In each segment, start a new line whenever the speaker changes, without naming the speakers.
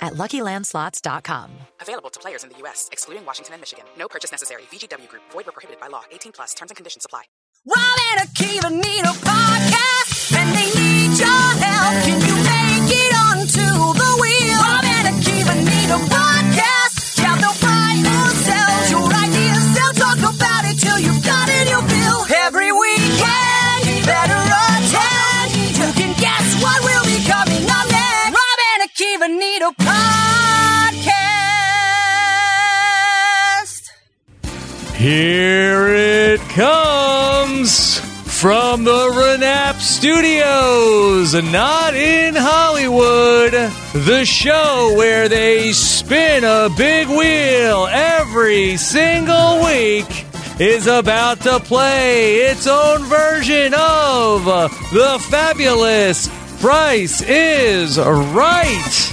at luckylandslots.com.
Available to players in the U.S., excluding Washington and Michigan. No purchase necessary. VGW Group, void were prohibited by law. 18 plus terms and conditions apply.
Ron and Akiva need a podcast, and they need your help. Can you make it onto the wheel? Ron and Akiva need a podcast. Yeah, they'll buy or sell your ideas. They'll talk about it till you've got in your bill. Every weekend, you better attend. You can guess what will be coming up next. Ron and Akiva need a podcast.
Here it comes from the Renap Studios, not in Hollywood. The show where they spin a big wheel every single week is about to play its own version of The Fabulous Price is Right.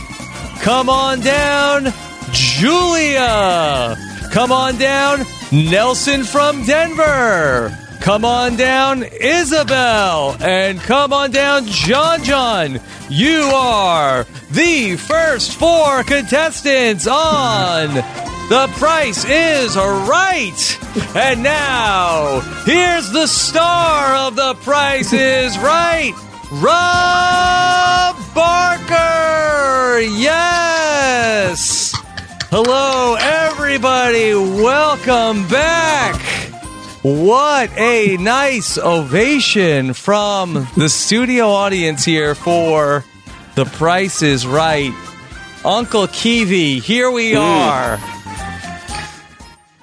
Come on down, Julia. Come on down, Nelson from Denver. Come on down, Isabel. And come on down, John John. You are the first four contestants on The Price is Right. And now, here's the star of The Price is Right, Rob Barker. Yes. Hello, everybody. Welcome back. What a nice ovation from the studio audience here for The Price is Right. Uncle Kiwi, here we are.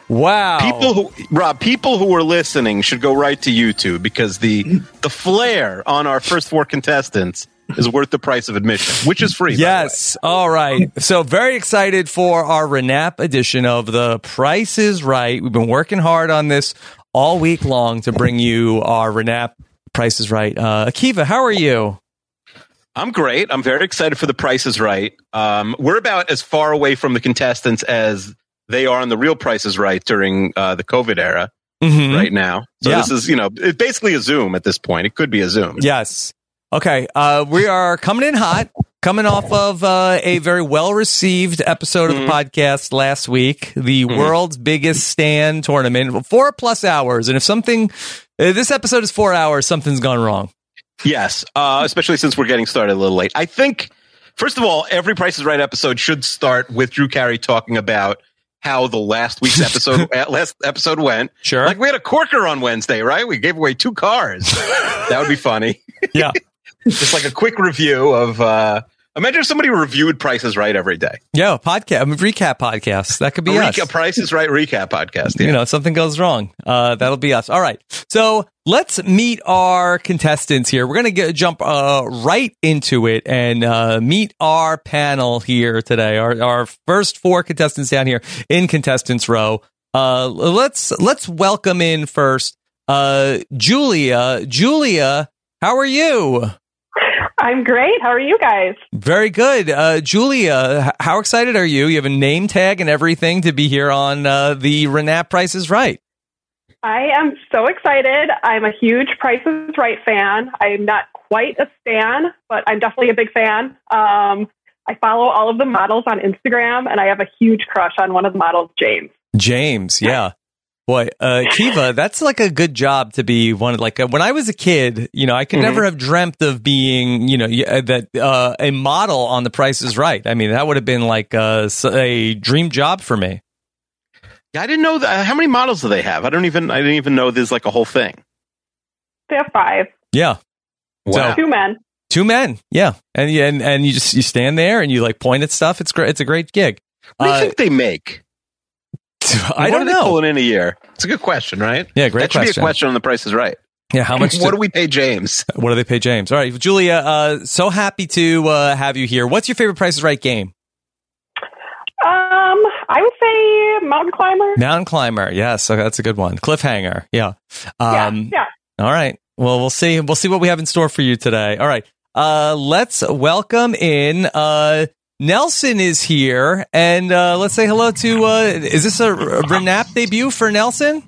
Wow.
people who Rob, people who are listening should go right to YouTube because the the flair on our first four contestants is worth the price of admission, which is free. by
Yes. All right. So very excited for our Renap edition of the Price is Right. We've been working hard on this all week long to bring you our Renap Price is Right. Uh, Akiva, how are you?
the way. I'm great. I'm very excited for the Price is Right. Um, we're about as far away from the contestants as they are on the real Price is Right during uh, the COVID era
Mhm.
right now. So
Yeah.
this is you know it's basically a Zoom at this point. It could be a Zoom.
Yes. Okay. Uh, we are coming in hot, coming off of uh, a very well received episode
Mm-hmm.
of the podcast last week, the world's biggest stand tournament, four plus hours. And if something, uh, this episode is four hours, something's gone wrong.
Yes, uh, especially since we're getting started a little late. I think, first of all, every Price is Right episode should start with Drew Carey talking about how the last week's episode uh, last episode went.
Sure.
like we had a corker on Wednesday, right? We gave away two cars. that would be funny.
Yeah.
Just like a quick review of. Uh, imagine if somebody reviewed Price is Right every day.
Yeah, podcast, I mean, recap podcast. That could
A
be us.
reca- Price is Right recap podcast. Yeah.
You know, if something goes wrong, uh, that'll be us. All right. So let's meet our contestants here. We're going to get, jump uh, right into it and uh, meet our panel here today. Our, our first four contestants down here in contestants row. Uh, let's let's welcome in first uh, Julia. Julia, how are you?
I'm great. How are you guys?
Very good. Uh, Julia, h- how excited are you? You have a name tag and everything to be here on uh, the Renat Price is Right.
I am so excited. I'm a huge Price is Right fan. I'm not quite a stan, but I'm definitely a big fan. Um, I follow all of the models on Instagram, and I have a huge crush on one of the models, James.
James, yeah. Boy, uh, Kiva, that's like a good job to be one of like uh, when I was a kid, you know, I could
Mm-hmm.
never have dreamt of being, you know, y- uh, that uh, a model on The Price is Right. I mean, that would have been like uh, s- a dream job for me.
Yeah, I didn't know that. How many models do they have? I don't even. I didn't even know there's like a whole thing.
They have five,
Yeah.
Wow.
two men. Um,
Two men. Yeah. And you- and and you just you stand there and you like point at stuff. It's great. It's a great gig.
What do you
Uh,
think they make?
I
What
don't
are they
know.
Pulling in a year. It's a good question, right?
Yeah, great
that should be
question.
a question on The Price Is Right.
Yeah. How much?
what
do-
do we pay James?
What do they pay James? All right, Julia. Uh, so happy to uh, have you here. What's your favorite Price is Right game?
Um, I would say mountain climber.
Mountain climber. Yes, okay, that's a good one. Cliffhanger. Yeah. Um,
yeah,
All right. Well, we'll see. We'll see what we have in store for you today. All right. Uh, let's welcome in. Uh, Nelson is here, and uh, let's say hello to. Uh, is this a Renap debut for Nelson?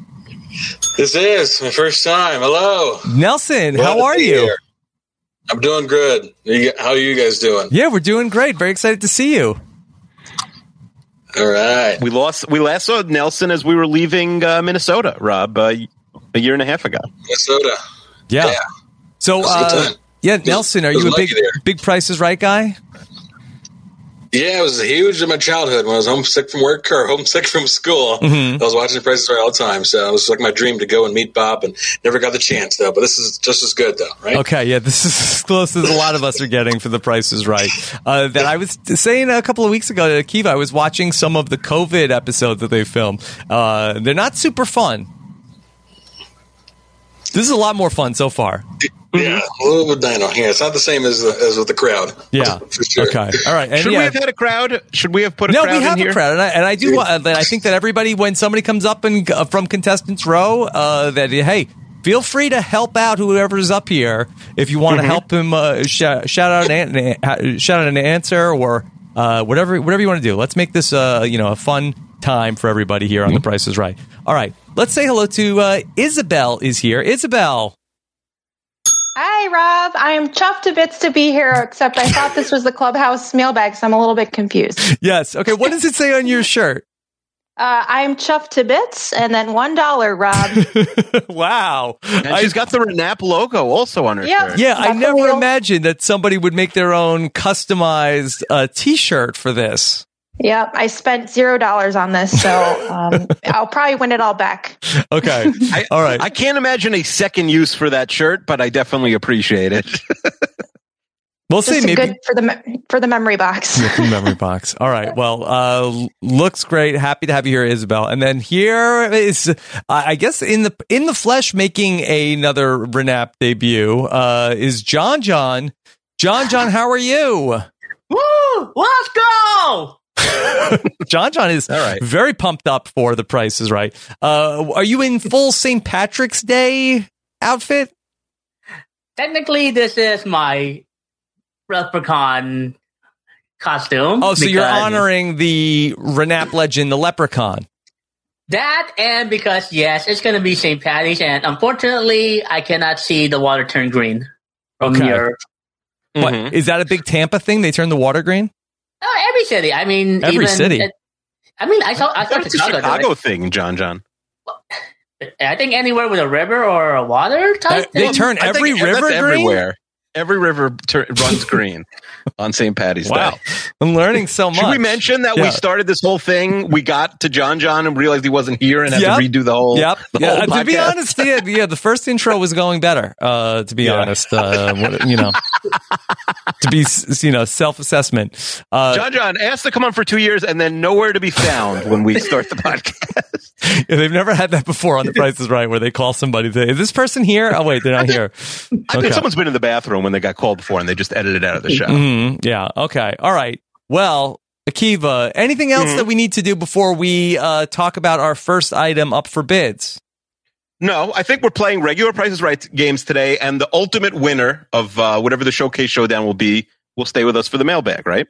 This is my first time. Hello.
Nelson,
Glad
how
to
are
be
you?
here. I'm doing good. Are you- How are you guys doing?
Yeah, we're doing great. Very excited to see you.
All right.
We lost. We last saw Nelson as we were leaving uh, Minnesota, Rob, uh, a year and a half ago.
Minnesota.
Yeah.
Yeah.
So,
a good
uh,
time.
yeah, Nelson, are
it was
you a
lucky
big
there.
big Price is Right guy?
Yeah, it was huge in my childhood when I was homesick from work or homesick from school.
Mm-hmm.
I was watching Prices Right all the time, so it was like my dream to go and meet Bob, and never got the chance though. But this is just as good though, right?
Okay, yeah, this is as close as a lot of us are getting for the Price is Right. Uh, that I was saying a couple of weeks ago to Akiva, I was watching some of the COVID episodes that they filmed. Uh, they're not super fun. This is a lot more fun so far.
Yeah, a little bit dino. Yeah, it's not the same as the, as with the crowd.
Yeah.
for sure.
Okay. All right. And
Should
yeah,
we have had a crowd? Should we have put a
no,
crowd
we have
in here?
a crowd, and I, and I do. want- Uh, I think that everybody, when somebody comes up and uh, from contestants row, uh, that hey, feel free to help out whoever's up here if you want to help him. Uh, shout, shout out an, an, uh, shout out an answer or uh, whatever whatever you want to do. Let's make this uh, you know a fun time for everybody here on The Price Is Right. All right, let's say hello to uh, Isabel. Is here, Isabel?
Hi, Rob. I am chuffed to bits to be here, except I thought this was the clubhouse mailbag, so I'm a little bit confused.
Yes. Okay. What does it say on your shirt?
Uh, I am chuffed to bits, and then one dollar, Rob.
wow.
And she's got the Renap logo also on her
Yeah.
shirt.
Yeah, I
Buckle
never
wheel.
imagined that somebody would make their own customized uh, T-shirt for this.
yep, I spent zero dollars on this, so um, I'll probably win it all back.
Okay,
I,
all right.
I can't imagine a second use for that shirt, but I definitely appreciate it.
we'll see.
Just
Maybe
good for the me- for the memory box.
Yeah, from memory box. All right. Well, uh, l- looks great. Happy to have you here, Isabel. And then here is, uh, I guess, in the in the flesh, making another Renap debut uh, is John. John. John. John. How are you?
Woo! Let's go!
John. John is
All right.
very pumped up for the Price is Right. Uh, are you in full St. Patrick's Day outfit?
Technically, this is my leprechaun costume.
Oh, so you're
because-
honoring the Renap legend, the leprechaun.
that, and because yes, it's going to be St. Patty's, and unfortunately, I cannot see the water turn green from
Okay.
your
What-
Mhm.
is that a big Tampa thing? They turn the water green?
oh, every city. I mean,
Every
even,
city.
I mean, I saw I saw
That's a
Chicago. do
Chicago thing, John. John.
it. I think anywhere with a river or a water type.
They
thing.
turn
I think
every
that's
river green?
everywhere. Every river tur runs green on St. Patty's Day.
I'm learning so much.
Should we mention that
Yeah.
we started this whole thing? We got to John John and realized he wasn't here and had
Yep.
to redo the whole.
Yep.
The
Yeah,
whole
to be
podcast.
honest, yeah, yeah, the first intro was going better. Uh, to be
Yeah.
honest, uh, what- you know, to be s- you know self assessment. Uh,
John John asked to come on for two years and then nowhere to be found when we start the podcast.
they've never had that before on The Price Is Right, where they call somebody. and say, Is this person here? Oh wait, they're not here.
I think someone's been in the bathroom when they got called before and they just edited it out of the show.
Mhm. Yeah. Okay. All right. Well, Akiva, anything else that we need to do before we uh, talk about our first item up for bids?
No, I think we're playing regular prices right games today, and the ultimate winner of uh, whatever the showcase showdown will be will stay with us for the mailbag, right?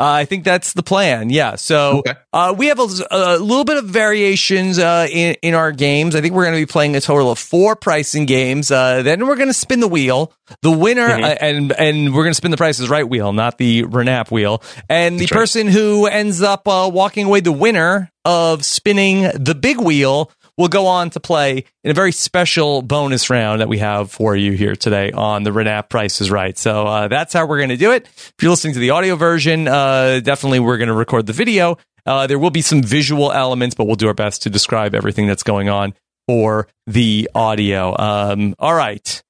Uh, I think that's the plan. Yeah. So
Okay.
uh, we have a, a little bit of variations uh, in in our games. I think we're going to be playing a total of four pricing games. Uh, then we're going to spin the wheel. The winner
Mhm.
uh, and and we're going to spin the prices right wheel, not the Renap wheel. And the
right.
person who ends up uh, walking away the winner of spinning the big wheel will go on to play in a very special bonus round that we have for you here today on the Renap Price is Right. So uh, that's how we're going to do it. If you're listening to the audio version, uh, definitely we're going to record the video Uh, there will be some visual elements, but we'll do our best to describe everything that's going on for the audio. Um, all right,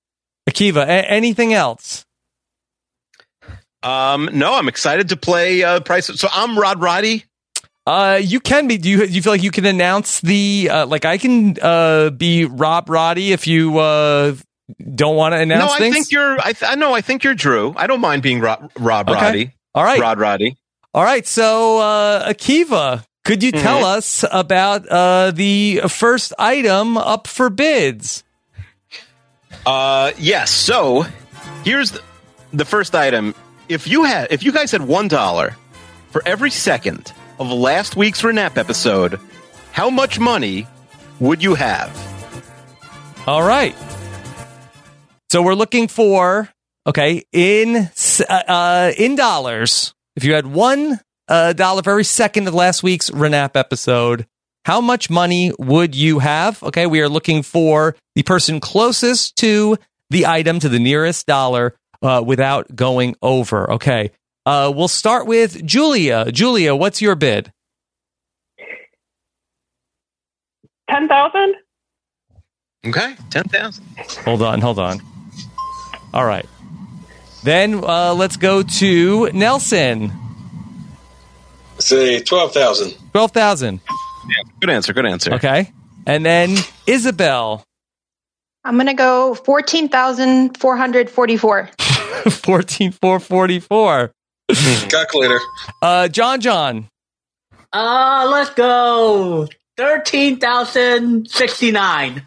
Akiva, a- anything else?
Um, no, I'm excited to play uh, Price. So I'm Rod Roddy.
Uh, you can be. Do you, do you feel like you can announce the uh, like? I can uh, be Rob Roddy if you uh, don't want to announce.
no, I
things?
think you're. I, th- I know. I think you're Drew. I don't mind being Rob, Rob
Okay.
Roddy.
All right.
Rod Roddy.
All right, so uh, Akiva, could you tell
Mhm.
us about uh, the first item up for bids?
Uh, yes. So here's the, the first item. If you had, if you guys had one dollar for every second of last week's Renap episode, how much money would you have?
All right. So we're looking for okay in s- uh, uh, in dollars. If you had one uh, dollar for every second of last week's Renap episode, how much money would you have? Okay, we are looking for the person closest to the item to the nearest dollar uh, without going over. Okay, uh, we'll start with Julia. Julia, what's your bid?
Ten thousand?
Okay, ten thousand.
Hold on, hold on. All right. Then uh, let's go to Nelson.
Say twelve thousand.
12,000.
Yeah, good answer. Good answer.
Okay. And then Isabel,
I'm going to go 14,444.
14,444.
Calculator.
Uh, John John,
Uh, let's go. 13,069.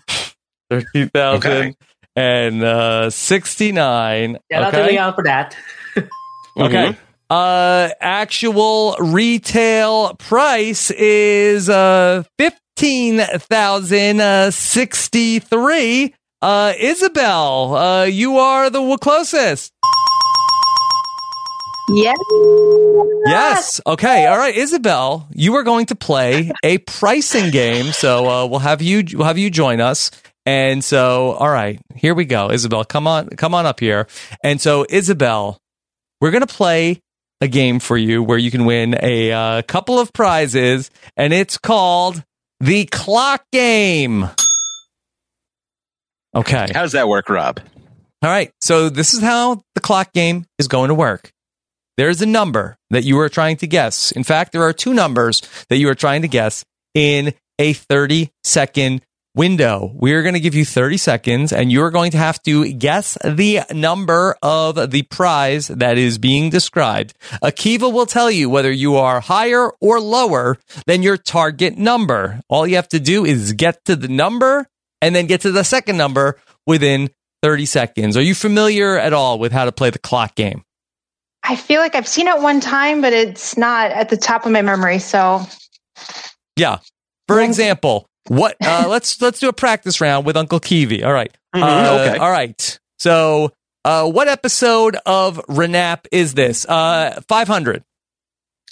13,069. And uh, 69.
Shout out to
okay.
Leon for that.
okay. Uh, actual retail price is uh, 15,063. Uh, Isabel, uh, you are the w- closest.
Yes.
Yes. Okay. All right, Isabel, you are going to play a pricing game. So uh, we'll have you we'll have you join us. And so, all right, here we go, Isabel. Come on, come on up here. And so, Isabel, we're gonna play a game for you where you can win a uh, couple of prizes, and it's called the clock game. Okay.
How does that work, Rob?
All right. So this is how the clock game is going to work. There is a number that you are trying to guess. In fact, there are two numbers that you are trying to guess in a 30 second window. We are going to give you 30 seconds and you are going to have to guess the number of the prize that is being described. Akiva will tell you whether you are higher or lower than your target number. All you have to do is get to the number and then get to the second number within 30 seconds. Are you familiar at all with how to play the clock game?
I feel like I've seen it one time, but it's not at the top of my memory. So
Yeah. For example, what uh, let's let's do a practice round with Uncle Kiwi. All right.
Mhm,
Uh,
okay.
All right. So, uh, what episode of Renap is this? Uh, 500,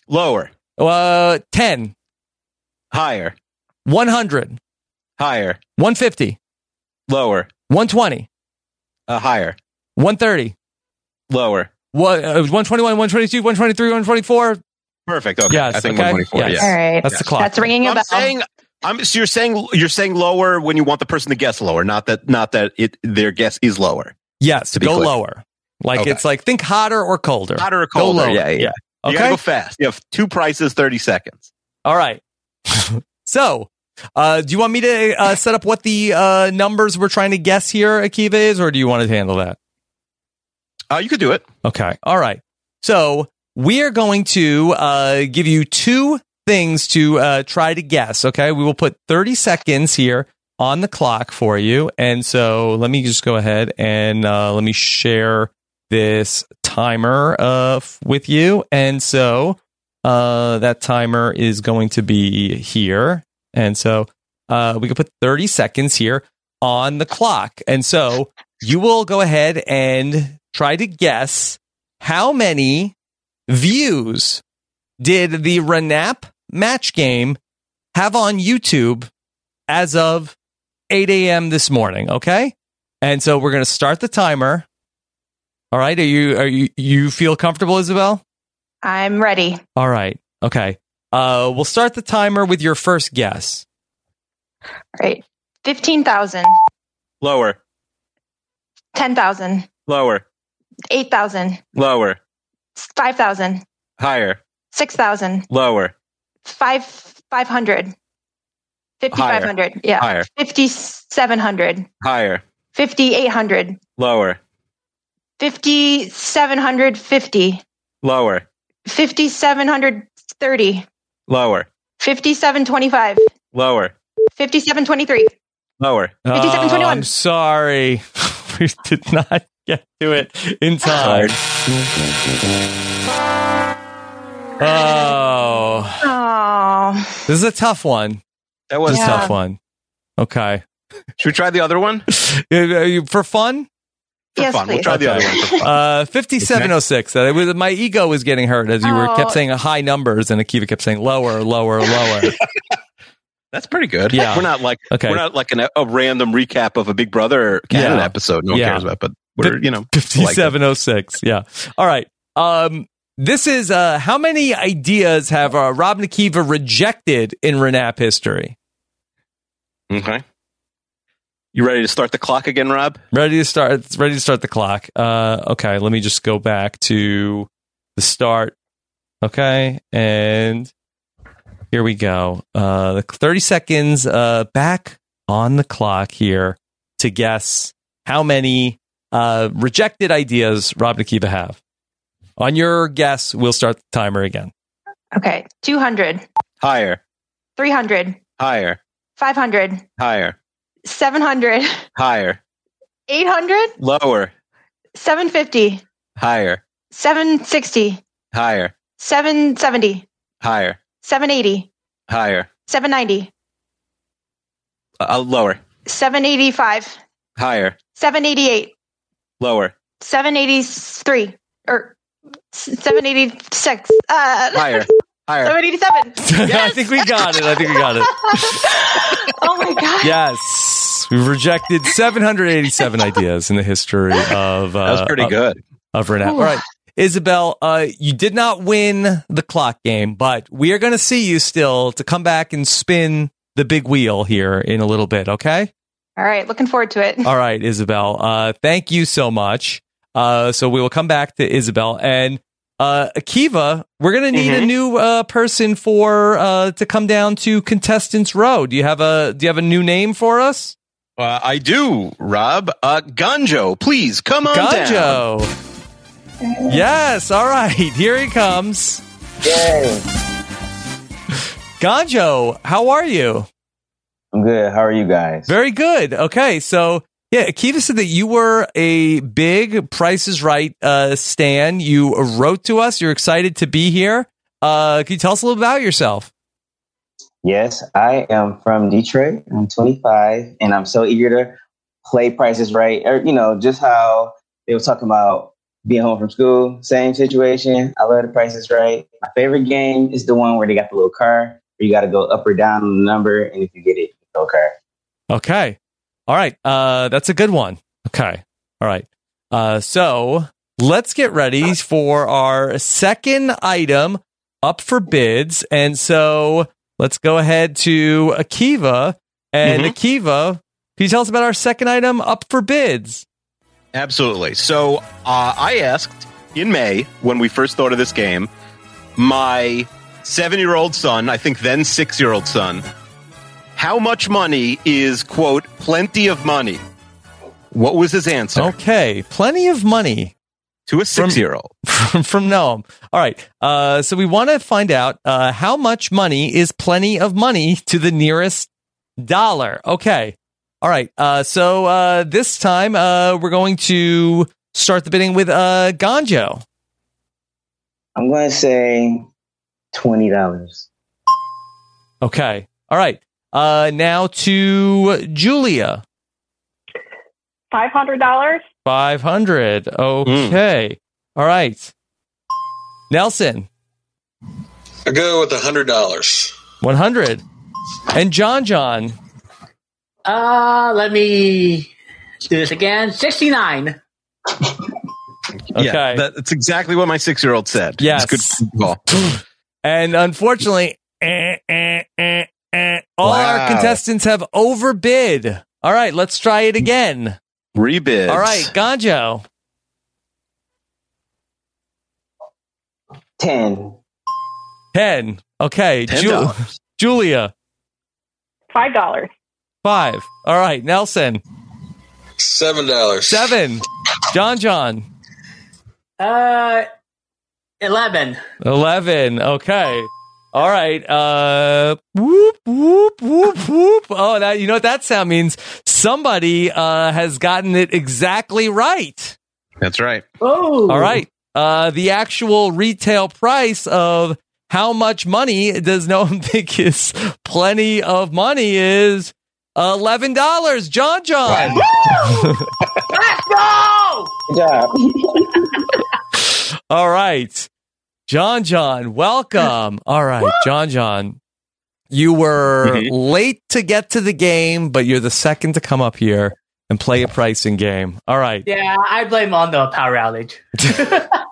Lower,
uh, 10,
higher,
100,
higher,
150,
lower,
120,
uh, higher,
130,
lower.
what, uh, 121, 122, 123, 124.
Perfect. Okay.
Yes,
I think
okay.
124.
Yes.
Yes.
all right,
That's the clock.
That's ringing a
I'm
bell.
saying I'm so you're saying you're saying lower when you want the person to guess lower, not that not that it their guess is lower.
yes.
to be
Go
clear.
lower. Like
Okay.
it's like think hotter or colder.
Hotter or
Go
colder.
lower.
Yeah, yeah. You
Okay.
gotta go fast. You have two prices, thirty seconds.
All right. so, uh, do you want me to uh, set up what the uh, numbers we're trying to guess here, Akiva, is, or do you want to handle that?
Uh, you could do it.
Okay. All right. So, we are going to uh, give you two things to uh, try to guess. Okay. We will put 30 seconds here on the clock for you. And so, let me just go ahead and uh, let me share this timer uh, f- with you. And so, uh, that timer is going to be here. And so uh, we can put 30 seconds here on the clock. And so you will go ahead and try to guess how many views did the Renap match game have on YouTube as of 8 a.m. this morning. Okay. And so we're going to start the timer. All right. Are you, are you, you feel comfortable, Isabel?
I'm ready.
All right. Okay. Uh, we'll start the timer with your first guess.
Right. 15,000,
Lower,
10,000,
lower,
8,000,
lower,
5,000,
higher,
6,000,
lower,
5, 500, 5,500. Yeah.
higher,
5,700,
higher,
5,800,
lower,
5,750,
lower,
5,730,
lower,
5,725,
lower,
5,723.
lower.
Oh,
5721.
I'm sorry. we did not get to it in time. Oh,
Oh,
this is a tough one.
That
This
was uh,
is a
Yeah.
tough one. Okay.
Should we try the other one? For
Uh, uh, For fun,
yes,
fun. We'll
please.
try the other one for fun.
uh, 5706. Uh, it was- My ego was getting hurt as you were
Oh.
kept saying uh, high numbers and Akiva kept saying lower, lower, lower.
That's pretty good.
Yeah.
We're not like
Okay.
we're not like an, a random recap of a Big Brother Canada
Yeah.
episode. No one
Yeah.
cares about, but we're you know like it.
5706. Yeah. All right. Um, this is uh, how many ideas have uh, Rob Nikiva rejected in Renap history?
Okay. You ready to start the clock again, Rob?
Ready to start. It's ready to start the clock. Uh, okay. Let me just go back to the start. Okay. And here we go. Uh, the 30 seconds uh, back on the clock here to guess how many uh, rejected ideas Rob Nikiva have. On your guess, we'll start the timer again.
Okay. 200,
Higher,
300,
higher,
500,
higher,
700,
higher,
800,
lower,
750,
higher,
760,
higher,
770,
higher,
780,
higher,
790,
uh, lower,
785,
higher,
788,
lower,
783, or 786, uh,
higher, higher.
787.
I think we got it. I think we got it.
Oh my God.
Yes. We've rejected 787 ideas in the history of uh,
That was pretty
of-
good.
of Renap. All right. Isabel, uh, you did not win the clock game, but we are going to see you still to come back and spin the big wheel here in a little bit, okay?
All right. Looking forward to it.
All right, Isabel. Uh, thank you so much. Uh, so we will come back to Isabel and uh, Akiva. We're gonna need a new uh, person for uh, to come down to contestants row. Do you have a Do you have a new name for us?
Uh, I do, Rob. Uh, Ganjo, please come on down.
Gonjo. Yes. All right. Here he comes.
Yay!
Gonjo, how are you?
I'm good. How are you guys?
Very good. Okay, so yeah, Akiva said that you were a big Price is Right uh, stan. You wrote to us. You're excited to be here. Uh, can you tell us a little about yourself?
yes, I am from Detroit. I'm 25, and I'm so eager to play Prices Right. Or, you know, just how they were talking about being home from school. Same situation. I love the Prices Right. My favorite game is the one where they got the little car, where you got to go up or down on the number, and if you get it, you go car.
Okay, all right. Uh, that's a good one. Okay, all right. Uh, so let's get ready for our second item up for bids, and so let's go ahead to Akiva. And Akiva, can you tell us about our second item up for bids?
Absolutely. So uh, I asked in May when we first thought of this game, my seven year old son, I think then six year old son, how much money is, quote, plenty of money? What was his answer
Okay, plenty of money
to a six year old?
from, from Noam. All right, uh, so we want to find out uh, how much money is plenty of money to the nearest dollar. Okay, all right. Uh, so uh, this time uh, we're going to start the bidding with uh, Gonjo.
I'm going to say $20.
Okay, all right. Uh, now to Julia,
Five hundred dollars.
five hundred. Okay, all right. Nelson,
I go with a hundred dollars.
one hundred, and John John.
Uh, let me do this again. 69.
Okay.
Yeah, that- that's exactly what my six year old said.
Yes.
It's a good call.
And unfortunately, eh, eh, eh, eh. All
Wow.
our contestants have overbid. All right, let's try it again.
Rebid.
All right, Ganjo.
10.
10. Okay.
Ten
Ju-
dollars.
Julia,
Five dollars.
5. All right, Nelson,
Seven dollars.
7. John John,
Uh, eleven.
11. Okay. All right. Uh, whoop, whoop, whoop, whoop. Oh, that, you know what that sound means? Somebody uh, has gotten it exactly right.
That's right.
Oh.
All right. Uh, the actual retail price of how much money does no one think is plenty of money is eleven dollars. John John.
Let's go.
Good job.
All right. John John, welcome. All right, John John. You were late to get to the game, but you're the second to come up here and play a pricing game. All right.
Yeah, I blame on the power outage.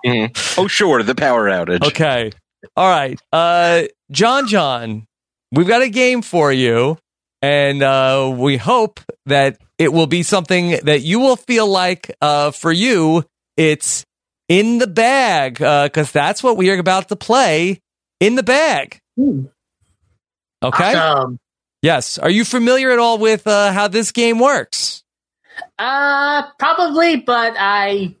Mhm. Oh, sure. The power outage.
Mm-hmm. Okay. All right. Uh John John, we've got a game for you and uh we hope that it will be something that you will feel like uh for you it's in the bag uh cuz that's what we are about to play in the bag. Okay?
Awesome.
Yes. Are you familiar at all with uh how this game works?
Uh, probably, but I,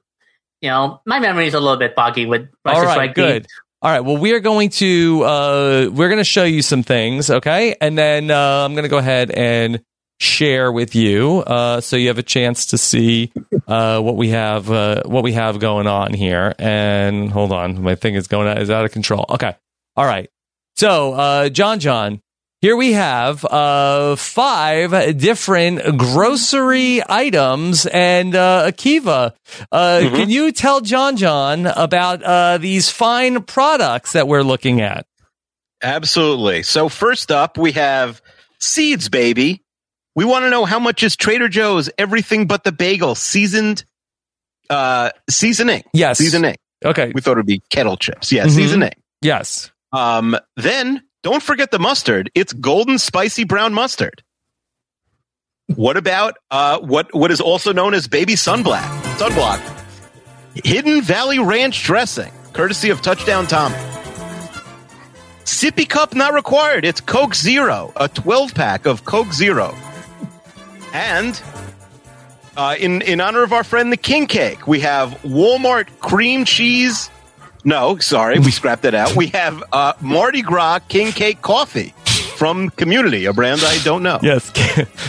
you know, my memory is a little bit foggy with
All
Russia's
right, good. All right. Well, we are going to uh, we're going to show you some things, okay? And then uh, I'm going to go ahead and share with you, uh, so you have a chance to see uh, what we have uh, what we have going on here. And hold on, my thing is going out is out of control. Okay. All right. So, uh, John, John, here we have uh, five different grocery items. And uh, Akiva, uh, can you tell John John about uh, these fine products that we're looking at?
Absolutely. So first up, we have seeds, baby. We want to know how much is Trader Joe's everything but the bagel seasoned uh seasoning.
Yes.
Seasoning.
Okay.
We thought it'd be kettle chips. Yeah,
Mhm.
seasoning.
Yes.
Um then don't forget the mustard. It's golden spicy brown mustard. What about uh what what is also known as baby sunblock? Sunblock. Hidden Valley Ranch dressing, courtesy of Touchdown Tommy. Sippy cup not required. It's Coke Zero, a 12 pack of Coke Zero. And uh, in, in honor of our friend the King Cake, we have Walmart cream cheese. No, sorry, we scrapped it out. We have uh, Mardi Gras King Cake coffee from Community, a brand I don't know.
Yes.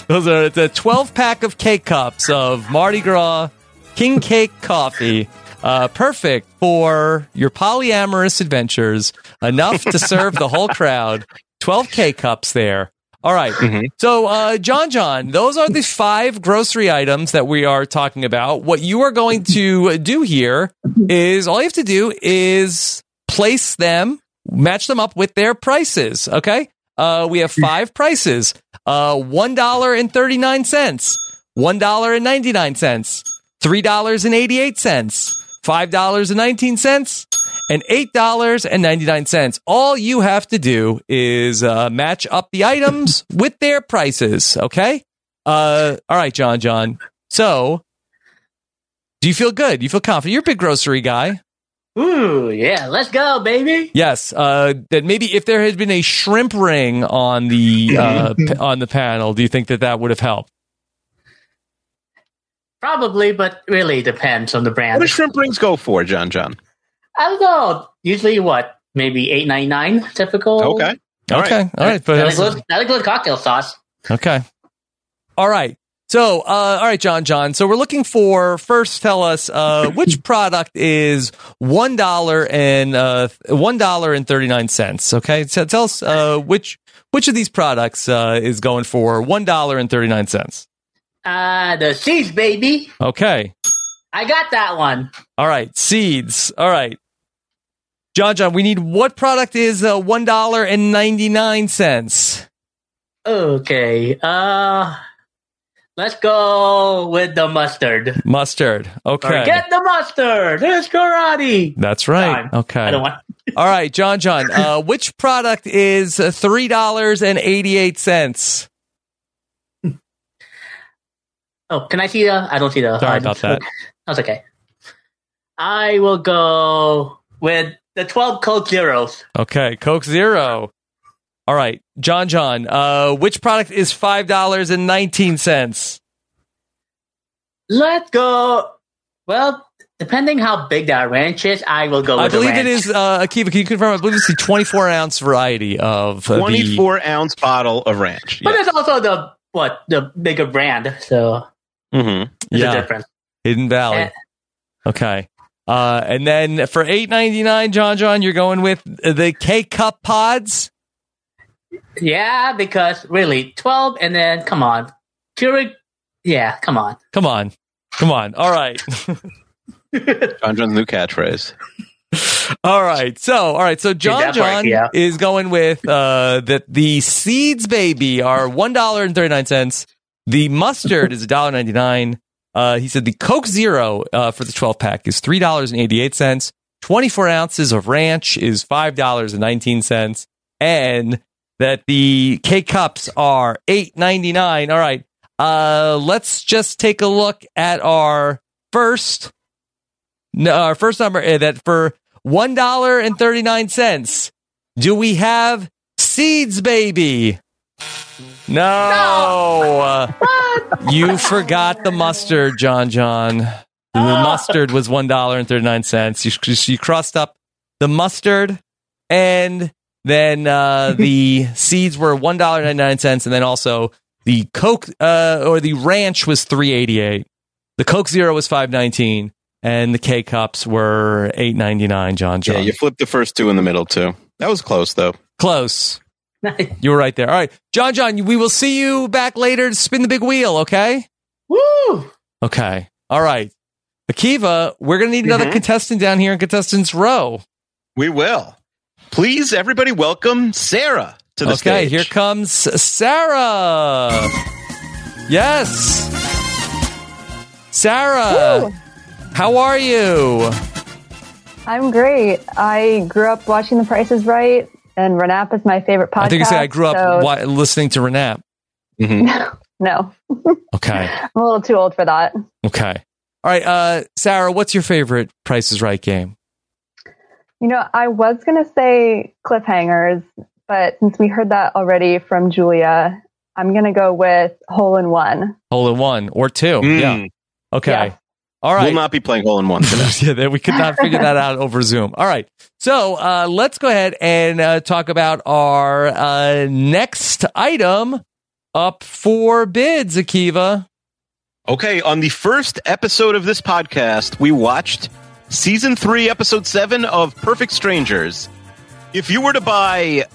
Those are the 12 pack of cake cups of Mardi Gras King Cake Coffee. Uh, perfect for your polyamorous adventures. Enough to serve the whole crowd. 12 cake cups there. All right.
Mm-hmm.
So, uh, John, John, those are the five grocery items that we are talking about. What you are going to do here is all you have to do is place them, match them up with their prices. Okay. Uh, we have five prices uh, $1.39, $1.99, $3.88, $5.19, and $8.99. All you have to do is uh, match up the items with their prices. Okay. Uh, all right, John, John. So, do you feel good? You feel confident? You're a big grocery guy.
Ooh, yeah, let's go, baby.
Yes, uh, that maybe if there had been a shrimp ring on the uh, p- on the panel, do you think that that would have helped?
Probably, but really depends on the
What
brand.
do shrimp rings go for, John John?
I don't know. Usually, what maybe eight ninety nine, typical.
Okay. All right.
okay, all right, but
That includes, that includes cocktail sauce.
okay, all right. So, uh, all right, John, John. So we're looking for first. Tell us uh, which product is one dollar and uh, one dollar and thirty nine cents. Okay, so tell us uh, which which of these products uh, is going for one dollar and thirty nine cents.
Uh, the seeds, baby.
Okay.
I got that one.
All right, seeds. All right, John, John, we need what product is uh, one dollar and ninety nine cents?
Okay. Uh, let's go with the mustard.
Mustard. Okay,
Forget the mustard. It's karate.
that's right.
Time.
Okay,
I don't want.
All right, John, John, uh, which product is uh, $3.88?
Oh, can I see the? I don't see the.
Sorry about that.
That's okay. I will go with the 12 Coke Zeros.
Okay, Coke Zero. All right, John, John, uh, which product is $5.19?
Let's go. Well, depending how big that ranch is, I will go
I
with the
believe it
ranch.
is, uh, Akiva, can you confirm? I believe it's the 24 ounce variety of uh, the-
24 ounce bottle of ranch.
But it's also the, what, the bigger brand. So
Mm-hmm.
there's
Yeah.
a difference.
Hidden Valley.
Eh.
Okay. Uh, and then for eight ninety nine, John John, you're going with the K Cup pods.
Yeah, Ah, because really, 12 and then, come on. Keurig, yeah, come on.
Come on, come on. All right,
John John's new catchphrase.
all right. So all right. So John
that part,
John
yeah.
is going with uh, that the seeds baby are one dollar and thirty nine cents. The mustard is $1.99. Uh, he said the Coke Zero uh, for the 12 pack is $3.88. 24 ounces of ranch is $5.19. And that the K cups are $8.99. All right. Uh, let's just take a look at our first, no, our first number uh, that for $1.39, do we have Seeds Baby? No. Uh, you forgot the mustard, John John. The mustard was $1.39. You, you crossed up the mustard and then uh, the seeds were $1.99 and then also the Coke uh, or the ranch was 388. The Coke Zero was 519 and the K cups were 899, John John.
Yeah, you flipped the first two in the middle too. That was close though.
Close. You were right there. All right. John John, we will see you back later to spin the big wheel, okay?
Woo!
Okay. All right. Akiva, we're going to need another contestant down here in contestants row.
Mm-hmm. We will. Please, everybody, welcome Sarah to the
okay,
stage.
here comes Sarah. Yes. Sarah, how are you?
I'm great. I grew up watching The Price is Right, and Renap is my favorite podcast.
I think you said I grew up
so-
wa- listening to Renap.
Mm-hmm.
No,
Okay.
I'm a little too old for that.
Okay. All right. Uh, Sarah, what's your favorite Price is Right game?
You know, I was going to say cliffhangers, but since we heard that already from Julia, I'm going to go with Hole in One.
Hole in one or two.
Mm.
Yeah. Okay. All
We'll
right.
not be playing hole in one today.
yeah, that we could not figure that out over Zoom. All right. So uh, let's go ahead and uh, talk about our uh, next item up for bids, Akiva.
okay, on the first episode of this podcast, we watched season three, episode seven of Perfect Strangers. If you were to buy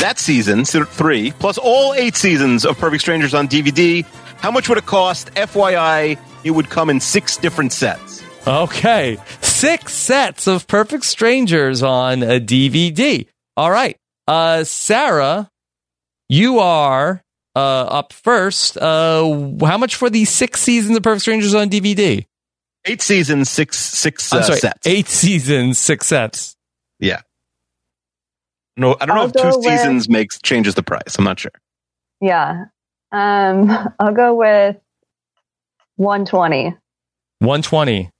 that season, se- three, plus all eight seasons of Perfect Strangers on DVD, how much would it cost? FYI, it would come in six different sets.
Okay. Six sets of Perfect Strangers on a DVD. All right. Uh, Sarah, you are uh, up first. Uh, how much for the six seasons of Perfect Strangers on DVD?
Eight seasons, six six
I'm
uh,
sorry,
sets.
eight seasons, six sets.
Yeah. No, I don't
I'll
know if
go
two
with-
seasons makes changes the price. I'm not sure.
Yeah. Um, I'll go with 120.
120.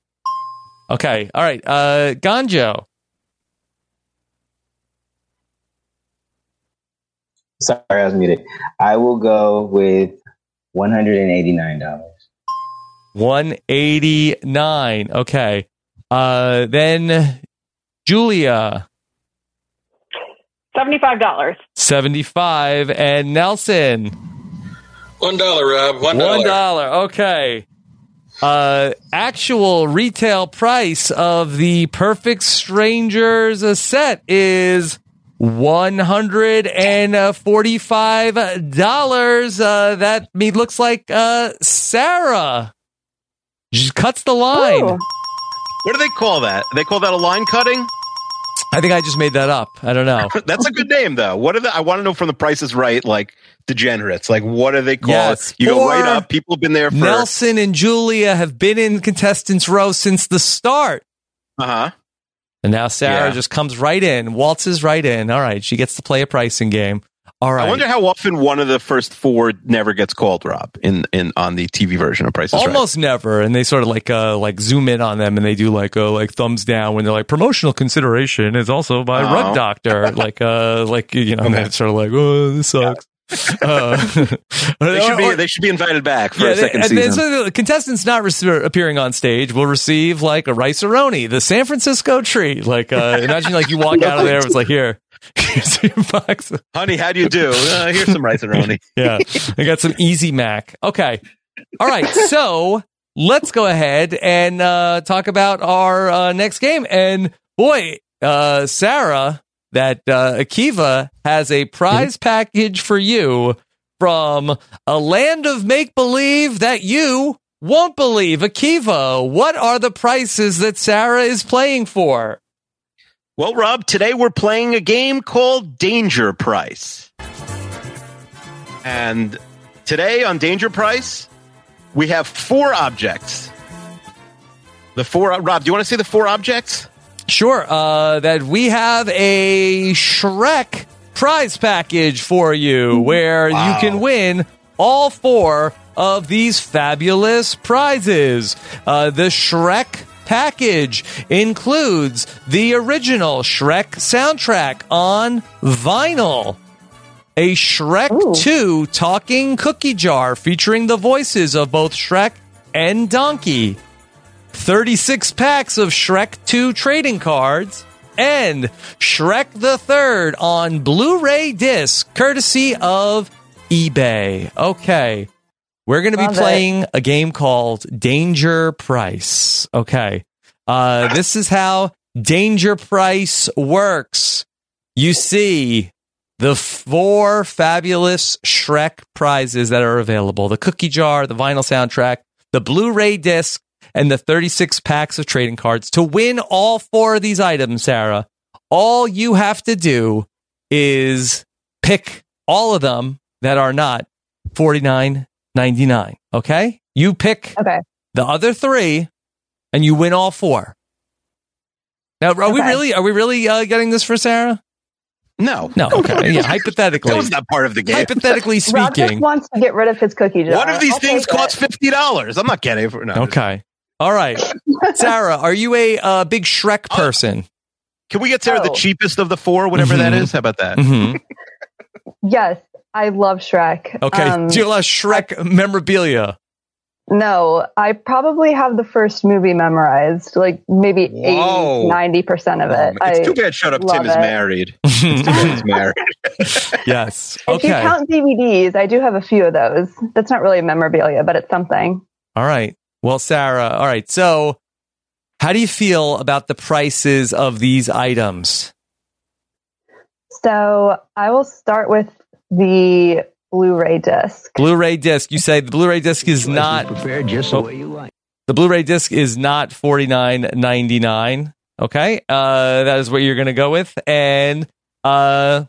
Okay. All right. Uh Ganjo.
Sorry, I was muted. I will go with one hundred and eighty nine dollars.
189. Okay. Uh then Julia,
$75.
75 and Nelson,
One dollar, Rob. One
$1.
dollar.
Okay. Uh actual retail price of the Perfect Strangers uh, set is $145. Uh, that me looks like uh Sarah. She cuts the line.
Ooh.
What do they call that? They call that a line cutting?
I think I just made that up. I don't know.
That's a good name though. What are the I want to know from the price is right, like degenerates. Like what do they call
Yes,
it? You go
for-
right up. People have been there for
Nelson and Julia have been in contestants row since the start.
uh-huh.
And now Sarah just comes right in, waltzes right in. All right, she gets to play a pricing game. All right.
I wonder how often one of the first four never gets called, Rob, in, in on the TV version of Prices Right.
Almost never, and they sort of like uh like zoom in on them, and they do like uh like thumbs down when they're like promotional consideration is also by
Oh.
Rug Doctor, like uh like you know, and it's sort of like oh this sucks. Uh,
They should
or-
be they should be invited back for
Yeah,
a second
and then
season.
so the contestants not rece- appearing on stage will receive like a rice the San Francisco treat. Like uh, imagine like you walk out of there, it's like here, here's your box.
Honey, how do you do? Uh, here's some rice
yeah, I got some Easy Mac. Okay, all right. So let's go ahead and uh, talk about our uh, next game. And boy, uh, Sarah, that uh, Akiva has a prize
Mm-hmm.
package for you from a land of make believe that you won't believe. Akiva, what are the prices that Sarah is playing for?
Well, Rob, today we're playing a game called Danger Price. And today on Danger Price, we have four objects. The four, Rob, do you want to see the four objects?
Sure, uh, that we have a Shrek prize package for you where you can win all four of these fabulous prizes. Uh, the Shrek package includes the original Shrek soundtrack on vinyl. A Shrek 2 talking cookie jar featuring the voices of both Shrek and Donkey. 36 packs of Shrek 2 trading cards, and Shrek the Third on Blu ray disc, courtesy of eBay. Okay. We're going to be
Love it.
playing a game called Danger Price. Okay. Uh, this is how Danger Price works. You see the four fabulous Shrek prizes that are available the cookie jar, the vinyl soundtrack, the Blu ray disc, and the 36 packs of trading cards. To win all four of these items, Sarah, all you have to do is pick all of them that are not 49.99 okay you pick okay. the other 3 and you win all four now are we really are we really uh, getting this for sarah
no
no okay yeah hypothetically
That was not part of the game.
hypothetically
Rob just
speaking
wants to get rid of his cookie jar.
One of these
I'll
things
take it.
costs fifty dollars. I'm not getting it for no.
okay all right sarah are you a uh, big shrek person
Oh. Can we get Sarah
Oh.
the cheapest of the four, whatever that
Mhm.
is? How about that?
Mhm.
Yes, I love Shrek.
okay
Um,
do you love shrek memorabilia
no, I probably have the first movie memorized, like maybe 80,
Whoa.
90% of it.
It's
I
too bad Shut Up
love
Tim is
it.
married. It's too bad he's married.
yes
If you count DVDs, I do have a few of those. That's not really memorabilia, but it's something.
All right. Well, Sarah, all right. So, how do you feel about the prices of these items?
So I will start with the Blu-ray disc.
Blu-ray disc. You say the Blu-ray disc is not prepared just the way you like. The Blu-ray disc is not forty nine ninety nine. Okay, uh, that is what you're going to go with, and uh,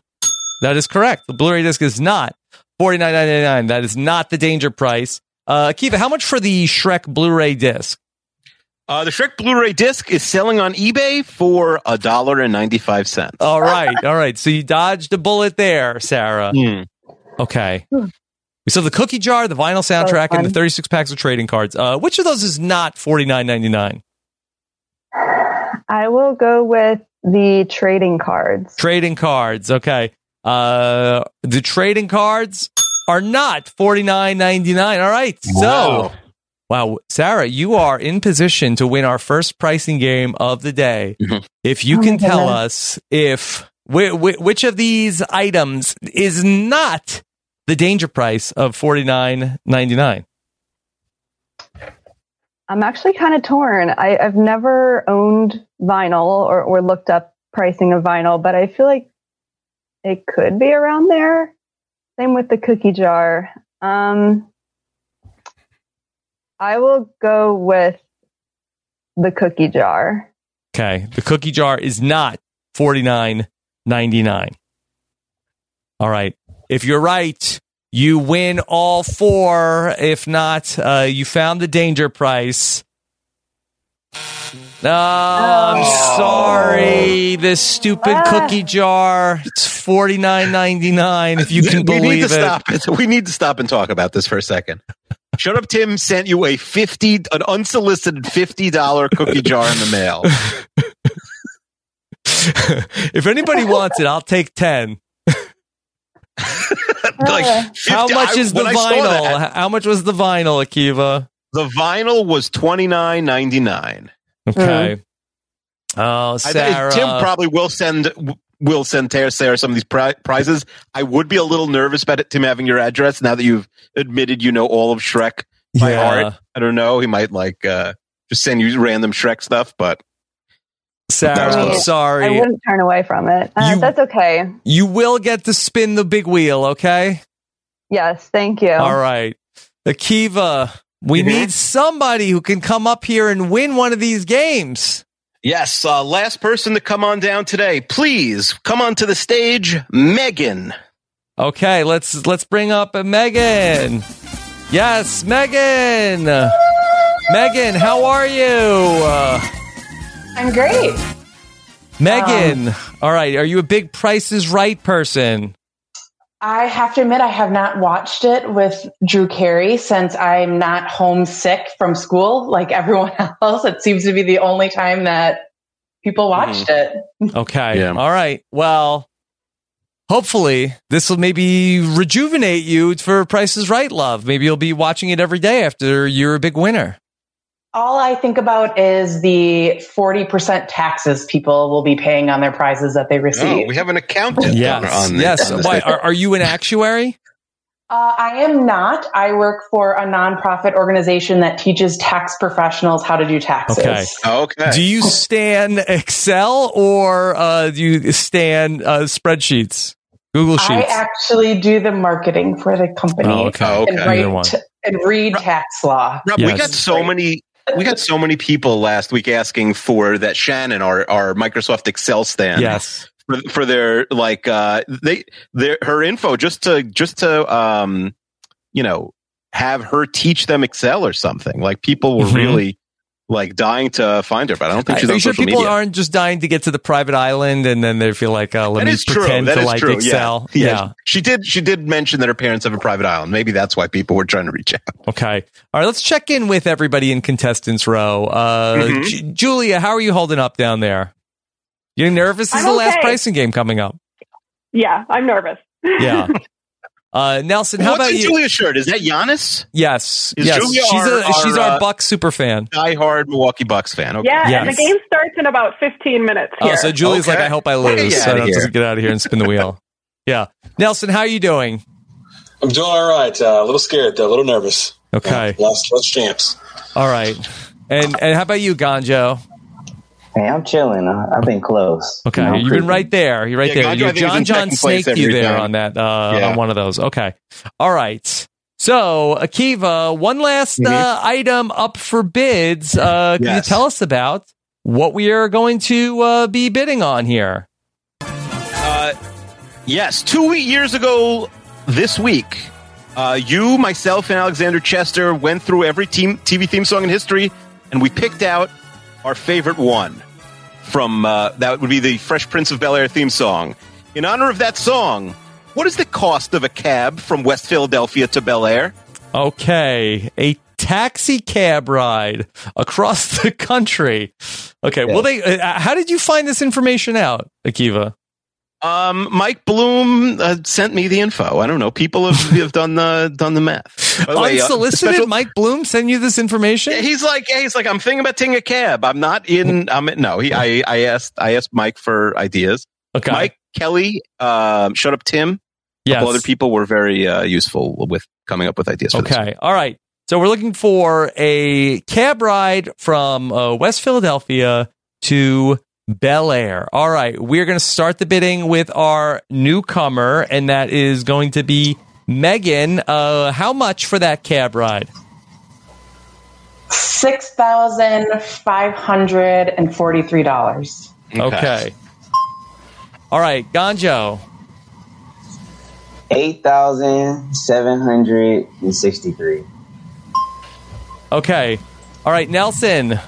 that is correct. The Blu-ray disc is not forty nine ninety nine. That is not the danger price. Uh, Kiva, how much for the Shrek Blu-ray disc?
Uh, the Shrek Blu-ray disc is selling on eBay for a dollar and ninety-five cents.
All right, all right. So you dodged a bullet there, Sarah. Okay.
Hmm.
We still have the cookie jar, the vinyl soundtrack, and the 36 packs of trading cards. Uh, which of those is not forty nine ninety nine?
I will go with the trading cards.
Trading cards. Okay. Uh, the trading cards are not forty nine ninety nine. All right. So, wow, Sarah, you are in position to win our first pricing game of the day. If you
Oh my
can tell
goodness.
us if whi- whi- which of these items is not the danger price of forty nine ninety nine.
I'm actually kind of torn. I, I've never owned vinyl or, or looked up pricing of vinyl, but I feel like it could be around there. Same with the cookie jar. Um, I will go with the cookie jar.
Okay. The cookie jar is not forty nine ninety nine. All right. If you're right, you win all four. If not, uh, you found the danger price. Oh,
Oh.
I'm sorry. This stupid
Ah.
cookie jar. It's forty nine ninety nine. If you can
we
believe
need to
it.
stop it. We need to stop and talk about this for a second. Shut up, Tim sent you a fifty, an unsolicited fifty dollar cookie jar in the mail.
If anybody wants it, I'll take ten.
Ah.
like, 50
How much
I-
is the
when I saw
vinyl?
that-
How much was the vinyl, Akiva?
The vinyl was twenty nine ninety nine.
Okay. Oh,
Uh-huh.
Sarah.
Tim probably will send will send Tara Sarah some of these pri- prizes. I would be a little nervous about it, Tim having your address now that you've admitted you know all of Shrek by
Yeah.
heart. I don't know. He might like uh, just send you random Shrek stuff, but
Sarah, I'm
I
sorry.
wouldn't turn away from it. Uh, that's okay.
You will get to spin the big wheel, okay?
Yes, thank you.
All right. Akiva, we need somebody who can come up here and win one of these games.
Yes, uh, last person to come on down today. Please come onto the stage, Megan.
Okay, let's let's bring up uh, Megan. Yes, Megan. Megan, how are you? Uh,
I'm great.
Megan. All right, are you a big Price is Right person?
I have to admit, I have not watched it with Drew Carey since I'm not homesick from school like everyone else. It seems to be the only time that people watched it.
Okay. All right. Well, hopefully this will maybe rejuvenate you for Price is Right love. Maybe you'll be watching it every day after you're a big winner.
All I think about is the 40% taxes people will be paying on their prizes that they receive.
have an accountant.
Yes.
on the-
yes.
on the
Why,
stage.
are, are you an actuary?
Uh, I am not. I work for a nonprofit organization that teaches tax professionals how to do taxes.
Okay.
Okay.
Do you stand Excel or uh, do you stand uh, spreadsheets, Google Sheets?
I actually do the marketing for the company.
Oh, okay. Oh, okay.
And,
Either one.
write, and read tax law.
Rob, we got so many. We got so many people last week asking for that Shannon, our our Microsoft Excel stand.
Yes.
For, for their like uh they their her info just to just to um you know have her teach them Excel or something. Like people were
Mhm.
really like dying to find her, but I don't think she's
Are
on
you sure
social
people
media.
aren't just dying to get to the private island and then they feel like, uh, let
That
me
is
pretend
That
to
is
like
true.
Excel?
Yeah. yeah. She did she did mention that her parents have a private island. Maybe that's why people were trying to reach out.
Okay. All right, let's check in with everybody in contestants row. Uh,
Mhm.
Ju- Julia, how are you holding up down there? You nervous? This is
I'm
the last
okay.
pricing game coming up.
Yeah, I'm nervous.
Yeah. Uh, Nelson, how
What's
about
in
you?
Julia's shirt? Is that Giannis?
Yes,
Is
yes.
Julia
she's
our-
a she's
our,
our
uh,
Bucks super fan.
Diehard Milwaukee Bucks fan. Okay.
Yeah, and the game starts in about 15 minutes here.
Oh, so Julie's like, I hope I
Hey,
lose.
get
so I
outta
don't
here.
just get out of here and spin the wheel. yeah, Nelson, how are you doing?
I'm doing all right. Uh, a little scared, though. A little nervous. Uh,
Okay.
Lost, lost champs.
All right, and and how about you, Ganjo?
Hey, I'm chilling. I, I've been close.
Okay,
I'm
you've
creeping.
been right there. You're right
Yeah,
there.
Ganjo, I
You're
think, is
John
in
John
second place
snaked you
every
there
time.
on that uh,
Yeah.
on one of those. Okay, all right. So Akiva, one last uh,
Mhm.
item up for bids. Uh, can
Yes.
you tell us about what we are going to uh, be bidding on here?
Uh, yes, two we- years ago this week, uh, you, myself, and Alexander Chester went through every team TV theme song in history, and we picked out our favorite one from uh, that would be the Fresh Prince of Bel Air theme song. In honor of that song, what is the cost of a cab from West Philadelphia to Bel Air?
Okay, a taxi cab ride across the country. Okay, well, they. Uh, how did you find this information out, Akiva?
Um, Mike Bloom uh, sent me the info. I don't know. People have, have done the done the math. By the way, uh,
Unsolicited,
special-
Mike Bloom send you this information.
he's like, hey, he's like, I'm thinking about taking a cab. I'm not in. I'm in, no. He, I, I asked, I asked Mike for ideas.
Okay.
Mike Kelly, um, shut up, Tim. A couple
Yes.
other people were very uh, useful with coming up with ideas. For this.
Okay, all right. So we're looking for a cab ride from uh, West Philadelphia to Bel Air. All right, we're going to start the bidding with our newcomer, and that is going to be Megan. Uh, how much for that cab ride?
$6,543.
Okay. All right, Ganjo.
Eight thousand seven hundred and sixty-three.
Okay. All right, Nelson.
Uh,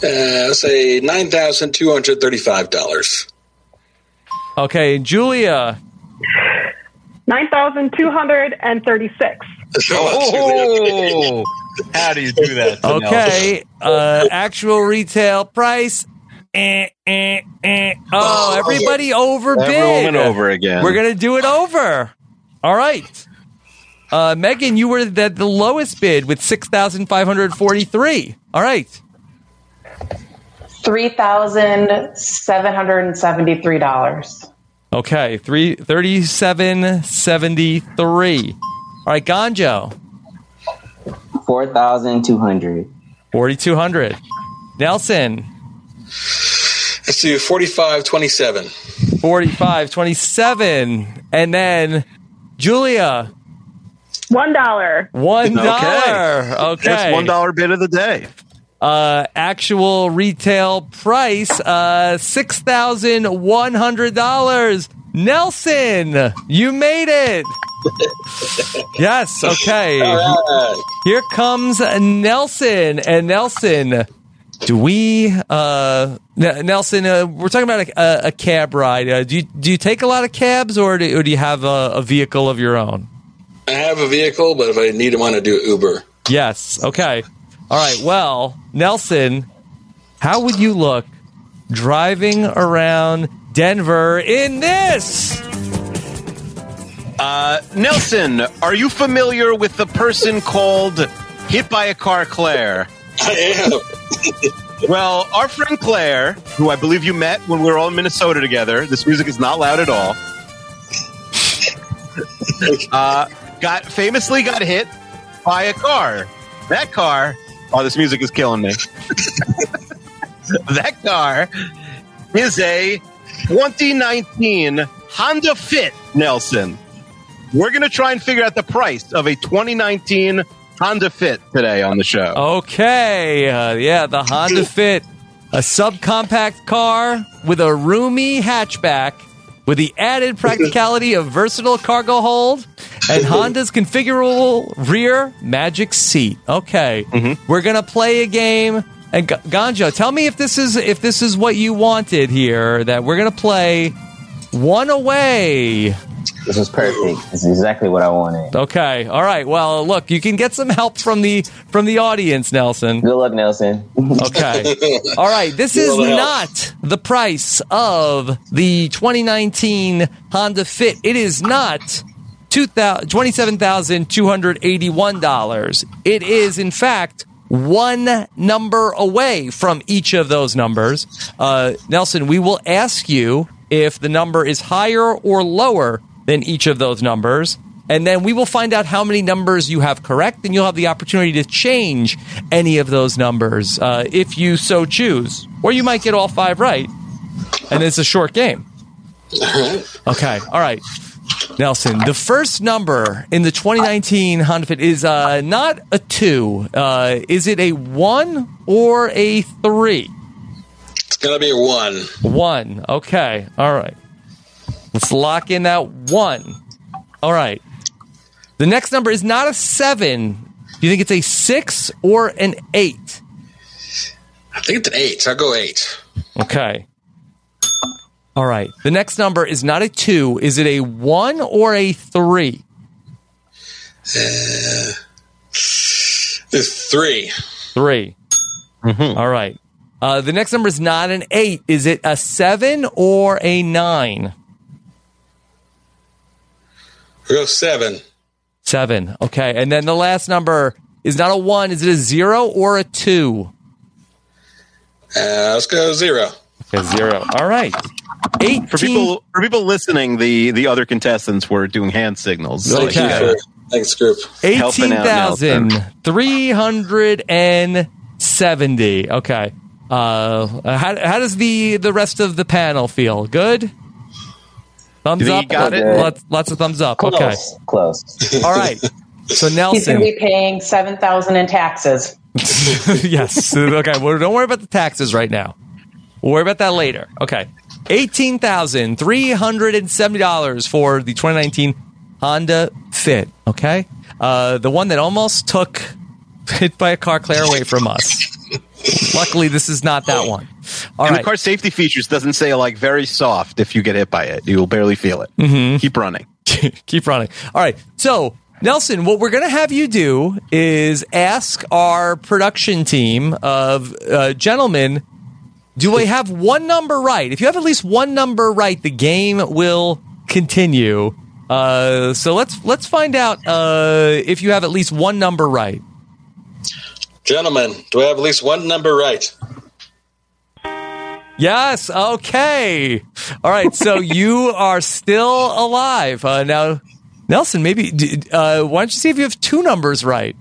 let's say nine thousand two hundred thirty-five dollars.
Okay, Julia.
9,236.
Oh, how do you do that? Janelle?
Okay, uh, actual retail price. Eh, eh, eh. Oh, everybody overbid.
Everyone over again.
We're gonna do it over. All right. Uh, Megan, you were the, the lowest bid with six thousand five hundred forty-three. All right.
Three thousand seven hundred and seventy-three dollars.
Okay. Three thirty-seven seventy-three. All right, Ganjo.
Four thousand two hundred.
Forty-two hundred. Nelson.
Let's do forty-five twenty-seven.
45, 27. And then Julia,
One dollar.
$1.
Okay.
Okay.
That's $1 bid of the day.
Uh, actual retail price, uh, $6,100. Nelson, you made it. yes. Okay. Here comes Nelson. And Nelson, do we, uh, N- Nelson, uh, we're talking about a, a, a cab ride. Uh, do you, do you take a lot of cabs or do, or do you have a, a vehicle of your own?
I have a vehicle, but if I need one, I do Uber.
Yes. Okay. All right. Well, Nelson, how would you look driving around Denver in this?
Uh, Nelson, are you familiar with the person called Hit by a Car Claire? well, our friend Claire, who I believe you met when we were all in Minnesota together, this music is not loud at all, uh, got famously got hit by a car. That car, oh, this music is killing me. that car is a 2019 Honda Fit, Nelson. We're going to try and figure out the price of a 2019 Honda Fit today on the show.
Okay. Uh, yeah, the Honda Fit, a subcompact car with a roomy hatchback with the added practicality of versatile cargo hold and Honda's configurable rear magic seat. Okay. We're going to play a game and G- Ganjo, tell me if this is if this is what you wanted here that we're going to play one away.
This is perfect. This is exactly what I wanted.
Okay. All right. Well, look, you can get some help from the from the audience, Nelson. Good
luck, Nelson.
Okay. All right. This
Good
is
luck.
not the price of the 2019 Honda Fit. It is not two thousand twenty-seven thousand two hundred eighty-one dollars. It is, in fact, one number away from each of those numbers. Uh, Nelson, we will ask you if the number is higher or lower than each of those numbers. And then we will find out how many numbers you have correct, and you'll have the opportunity to change any of those numbers uh, if you so choose. Or you might get all five right, and it's a short game. Okay, all right. Nelson, the first number in the 2019 Honda Fit is uh, not a two. Uh, is it a one or a three?
It's gonna be a one.
One. Okay. All right. Let's lock in that one. All right. The next number is not a seven. Do you think it's a six or an eight?
I think it's an eight. So I'll go eight.
Okay. All right. The next number is not a two. Is it a one or a three?
Uh, It's three.
3 All right. Uh, the next number is not an eight. Is it a seven or a nine?
We'll go seven.
Seven. Okay. And then the last number is not a one. Is it a zero or a two?
Uh, let's go zero.
Okay, zero. All right. Eight
for people for people listening. The the other contestants were doing hand signals.
Okay.
Thanks, group.
Helping out Nelson.
18,370. Okay. Uh, how, how does the, the rest of the panel feel? Good? Thumbs
You
up?
think you got it?
Lots, lots of thumbs up. Okay.
Close. Close.
All right. So,
He's going
Nelson.
to be paying seven thousand in taxes.
yes. Okay. Well, don't worry about the taxes right now. We'll worry about that later. Okay. Eighteen thousand three hundred and seventy dollars for the 2019 Honda Fit. Okay. Uh, the one that almost took hit by a car, Claire, away from us. Luckily, this is not that one. All
and
right.
the car's safety features doesn't say like very soft. If you get hit by it, you will barely feel it. Keep running.
Mm-hmm. Keep running. All right. So, Nelson, what we're going to have you do is ask our production team of uh, gentlemen, do I have one number right? If you have at least one number right, the game will continue. Uh, so let's let's find out uh, if you have at least one number right.
Gentlemen, do I have at least one number right?
Yes. Okay. All right. So you are still alive uh, now, Nelson. Maybe d- uh, why don't you see if you have two numbers right?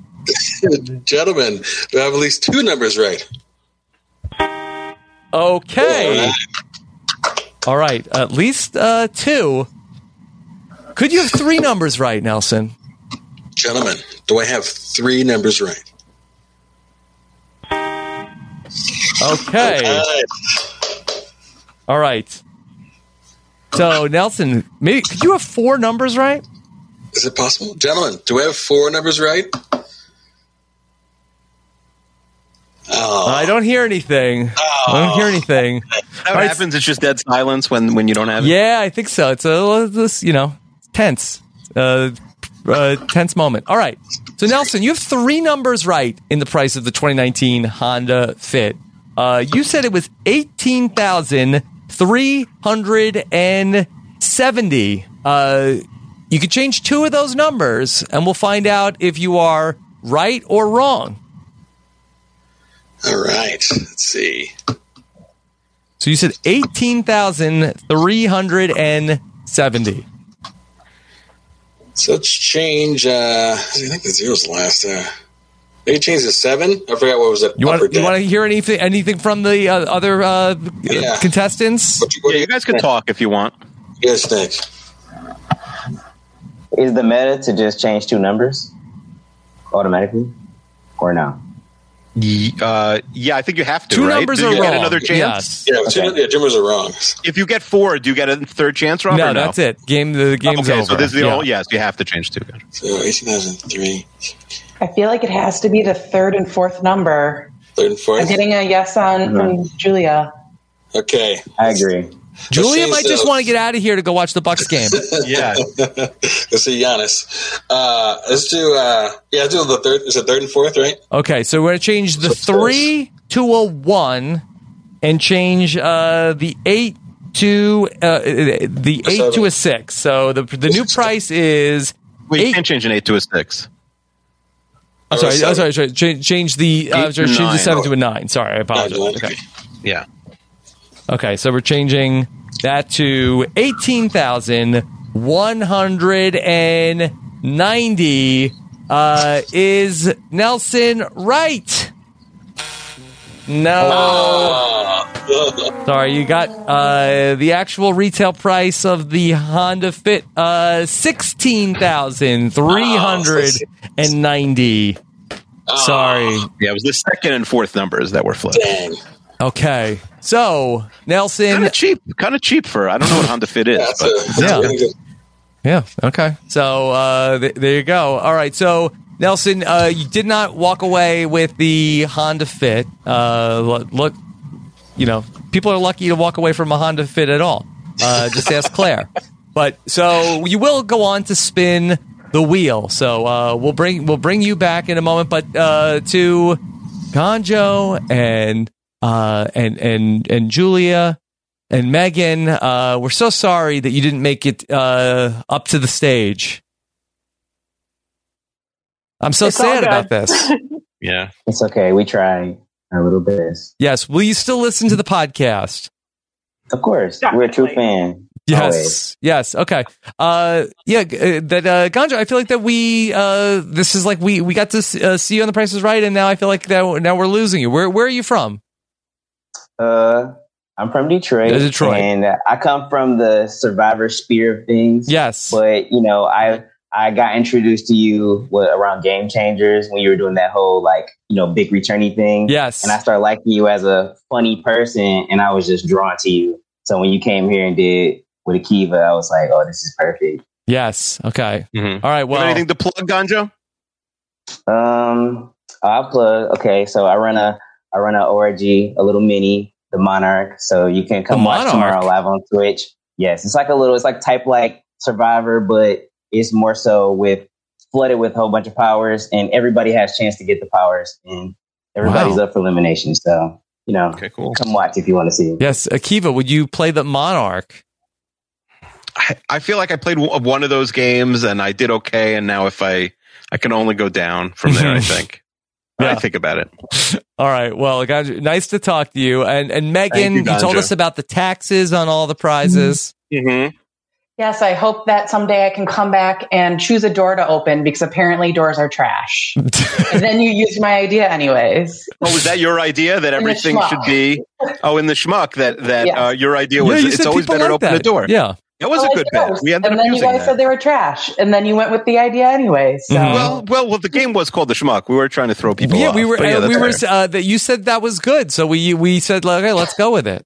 Gentlemen, do I have at least two numbers right?
Okay. All right. At least uh, two. Could you have three numbers right, Nelson?
Gentlemen, do I have three numbers right?
Okay. All right. So Nelson, maybe could you have four numbers right?
Is it possible? Gentlemen, do I have four numbers right?
I don't hear anything. I don't hear anything.
That
All right,
happens. It's just dead silence when when you don't have it.
Yeah, I think so. It's a this, you know, tense, uh, uh, tense moment. All right. So Nelson, you have three numbers right in the price of the 2019 Honda Fit. Uh, you said it was eighteen thousand three hundred and seventy. Uh, you could change two of those numbers, and we'll find out if you are right or wrong.
All right. Let's see.
So you said eighteen thousand three hundred and seventy.
So let's change. Uh, I think the zero's the last. Uh, they changed to seven. I forgot what was it.
You want you want to hear anything anything from the uh, other uh, contestants?
Yeah, you guys can talk if you want.
Yes, thanks.
Is the meta to just change two numbers automatically, or no?
Uh, yeah, I think you have to.
Two
right?
numbers
Do
are
you get
wrong.
another chance?
Yeah, two, yeah, Jimmers are wrong.
If you get four, do you get a third chance, Rob?
No,
or no,
that's it. Game the game's
okay,
over.
so this is the
Yeah.
only. Yes, you have to change two.
So eighteen thousand three,
I feel like it has to be the third and fourth number.
third and
I'm
fourth.
getting a yes on from Julia.
Okay,
I agree.
Julia might just want to get out of here to go watch the Bucks game.
yeah.
Let's see Giannis. Uh, let's do. Uh, yeah, let's do the third. Is it third and fourth? Right.
Okay, so we're gonna change the three to a one, and change uh, the eight to uh, the eight to a six. So the the new price is.
Wait, you can't change an eight to a six. Or a
I'm sorry. I'm
seven.
sorry. sorry change, change the uh,
Eight to
sorry, change the
nine.
seven to a nine. Sorry, I apologize. Okay.
Yeah.
Okay, so we're changing that to 18,190. Uh, is Nelson right? No. Sorry, you got uh, the actual retail price of the Honda Fit uh, 16,390.
Oh.
Sorry.
Yeah, it was the second and fourth numbers that were flipped.
Okay. So, Nelson.
Kind of cheap. Kind of cheap for. I don't know what Honda Fit is, but
Yeah. Yeah. Okay. So uh, th- there you go. All right. So Nelson, uh, you did not walk away with the Honda Fit. Uh, lo- look, you know, people are lucky to walk away from a Honda Fit at all. Uh, just ask Claire. But so you will go on to spin the wheel. So uh, we'll bring we'll bring you back in a moment. But uh, to Gonjo and uh, and and and Julia and Megan, uh, we're so sorry that you didn't make it uh, up to the stage. I'm so
It's all
sad
good.
about this.
yeah,
it's okay. We tried our little best.
yes, will you still listen to the podcast?
Of course, we're a true fan.
Yes.
Always.
Yes. Okay. Uh, yeah. g- Uh, that uh, Ganja. I feel like that we. Uh, this is like we we got to s- uh, see you on The Price Is Right, and now I feel like that now we're losing you. Where Where are you from?
Uh, I'm from Detroit.
Yeah, Detroit.
and uh, I come from the Survivor sphere of things.
Yes,
but you know, I I got introduced to you with, around Game Changers when you were doing that whole like you know big returny thing.
Yes,
and I started liking you as a funny person, and I was just drawn to you. So when you came here and did with Akiva, I was like, oh, this is perfect.
Yes. Okay.
Mm-hmm.
All right. Well.
anything to plug, Gonjo?
Um, I plug. Okay, so I run a I run an org, a little mini, the Monarch. So you can come
The
watch
Monarch?
tomorrow live on Twitch. Yes, it's like a little, it's like type like Survivor, but it's more so with flooded with a whole bunch of powers, and everybody has chance to get the powers, and everybody's
Wow.
up for elimination. So you know, come watch if you want to see. it.
Yes, Akiva, would you play the Monarch?
I feel like I played w- one of those games and I did okay, and now if I I can only go down from there. I think. When I think about it.
All right. Well, Ganja, nice to talk to you. And and Megan,
you,
you, told
Ganja.
us about the taxes on all the prizes.
Mm-hmm.
Yes, I hope that someday I can come back and choose a door to open because apparently doors are trash. and then you used my idea anyways.
Oh, was that your idea that
In the
everything
schmuck.
should be? Oh, in the schmuck that that
Yeah.
uh, your idea was.
Yeah, you
it's
said
always
people
better to
like
open
that.
the door.
Yeah.
that was
Well,
a good
I
bet.
chose,
We ended
Oh,
up
and then you
using
guys
that.
said they were trash, and then you went with the idea anyway. So
Mm-hmm.
Mm-hmm.
Well, well, well, the game was called the schmuck. We were trying to throw people.
Yeah,
off,
we were
but yeah,
uh, we
that's
were
fair.
uh, that you said that was good, so we we said like, okay, let's go with it.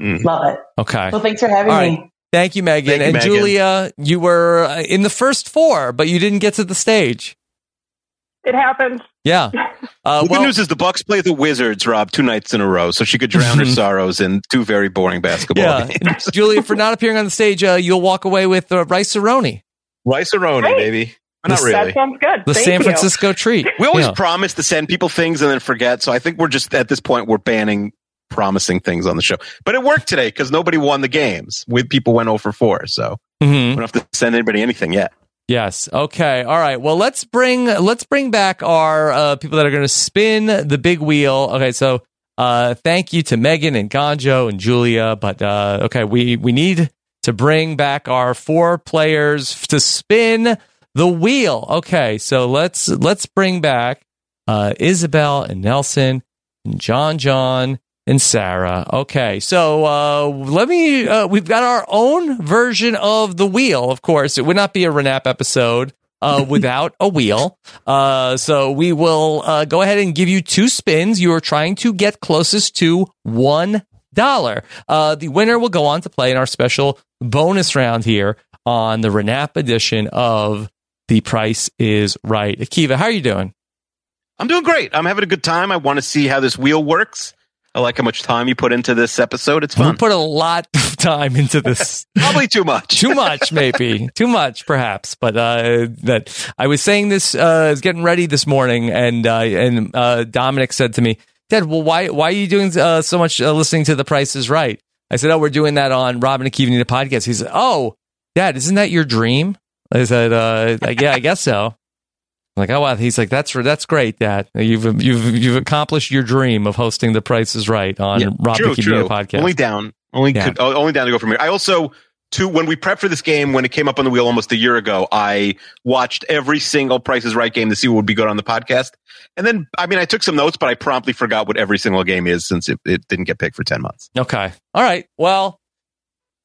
Mm.
love it.
Okay.
Well, thanks for having
All right.
me.
Thank you, Megan.
Thank you,
and
Megan.
Julia, you were uh, in the first four, but you didn't get to the stage.
It happens.
Yeah. Uh,
the good news is the Bucks play the Wizards, Rob, two nights in a row, so she could drown her sorrows in two very boring basketball
Mm-hmm. Yeah.
games.
Julia, for not appearing on the stage, uh, you'll walk away with uh, Rice Aroni.
Rice Aroni, baby. Not
The-
really.
That sounds good.
The
Thank
San
you.
Francisco treat.
We always
Yeah.
promise to send people things and then forget. So I think we're just at this point we're banning promising things on the show. But it worked today because nobody won the games. We people went 0 for four, so
Mm-hmm.
we don't have to send anybody anything yet.
Yes. Okay. All right. Well, let's bring let's bring back our uh, people that are going to spin the big wheel. Okay. So, uh, thank you to Megan and Gonjo and Julia. But uh, okay, we we need to bring back our four players f- to spin the wheel. Okay. So let's let's bring back uh, Isabel and Nelson and John John and Sarah. Okay, so uh, let me. Uh, we've got our own version of the wheel. Of course, it would not be a Renap episode uh, without a wheel. Uh, so we will uh, go ahead and give you two spins. You are trying to get closest to one dollar. Uh, the winner will go on to play in our special bonus round here on the Renap edition of The Price Is Right. Akiva, how are you doing?
I'm doing great. I'm having a good time. I want to see how this wheel works. I like how much time you put into this episode. It's
We
fun.
put a lot of time into this.
Probably too much.
too much, maybe. too much, perhaps. But uh, that I was saying this. Uh, I was getting ready this morning, and uh, and uh, Dominic said to me, "Dad, well, why why are you doing uh, so much uh, listening to The Price Is Right?" I said, "Oh, we're doing that on Robin and Keevan the podcast." He said, "Oh, Dad, isn't that your dream?" I said, uh, like, "Yeah, I guess so." I'm like, oh wow. He's like, that's that's great, Dad. You've you've you've accomplished your dream of hosting The Price Is Right on
Yeah,
Robin and Keevan the podcast.
Only down. Only
Yeah.
could, o- only down to go from here. I also too when we prepped for this game when it came up on the wheel almost a year ago, I watched every single Price is Right game to see what would be good on the podcast. And then I mean I took some notes, but I promptly forgot what every single game is since it, it didn't get picked for ten months.
Okay. All right. Well,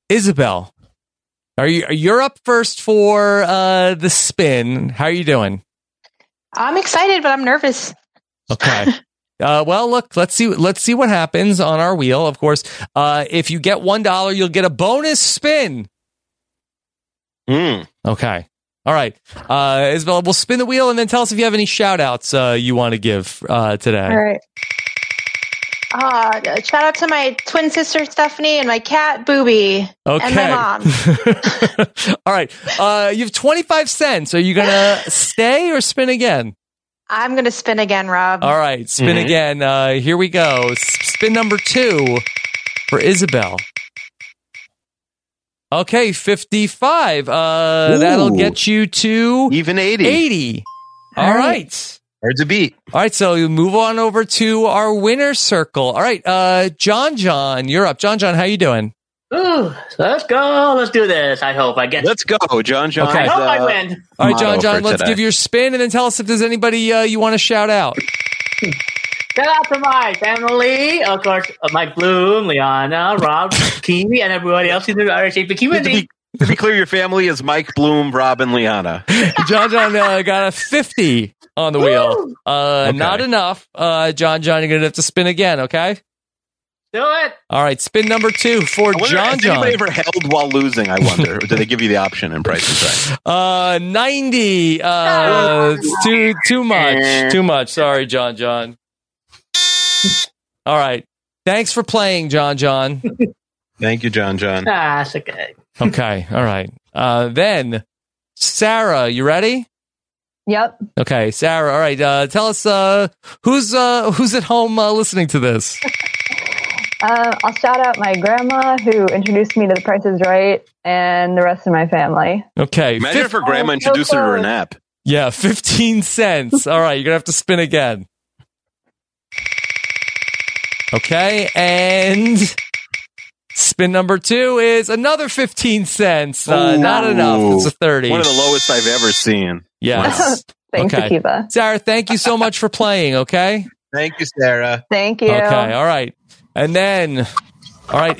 Isabel, are you you're up first for uh the spin? How are you doing?
I'm excited, but I'm nervous.
Okay. Uh, well, look, let's see. Let's see what happens on our wheel. Of course, uh, if you get one dollar, you'll get a bonus spin.
Hmm.
Okay. All right, uh, Isabel, we'll spin the wheel and then tell us if you have any shout outs uh, you want to give uh, today.
All right. Uh, shout out to my twin sister Stephanie and my cat Booby and
Okay.
my mom.
All right, uh, you have twenty five cents. Are you gonna stay or spin again?
I'm gonna spin again, Rob.
Uh,
All right, spin
Mm-hmm.
Mhm.
again. Uh, here we go. S- Spin number two for Isabel. Okay, fifty-five. Uh,
Ooh.
that'll get you to
even eighty.
Eighty. All
All right.
right.
Hard to beat.
All right, so you move on over to our winner circle. All right, uh, John, John, you're up. John, John, how you doing?
Ooh, let's go. Let's do this. I hope. I guess.
Let's go, John. John. uh,
I hope I win.
All right, John, John, let's give your spin and then tell us if there's anybody uh, you want to shout out.
Shout out to my family, of course, uh, Mike Bloom, Liana, Rob, Kiwi, and everybody else in the RSHP community.
to be clear, your family is Mike Bloom, Rob, and Liana.
John John uh, got a 50 on the wheel. Uh,
Okay.
Not enough. Uh, John John, you're going to have to spin again, okay?
Do it.
All right, spin number two for
I wonder,
John
has anybody
John.
ever held while losing? I wonder. Or do they give you the option in Price is Right?
Uh, 90.
Eh.
Uh, it's too, too much. Too much. Sorry, John John. All right. Thanks for playing, John John.
Thank you, John John.
Ah, it's okay.
Okay. All right. Uh, then, Sarah, you ready?
Yep.
Okay, Sarah. All right. Uh, tell us uh, who's uh, who's at home uh, listening to this.
Uh, I'll shout out my grandma who introduced me to The Price is Right and the rest of my family.
Okay.
Imagine
fif-
if her grandma
so
introduced her to an
close.
app.
yeah, fifteen cents. All right, you're gonna have to spin again. Okay, and spin number two is another fifteen cents. Uh, not enough. It's a thirty.
One of the lowest I've ever seen.
Yes.
Thanks, Akiva.
Sarah, thank you so much for playing. Okay.
Thank you, Sarah.
Thank you.
Okay. All right. And then, all right,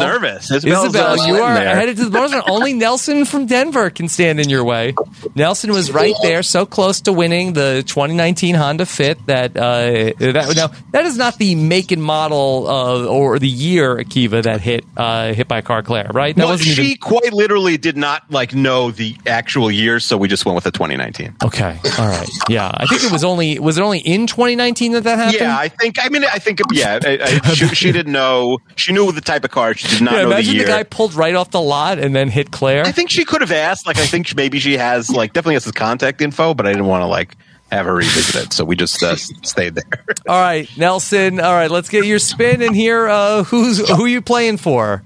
Isabel's nervous. Isabel's,
Isabel,
uh,
you
sitting
are
there.
headed to the buzzer. Only Nelson from Denver can stand in your way. Nelson was right there, so close to winning the 2019 Honda Fit. That uh, that now that is not the make and model uh, or the year Akiva that hit uh, hit by a car, Claire. Right? That
No,
wasn't
she
even
quite literally did not like know the actual year, so we just went with the 2019.
okay. All right. Yeah, I think it was only was it only in 2019 that that happened.
Yeah, I think. I mean, I think. Yeah, I, I, she, she didn't know. She knew the type of car. She did not
yeah,
know the
imagine
year.
guy pulled right off the lot and then hit Claire.
I think she could have asked. Like, I think she- maybe she has. Like, definitely has his contact info, but I didn't want to like have her revisit it, so we just uh, stayed there.
All right, Nelson. All right, let's get your spin and hear uh, who's who you playing for.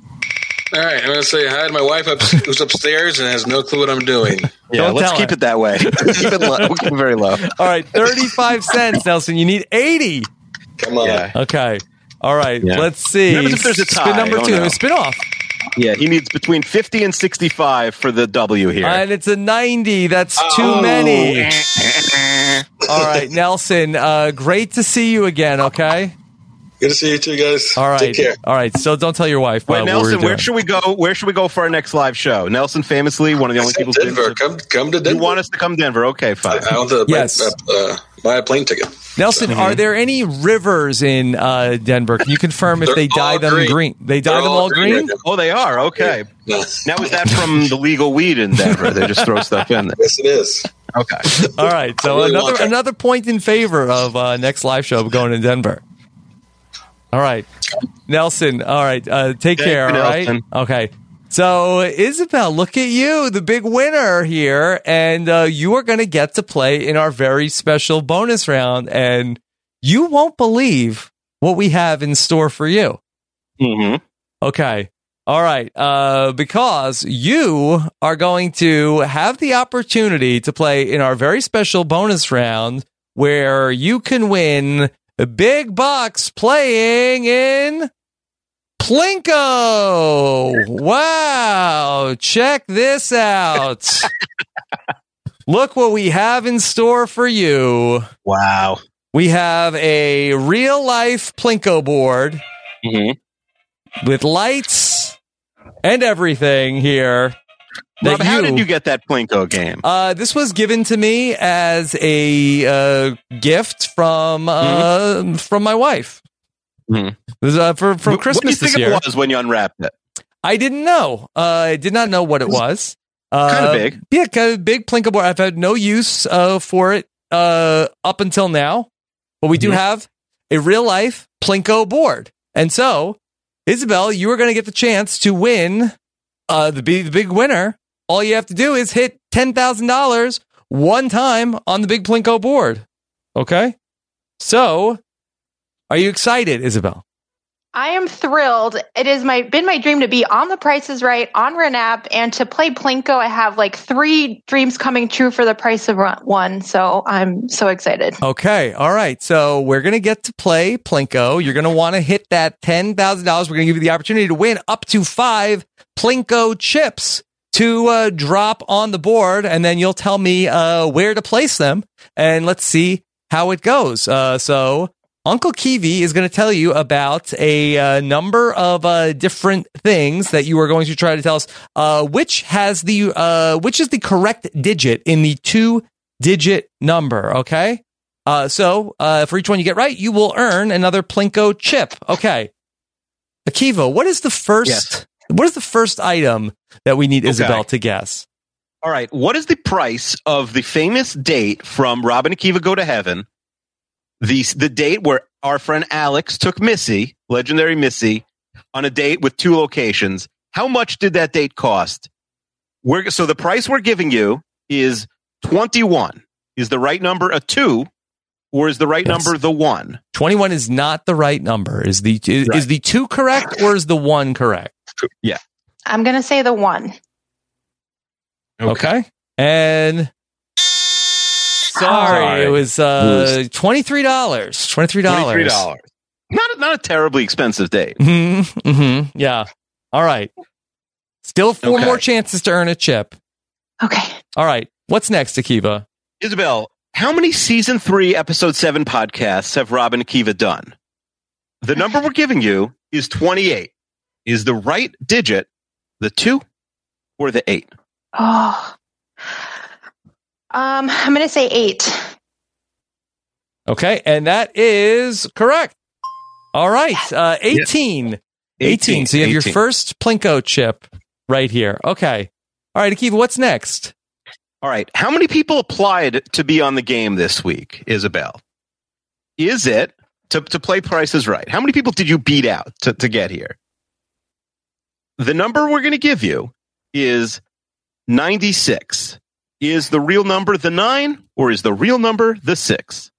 All right, I'm going to say hi to my wife up, who's upstairs and has no clue what I'm doing.
Yeah,
Don't
let's
tell
keep
her.
it that way. keep it low. We'll keep it very low.
All right, thirty-five cents, Nelson. You need eighty.
Come on.
Yeah.
Okay. All right.
Yeah.
Let's see.
Remember if there's a tie,
spin number
oh
two.
no.
Spin off,
Yeah, he needs between 50 and 65 for the W here.
and it's a ninety. That's too
Oh.
many. All right, Nelson. Uh, great to see you again. Okay.
Good to see you two guys.
All right.
Take care.
All right. So don't tell your wife.
Wait,
uh, what we're
Nelson,
doing.
where should we go? Where should we go for our next live show? Nelson, famously, one of the
I
only
said
people.
Denver. Come, come to
You
Denver.
want us to come Denver? Okay, fine.
I want to buy,
Yes.
uh, uh, buy a plane ticket.
Nelson, are there any rivers in uh, Denver? Can you confirm if
They're
they dye
all
them green?
green.
They dye
They're
them
all
all green.
green.
Oh, they are. Okay.
No.
Now is that from the legal weed in Denver? They just throw stuff in there.
Yes, it is.
Okay.
All right. So
I really
another
want that.
another point in favor of uh, next live show going to Denver. All right, Nelson. All right. Uh, take
Thank
care. All
you,
right.
Nelson.
Okay. So Isabel, look at you, the big winner here, and uh, you are going to get to play in our very special bonus round, and you won't believe what we have in store for you.
Mm-hmm.
Okay. All right. Uh, because you are going to have the opportunity to play in our very special bonus round where you can win big bucks playing in Plinko. Wow. Check this out. Look what we have in store for you.
Wow.
We have a real life Plinko board
hmm
with lights and everything here.
Rob,
that
how did you get that Plinko game?
Uh, this was given to me as a uh, gift from uh, from my wife.
Hmm.
Mhm.
This, uh, for,
Mm-hmm.
from
Wh- what do you
Christmas
think
this year.
it was when you unwrapped it?
I didn't know. Uh, I did not know what it was. Uh,
Kinda big.
Yeah, kind of big plinko board. I've had no use uh, for it uh, up until now, but we do
Mhm.
have a real life plinko board. And so, Isabel, you are going to get the chance to win uh, the, big, the big winner. All you have to do is hit $10,000 one time on the big plinko board. Okay? So, are you excited, Isabel?
I am thrilled. It has my been my dream to be on The Price is Right, on Renap, and to play Plinko. I have like three dreams coming true for the price of run- one. So I'm so excited.
Okay. All right. So we're going to get to play Plinko. You're going to want to hit that $10,000. We're going to give you the opportunity to win up to five Plinko chips to uh, drop on the board. And then you'll tell me uh, where to place them. And let's see how it goes. Uh, so Uncle Kiwi is going to tell you about a uh, number of uh, different things that you are going to try to tell us uh, which has the uh, which is the correct digit in the two digit number. Okay. Uh, so uh, for each one you get right, you will earn another Plinko chip. Okay. Akiva, what is the first?
Yes.
What is the first item that we need
Okay.
Isabel to guess?
All right. What is the price of the famous date from Robin Akiva Go to Heaven the the date where our friend Alex took Missy, legendary Missy, on a date with two locations. How much did that date cost? We're so the price we're giving you is twenty one. Is the right number a two, or is the right number the one?
21 is not the right number. Is the is, is the 2 correct or is the 1 correct?
Yeah.
I'm gonna say the one.
Okay. And sorry,
Sorry.
it was uh $23. $23.
$23. Not a, not a terribly expensive date.
hmm hmm Yeah. All right. Still four
Okay.
more chances to earn a chip. Okay. All right. What's next, Akiva?
Isabel, how many season three, episode seven podcasts have Rob and Akiva done? The number we're giving you is 28. Is the right digit the two or the eight?
Oh. Um, I'm gonna say eight.
Okay, and that is correct. All right, uh, 18. 18. So you have your
18.
first Plinko chip right here. Okay. All right, Akiva, what's next?
All right. How many people applied to be on the game this week, Isabel? Is it to, to play Price is Right? How many people did you beat out to, to get here? The number we're going to give you is 96. Is the real number the nine or is the real number the six?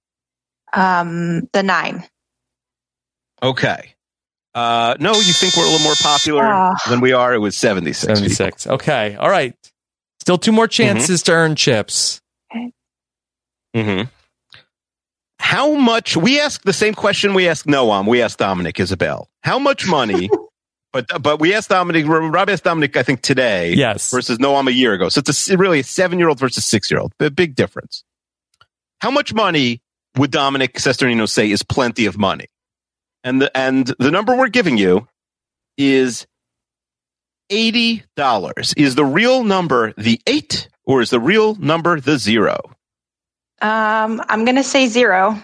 Um, the nine.
Okay. Uh, no, you think we're a little more popular
Ah.
than we are. It was 76.
76. Okay. All right. Still two more chances to earn chips.
Mm-hmm. How much? We ask the same question we ask Noam. We ask Dominic Isabel. How much money? but but we asked Dominic. Rob asked Dominic. I think today.
Yes.
Versus Noam a year ago. So it's a, s- really a seven year old versus six year old. A big difference. How much money would Dominic Cesternino say is plenty of money? And the and the number we're giving you is eighty dollars. Is the real number the eight or is the real number the zero?
Um, I'm gonna say zero.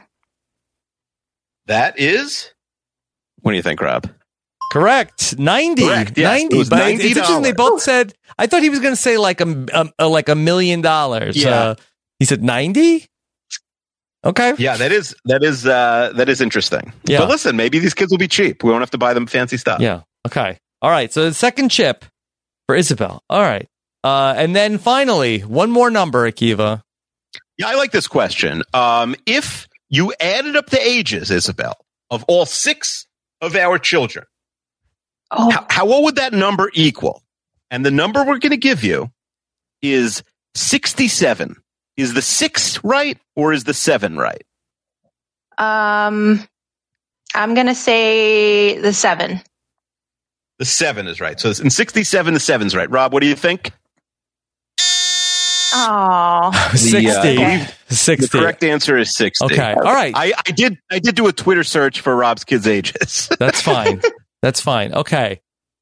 That is. What do you think, Rob?
Correct. 90.
Correct, yes. It
90.
was
But it's interesting they
$90.
both said, I thought he was going to say like a, a, a- like a million dollars.
Yeah.
Uh, he said 90? Okay.
Yeah, that is that is uh that is interesting.
Yeah.
But listen, maybe these kids will be cheap. We won't have to buy them fancy stuff.
Yeah. Okay. All right. So the second chip for Isabel. All right. Uh, and then finally, one more number, Akiva.
Yeah, I like this question. Um if you added up the ages, Isabel, of all six of our children,
oh.
how, how what would that number equal? And the number we're gonna give you is sixty seven. Is the six right or is the seven right?
Um, I'm gonna say the seven.
The seven is right. So in sixty seven the seven's right. Rob, what do you think? The, uh,
Oh,
I
60.
believe
60.
The correct answer is 60.
Okay, all right.
I, I did I did do a Twitter search for Rob's kids' ages.
That's fine. That's fine. Okay.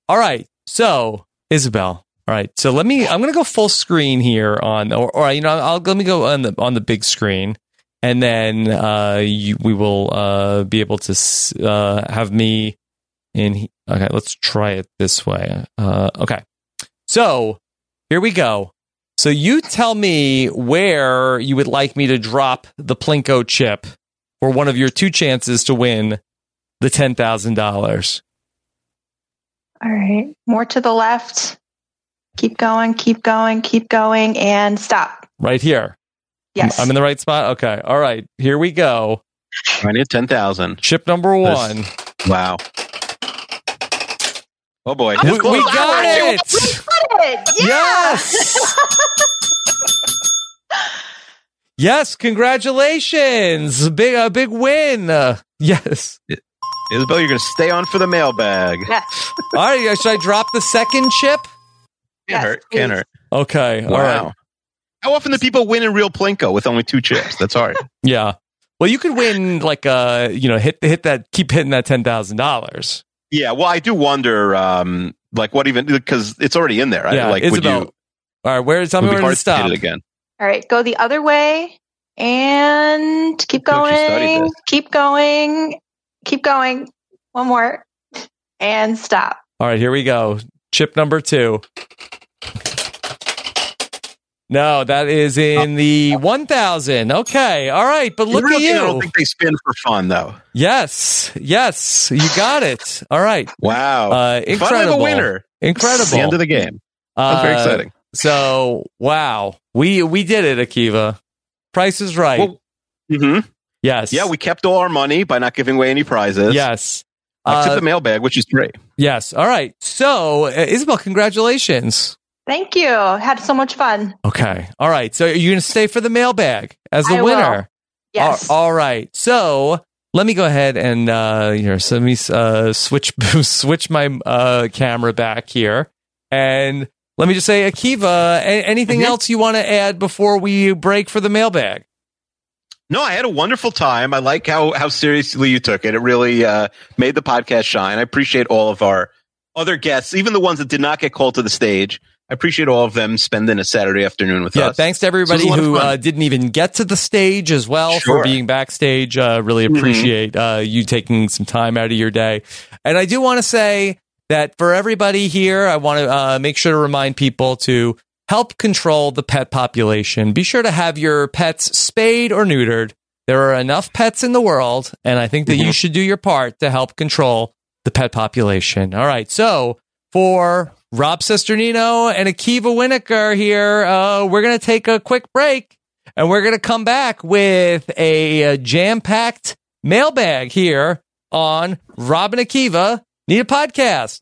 All right. So, Isabel. All right. So let me. I'm going to go full screen here on, or, or you know, I'll let me go on the on the big screen, and then uh, you, we will uh, be able to s- uh, have me in. he- Okay. Let's try it this way. Uh, okay. So here we go. So you tell me where you would like me to drop the Plinko chip for one of your two chances to win the ten thousand dollars.
all right. More to the left. Keep going. Keep going. Keep going, and stop.
Right here.
Yes.
I'm, I'm in the right spot. Okay. All right. Here we go.
I need ten thousand.
Chip number one.
Wow. Oh boy.
We, we got it.
Yes!
Yes. Congratulations. Big a big win. Uh, yes.
Isabel, you're gonna stay on for the mailbag.
All right. Should I drop the second chip?
Can't hurt. Can't hurt.
Okay. All right.
Wow. How often do people win in real Plinko with only two chips? That's hard.
Yeah. Well, you could win like uh, you know, hit hit that, keep hitting that ten thousand dollars.
yeah, well I do wonder um like what even because it's already in there. Right?
Yeah,
like
Isabel,
would you
All right. Where? Tell
would
me
be
where to
hard
stop.
hit it again.
All right, go the other way and keep
Look, she studied
going.
this.
Keep going. Keep going. One more and stop.
All right, here we go. Chip number two. No, that is in the 1000. Okay. All right. But
In
look
real
at
thing, I don't
you.
think they spin for fun, though.
Yes. Yes. You got it. All right.
Wow.
Uh,
Finally
incredible.
have a winner.
Incredible. Uh,
It's the end of the game. That's very exciting.
So, wow. We we did it, Akiva. Price is right.
mm-hmm.
Yes.
Yeah, we kept all our money by not giving away any prizes.
Yes.
Except
Uh,
the mailbag, which is great.
Yes. All right. So, uh, Isabel, congratulations.
Thank you. Had so much fun.
Okay. All right. So, are you going to stay for the mailbag as the
I will.
winner?
Yes.
Al- all right. So, let me go ahead and uh, here, so let me uh, switch switch my uh, camera back here, and let me just say, Akiva, a- anything else you want to add before we break for the mailbag?
No, I had a wonderful time. I like how how seriously you took it. It really uh, made the podcast shine. I appreciate all of our other guests, even the ones that did not get called to the stage. I appreciate all of them spending a Saturday afternoon with
yeah,
us.
thanks to
So it was a
everybody
lot of
who
fun.
uh, didn't even get to the stage as well for
Sure.
being backstage. Uh, really
Mhm.
appreciate uh, you taking some time out of your day. And I do want to say that for everybody here, I want to uh, make sure to remind people to help control the pet population. Be sure to have your pets spayed or neutered. There are enough pets in the world, and I think that
Mm-hmm.
you should do your part to help control the pet population. All right, so for Rob Sesternino and Akiva Winokur here, uh, we're going to take a quick break, and we're going to come back with a, uh jam-packed mailbag here on Rob and Akiva Need a Podcast.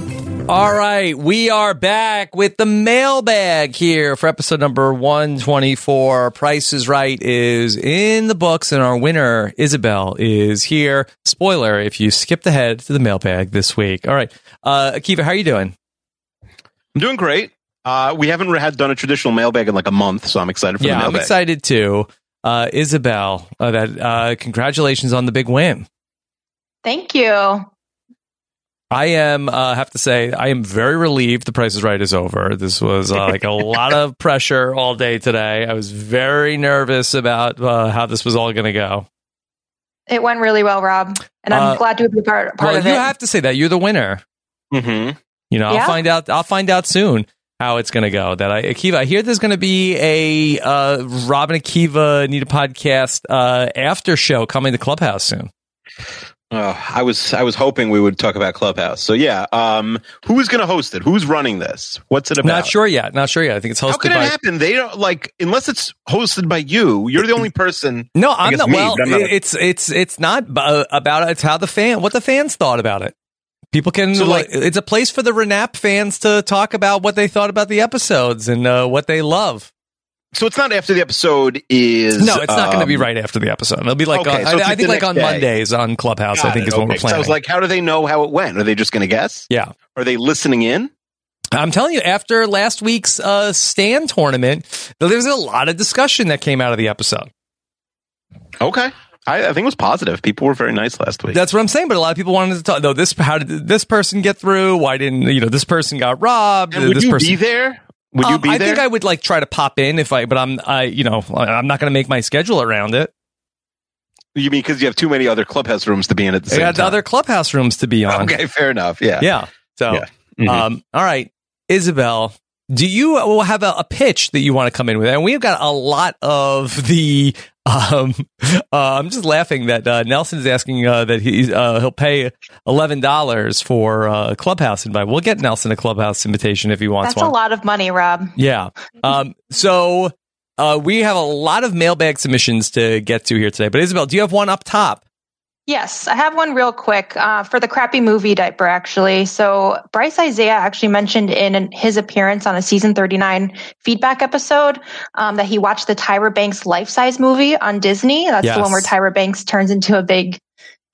All right, we are back with the mailbag here for episode number 124. Price is Right is in the books, and our winner, Isabel, is here. Spoiler if you skipped ahead to the mailbag this week. All right, uh, Akiva, how are you doing?
I'm doing great. Uh, we haven't re- had done a traditional mailbag in like a month, so I'm excited for the
yeah, I'm
mailbag.
excited too. Uh, Isabel, uh, that uh, congratulations on the big win.
Thank you.
I am uh, have to say I am very relieved the Price is Right is over. This was uh, like a lot of pressure all day today. I was very nervous about uh, how this was all going to go.
It went really well, Rob, and I'm
Uh,
glad to be part, part
well,
of
you
it.
have to say that you're the winner.
Mm-hmm.
You know,
Yeah.
I'll find out. I'll find out soon how it's going to go. That I, Akiva, I hear there's going to be a uh, Robin Akiva Need a podcast uh, after show coming to Clubhouse soon.
Uh, I was I was hoping we would talk about Clubhouse. So yeah, um, who is going to host it? Who's running this? What's it about?
Not sure yet. Not sure yet. I think it's hosted
How could
by
it happen? They don't like unless it's hosted by you. You're the only person.
No,
I
I'm
guess
not.
me,
well,
but I'm not-
it's it's it's not b- about it. It's how the fan, what the fans thought about it. People can
So, like-
like, it's a place for the Renap fans to talk about what they thought about the episodes and uh, what they love.
so it's not after the episode is.
no, it's not going to be
um,
right after the episode. It'll be like
Okay,
on,
so it's
I- I,
like
think
the
like
next
on
day.
Mondays on Clubhouse. I
Got
think
it,
is what
okay.
we're
'Cause
planning.
I was like, how do they know how it went? Are they just going to guess?
Yeah.
Are they listening in?
I'm telling you, after last week's uh, stand tournament, there was a lot of discussion that came out of the episode.
Okay. I, I think it was positive. People were very nice last week.
That's what I'm saying. But a lot of people wanted to talk. Though this, how did this person get through? Why didn't you know this person got robbed?
And would
this
you
person,
be there? Would you
Um,
be
I
there?
think I would like try to pop in if I, but I'm, I, you know, I- I'm not going to make my schedule around it.
you mean because you have too many other clubhouse rooms to be in at the
I
same
got
time?
other clubhouse rooms to be on.
Okay, fair enough. Yeah.
yeah. So,
Yeah. Mhm.
um, all right, Isabel, do you uh, well, have a, a pitch that you want to come in with? And we've got a lot of the. Um, uh, I'm just laughing that uh, Nelson's asking uh, that he uh, he'll pay eleven dollars for uh, clubhouse invite. We'll get Nelson a clubhouse invitation if he wants
That's
one.
a lot of money, Rob.
Yeah. Um, so uh, we have a lot of mailbag submissions to get to here today. But Isabel, do you have one up top?
Yes, I have one real quick uh, for the crappy movie diaper, actually. So, Bryce Isaiah actually mentioned in an- his appearance on a season 39 feedback episode um, that he watched the Tyra Banks life size movie on Disney. That's the
Yes.
one where Tyra Banks turns into a big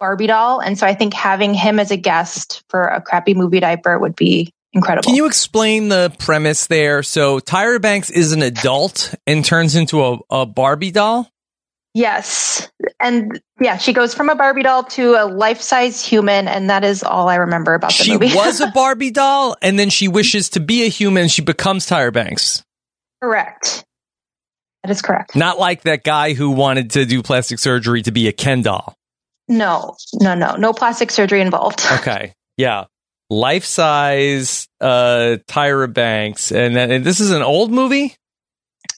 Barbie doll. And so, I think having him as a guest for a crappy movie diaper would be incredible.
Can you explain the premise there? So Tyra Banks is an adult and turns into a, a Barbie doll.
Yes. And yeah, she goes from a Barbie doll to a life size human. And that is all I remember about the
She
movie.
was a Barbie doll, and then she wishes to be a human. She becomes Tyra Banks.
correct. That is correct.
Not like that guy who wanted to do plastic surgery to be a Ken doll.
No, no, no, no plastic surgery involved.
Okay. Yeah. Life size uh, Tyra Banks. And, then- and this is an old movie?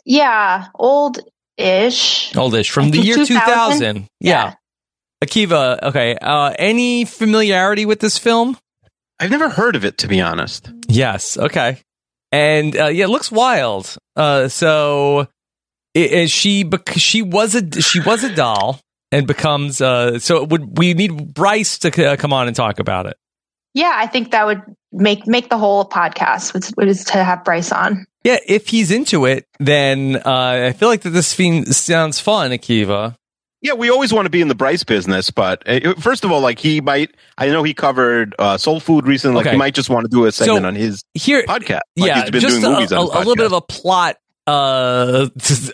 Yeah, old ish.
Oldish from
I
the
think
year 2000.
2000.
Yeah. Akiva, okay. Uh, any familiarity with this film?
I've never heard of it, to be honest.
Yes. Okay. And uh, yeah, it looks wild. Uh, so i i- she bec- she was a she was a doll and becomes uh, so it would we need Bryce to c- uh, come on and talk about it?
Yeah, I think that would make make the whole podcast was, was to have Bryce on.
Yeah, if he's into it, then uh, I feel like that this fiend sounds fun, Akiva.
Yeah, we always want to be in the Bryce business, but uh, first of all, like he might, I know he covered uh, Soul Food recently. Like
Okay.
he might just want to do a segment
So,
on his
here,
podcast. Like,
yeah,
he's been
just
doing
a,
movies
a,
on his
a little
podcast.
bit of a plot uh,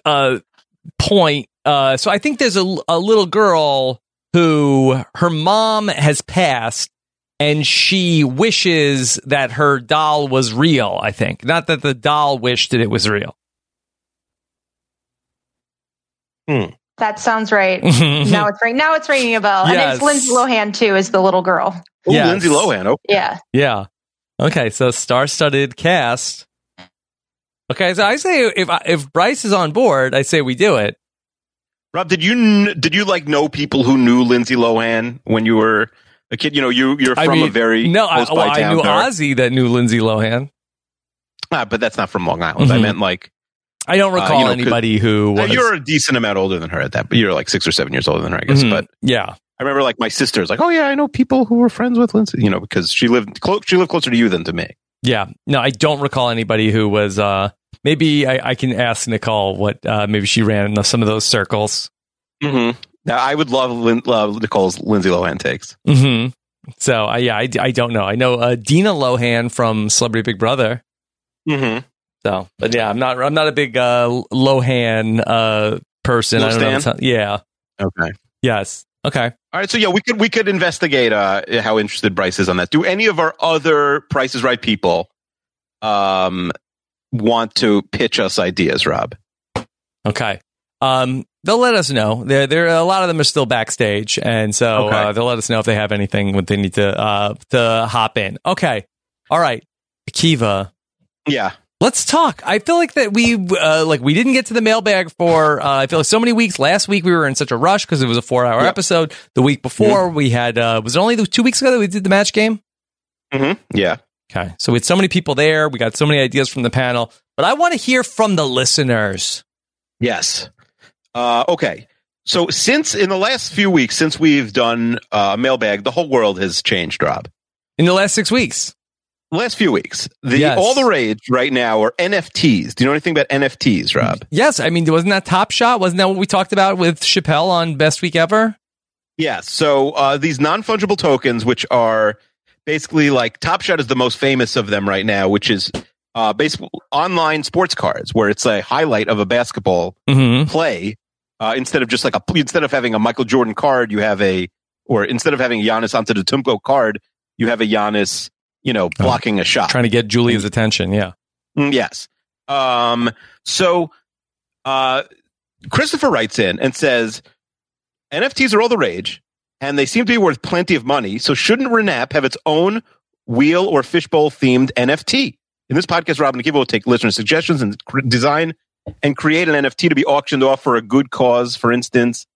uh, point. Uh, so I think there's a, a little girl who her mom has passed, and she wishes that her doll was real. I think not that the doll wished that it was real.
That sounds right. now it's ring. Now it's ringing a bell, and
Yes.
it's Lindsay Lohan too. Is the little girl?
Ooh, Yes. Lindsay Lohan, okay.
Yeah.
Yeah. Okay. So star-studded cast. Okay. So I say if I, if Bryce is on board, I say we do it.
Rob, did you kn- did you like know people who knew Lindsay Lohan when you were a kid? You know, you you're
I
from a
mean,
very
no. I,
close by
well, I
town,
knew
Derek.
Ozzy that knew Lindsay Lohan.
Ah, but that's not from Long Island. I
Mhm.
meant like
I don't
uh,
recall
you know, 'cause-
anybody who
Now,
was.
you're a decent amount older than her at that, but you're like six or seven years older than her, I guess.
Mhm.
But
yeah,
I remember like my sister's like, oh yeah, I know people who were friends with Lindsay, you know, because she lived close, she lived closer to you than to me.
yeah. No, I don't recall anybody who was. Uh, maybe I, I can ask Nicole what. Uh, maybe she ran in some of those circles.
Mm-hmm. Now I would love Lin- love Nicole's Lindsay Lohan takes.
hmm So I yeah, I, I don't know. I know uh, Dina Lohan from Celebrity Big Brother.
Mm-hmm.
So, but yeah, I'm not. I'm not a big uh, Lohan uh, person. I don't know.
Lohan?
the ton- Yeah.
Okay.
Yes. Okay.
All right, so yeah, we could we could investigate uh, how interested Bryce is on that. Do any of our other Price is Right people um, want to pitch us ideas, Rob?
Okay. Um, they'll let us know. There, there. A lot of them are still backstage, and so
Okay.
uh, they'll let us know if they have anything when they need to uh, to hop in. Okay. All right, Akiva.
Yeah.
Let's talk. I feel like that we uh, like we didn't get to the mailbag for uh, I feel like so many weeks. Last week we were in such a rush because it was a four hour episode. The week before we had uh, was it only the two weeks ago that we did the match game?
Mm-hmm. Yeah.
Okay. So we had so many people there. We got so many ideas from the panel, but I want to hear from the listeners.
Yes. Uh, okay. So since in the last few weeks, since we've done uh, mailbag, the whole world has changed, Rob.
In the last six weeks.
Last few weeks, the
Yes.
all the rage right now are NFTs. Do you know anything about NFTs, Rob?
Yes, I mean, wasn't that Top Shot? Wasn't that what we talked about with Chappelle on Best Week Ever?
Yeah. So uh, these non fungible tokens, which are basically like Top Shot is the most famous of them right now, which is uh, basically online sports cards, where it's a highlight of a basketball
Mhm.
play Uh, instead of just like a instead of having a Michael Jordan card, you have a or instead of having a Giannis Antetokounmpo card, you have a Giannis, you know, blocking a shot.
Trying to get Julia's attention. Yeah.
Mm, Yes. Um, so uh, Christopher writes in and says NFTs are all the rage and they seem to be worth plenty of money. So shouldn't Renap have its own wheel or fishbowl themed NFT? In this podcast, Robin and Akiva will take listener suggestions and cr- design and create an NFT to be auctioned off for a good cause. For instance,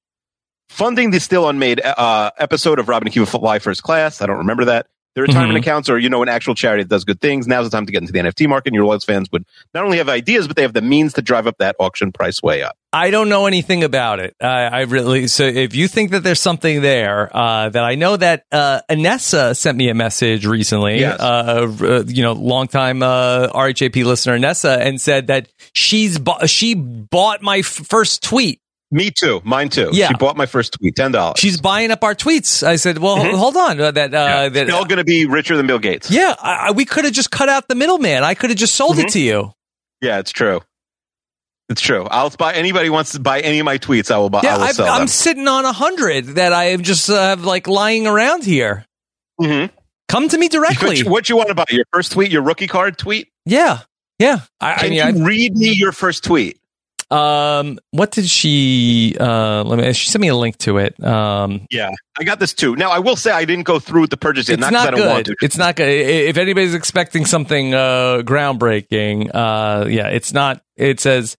funding the still unmade uh, episode of Robin and Akiva Fly First Class. I don't remember that. Their retirement
Mhm.
accounts or, you know, an actual charity that does good things. Now's the time to get into the NFT market. And your Loyals fans would not only have ideas, but they have the means to drive up that auction price way up.
I don't know anything about it. I, I really so if you think that there's something there uh, that I know that uh, Anessa sent me a message recently,
Yes.
uh, uh, you know, longtime uh, RHAP listener Anessa, and said that she's bu- she bought my f- first tweet.
Me too, mine too.
Yeah.
She bought my first tweet, $10.
She's buying up our tweets. I said, well,
Mhm.
hold on, uh, that uh, that
They're all going to be richer than Bill Gates. Mm-hmm.
yeah, I, I, we could have just cut out the middleman. I could have just sold it to you.
Yeah, it's true. It's true. I'll buy anybody who wants to buy any of my tweets. I will buy. I
yeah,
will
I've,
sell
I'm
them.
sitting on a hundred that I am just uh, have like lying around here.
Mm-hmm.
Come to me
What
directly.
you, what you want to buy? Your first tweet, your rookie card tweet.
Yeah, yeah. I,
Can
I mean,
you
I-
read me your first tweet?
Um, what did she? Uh, let me. She sent me a link to it. Um,
Yeah, I got this too. Now I will say I didn't go through with the purchase yet.
it's not,
'cause I don't want
good.
to.
It's not good. I- If anybody's expecting something uh, groundbreaking, uh, yeah, it's not. It says,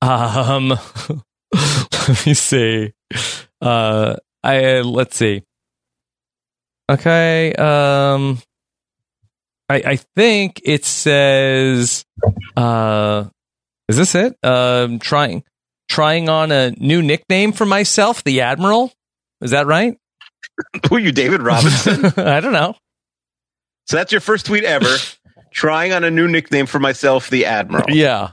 um, let me see. Uh, I uh, let's see. Okay. Um, I I think it says, uh, is this it? Um, trying trying on a new nickname for myself, the Admiral. Is that right?
Who are you, David Robinson?
I don't know.
So that's your first tweet ever. trying on a new nickname for myself, the Admiral.
Yeah.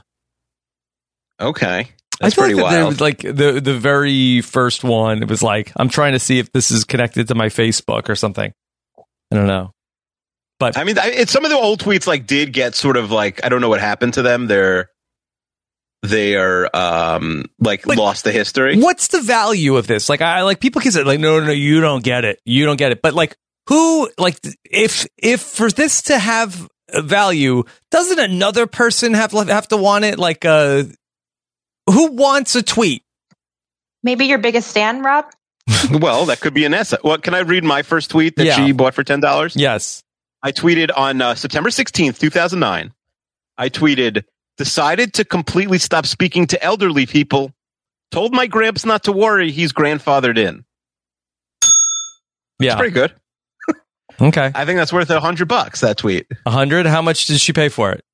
Okay. That's
I feel
pretty
like that there
wild.
was, like the the very first one. It was like I'm trying to see if this is connected to my Facebook or something. I don't know. But
I mean, I, it's some of the old tweets like did get sort of like I don't know what happened to them. They're they are um like lost the history.
What's the value of this? Like I like people can say like no no no you don't get it you don't get it. But like who like if if for this to have value doesn't another person have have to want it? Like uh, who wants a tweet?
Maybe your biggest stand, Rob?
well, that could be an essay. What can I read my first tweet that
Yeah.
she bought for ten dollars?
Yes,
I tweeted on uh, September sixteenth, two thousand nine. I tweeted decided to completely stop speaking to elderly people. Told my gramps not to worry. He's grandfathered in.
Yeah,
It's pretty good.
okay.
I think that's worth a hundred bucks. That tweet.
A hundred. How much did she pay for it?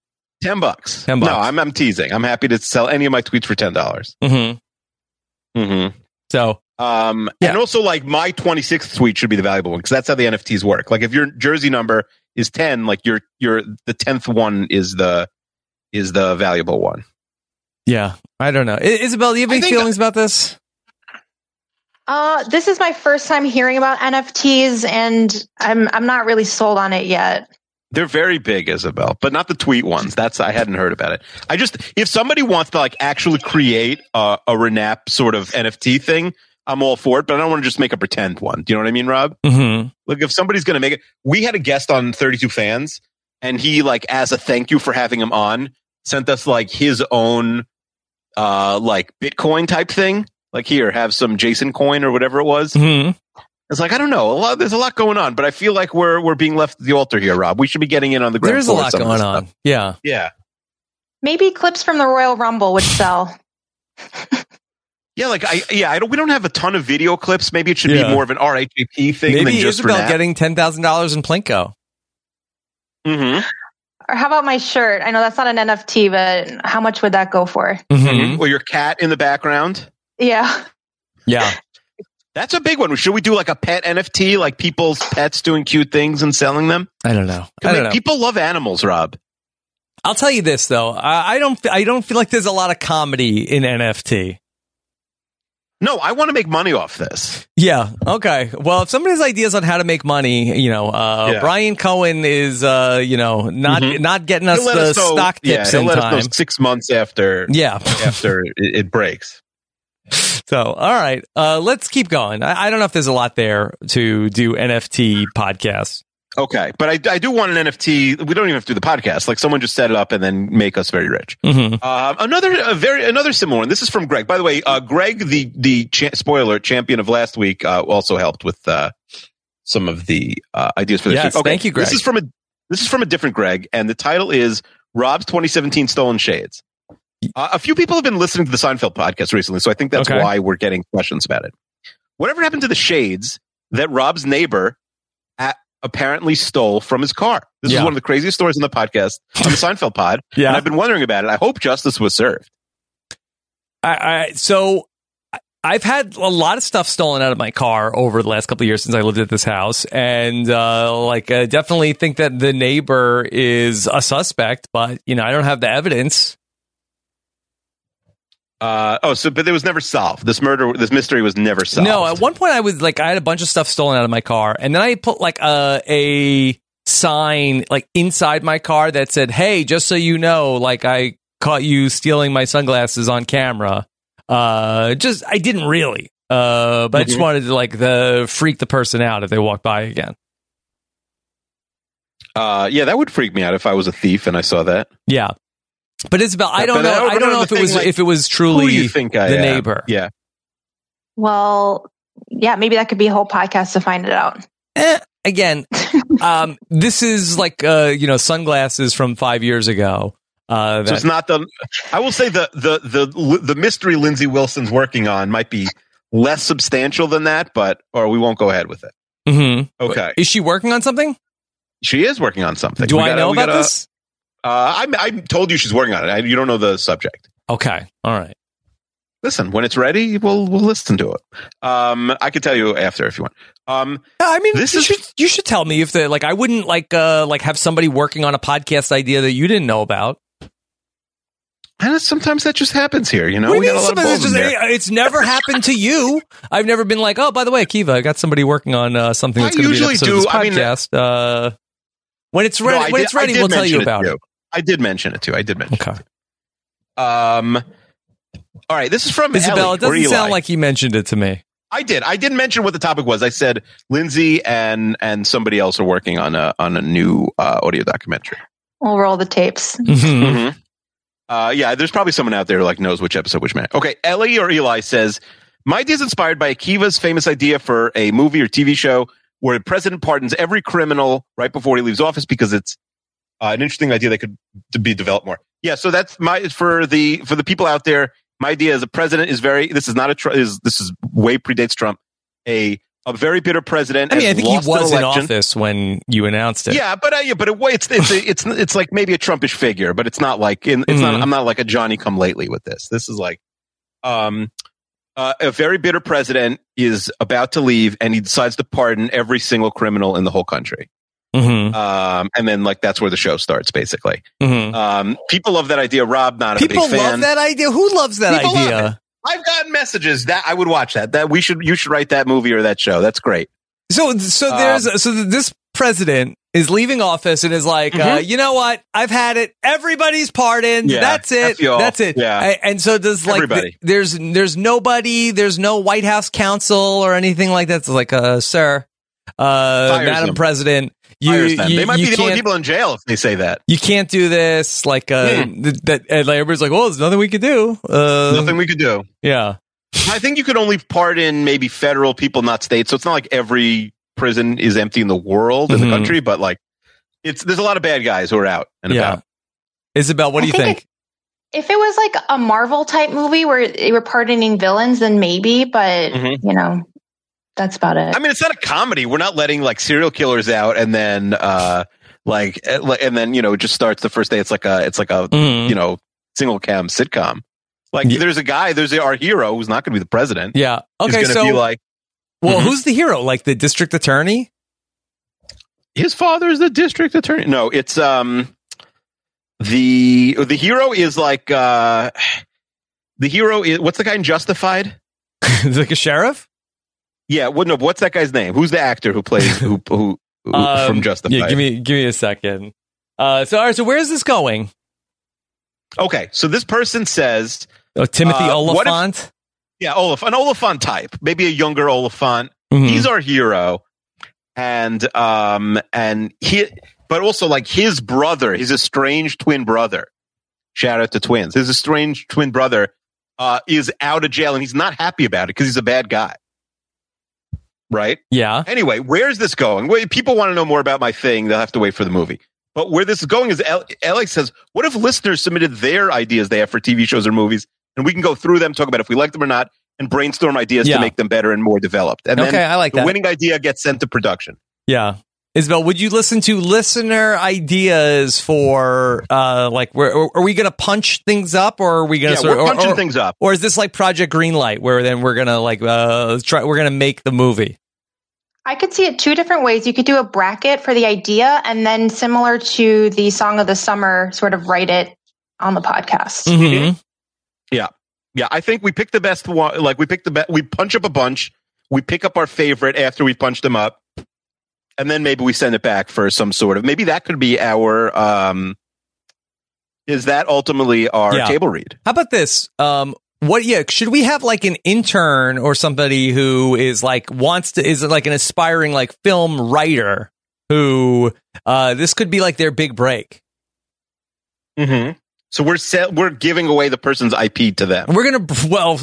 Ten bucks.
Ten bucks.
No, I'm, I'm teasing. I'm happy to sell any of my tweets for ten dollars.
Mm-hmm.
Mm-hmm.
So,
um,
and
also like my 26th tweet should be the valuable one because that's how the NFTs work. Like if your jersey number is 10, like your your the 10th one is the is the valuable one.
Yeah, I don't know. I- Isabel, do you have any feelings about this?
Uh, this is my first time hearing about NFTs, and I'm I'm not really sold on it yet.
They're very big, Isabel, but not the tweet ones. That's I hadn't heard about it. I just if somebody wants to like actually create a, a Renap sort of NFT thing, I'm all for it. But I don't want to just make a pretend one. Do you know what I mean, Rob?
Mm-hmm.
Look, if somebody's going to make it, we had a guest on 32 fans, and he like as a thank you for having him on, sent us like his own uh like Bitcoin type thing. Like here, have some Jason coin or whatever it was.
Mm-hmm.
It's like I don't know. A lot, there's a lot going on, but I feel like we're we're being left at the altar here, Rob. We should be getting in on the ground.
There is a
floor
lot
of some of
going
this
on.
stuff.
Yeah.
Yeah.
Maybe clips from the Royal Rumble would sell.
Yeah, like I yeah, I don't we don't have a ton of video clips. Maybe it should
Yeah.
be more of an RHAP thing than
Maybe
just
Isabel
Renap.
getting ten thousand dollars in Plinko.
Mm-hmm.
Or how about my shirt? I know that's not an NFT, but how much would that go for?
Mm-hmm.
Mm-hmm. Or your cat in the background.
Yeah.
Yeah.
That's a big one. Should we do like a pet NFT, like people's pets doing cute things and selling them?
I don't know. I don't know.
People love animals, Rob.
I'll tell you this though. I, I don't. f- I don't feel like there's a lot of comedy in NFT.
No, I want to make money off this.
Yeah. Okay. Well, if somebody's ideas on how to make money, you know, uh,
Yeah.
Brian Cohen is, uh, you know, not
Mhm.
not getting us
He'll let
the
know-
stock
yeah,
tips
he'll
in
let us know
time.
six months after
Yeah.
after it, it breaks.
So, all right, uh, let's keep going. I, I don't know if there's a lot there to do NFT podcasts.
Okay, but I, I do want an NFT. We don't even have to do the podcast. Like someone just set it up and then make us very rich.
Mm-hmm.
Um, another a very another similar one. This is from Greg. By the way, uh, Greg, the the cha- spoiler champion of last week, uh, also helped with uh, some of the uh, ideas for this.
Yes,
week.
thank you, Greg.
This is from a this is from a different Greg, and the title is Rob's 2017 Stolen Shades. Uh, a few people have been listening to the Seinfeld podcast recently, so I think that's
Okay.
why we're getting questions about it. Whatever happened to the shades that Rob's neighbor a- apparently stole from his car? This
Yeah.
is one of the craziest stories in the podcast on the Seinfeld pod.
Yeah.
and I've been wondering about it. I hope justice was served.
I, I so I- I've had a lot of stuff stolen out of my car over the last couple of years since I lived at this house, and uh, like I definitely think that the neighbor is a suspect, but you know I don't have the evidence.
Uh, oh, so but it was never solved. This murder, this mystery was never solved.
No, at one point I was like, I had a bunch of stuff stolen out of my car, and then I put like a a sign like inside my car that said, "Hey, just so you know, like I caught you stealing my sunglasses on camera." Uh, just I didn't really, uh, but I just
Mhm.
wanted to like the freak the person out if they walked by again.
Uh, yeah, that would freak me out if I was a thief and I saw that.
Yeah, but Isabel, I don't
But
know. I
but
don't know
the
if it
thing,
was
like,
if it was
who do
truly
you think I
the
am?
neighbor.
Yeah.
Well, yeah, maybe that could be a whole podcast to find it out.
again, um, this is like uh, you know sunglasses from five years ago. Uh,
So it's
that-
not the. I will say the the the the mystery Lindsay Wilson's working on might be less substantial than that, but or we won't go ahead with it.
Mhm.
Okay,
is she working on something?
She is working on something.
Do
We
I
gotta-
know
we
about
gotta-
this?
Uh, I I told you she's working on it. I, you don't know the subject.
Okay, all right.
Listen, when it's ready, we'll we'll listen to it. Um, I could tell you after if you want. Um,
I mean,
this
you
is
should you should tell me if the like I wouldn't like uh like have somebody working on a podcast idea that you didn't know about.
and sometimes that just happens here. You know,
What do you
got
mean
a lot of
somebody- it's,
balls in
just-
there.
it's never happened to you. I've never been like, oh, by the way, Kiva, I got somebody working on uh, something that's
I
going to be an
usually
episode
do.
of this
I mean-
podcast. uh, when it's
No,
ready,
I
when
did-
it's
I
ready,
did
we'll tell
mention
you about
to
it.
you. I did mention it too. I did mention.
Okay.
Um. All right. This is from
Isabel,
Ellie,
it
or
doesn't
Eli.
sound like you mentioned it to me.
I did. I didn't mention what the topic was. I said Lindsay and and somebody else are working on a on a new uh, audio documentary.
We'll roll the tapes.
Mm-hmm. Uh, yeah, there's probably someone out there who like knows which episode which man. Okay, Ellie or Eli says my idea is inspired by Akiva's famous idea for a movie or TV show where a president pardons every criminal right before he leaves office because it's uh, an interesting idea that could to be developed more. Yeah, so that's my for the for the people out there. My idea is a president is very. This is not a tr- is this is way predates Trump. A a very bitter president.
I mean,
has
I think he
lost an
was in
election.
office when you announced it.
Yeah, but uh, yeah, but it, it's it's a, it's it's like maybe a Trumpish figure, but it's not like in, it's not.
Mhm.
I'm not like a Johnny Come Lately with this. This is like, um, uh, a very bitter president is about to leave, and he decides to pardon every single criminal in the whole country.
Mm-hmm.
Um, and then like that's where the show starts, basically.
Mhm.
Um, people love that idea. Rob, not a
People
big fan.
love that idea. Who loves that
People love
idea?
it. I've gotten messages that I would watch that. That we should you should write that movie or that show. That's great.
So so
Um,
there's so th- this president is leaving office and is like, uh,
Mhm.
you know what? I've had it. Everybody's pardoned.
Yeah,
that's it.
that's y'all.
That's, it.
Yeah.
A- And so does like
Everybody.
th- there's there's nobody. There's no White House counsel or anything like that. It's like, uh, sir, uh,
Fires
Madam
them.
President, you,
Fires them.
you-
they might
you
be the only
can't-
people in jail if they say that.
you can't do this. Like uh,
Hmm.
th- that. And like, everybody's like, well, there's nothing we could do. Uh,
Nothing we could do.
Yeah.
Um, I think you could only pardon maybe federal people, not states. So it's not like every prison is empty in the world in the
Mhm.
country, but like it's there's a lot of bad guys who are out and
Yeah.
about.
Isabel, what do you
think
think?
If it was like a Marvel type movie where they were pardoning villains, then maybe, but
Mhm.
you know, that's about it.
I mean, it's not a comedy. We're not letting like serial killers out and then uh like eh, like- and then you know it just starts the first day. It's like a it's like a
Mhm.
you know single cam sitcom. Like there's a guy, there's our hero who's not going to be the president.
Yeah.
He's
Okay.
gonna
So
be like
well,
Mhm.
who's the hero? Like the district attorney?
his father is the district attorney. No, it's um the the hero is like uh the hero is what's the guy in Justified?
like a sheriff?
Yeah, what no, what's that guy's name? Who's the actor who plays who who, who
Um,
from Justified?
Yeah, give me give me a second. Uh, so all right, so where's this going?
okay, so this person says
Oh, Timothy
uh, what if-
Oliphant.
Yeah, Olaf, an Olafant type, maybe a younger Olafant.
Mm-hmm.
He's our hero, and um, and he, but also like his brother, his estranged twin brother. Shout out to twins. His estranged twin brother uh, is out of jail, and he's not happy about it because he's a bad guy. Right?
Yeah.
Anyway, where's this going? Wait, people want to know more about my thing. They'll have to wait for the movie. But where this is going is Al- Alex says, what if listeners submitted their ideas they have for TV shows or movies, and we can go through them, talk about if we like them or not, and brainstorm ideas
Yeah.
to make them better and more developed. And
Okay,
then
I like
the
that.
winning idea gets sent to production.
Yeah. Isabel, would you listen to listener ideas for uh like where are we going to punch things up or are we going
Yeah,
to
we're punching things up.
Or is this like Project Greenlight where then we're going to like uh try we're going to make the movie?
I could see it two different ways. You could do a bracket for the idea, and then similar to the song of the summer, sort of write it on the podcast.
Mm-hmm. Yeah. Yeah. I think we pick the best one. Like we pick the best, we punch up a bunch. We pick up our favorite after we punch them up. And then maybe we send it back for some sort of, maybe that could be our, um, is that ultimately our
Yeah.
table read?
How about this? Um, what? Yeah, should we have like an intern or somebody who is like wants to is like an aspiring like film writer who uh, this could be like their big break.
Mm-hmm. So we're se- we're giving away the person's IP to them.
We're gonna well,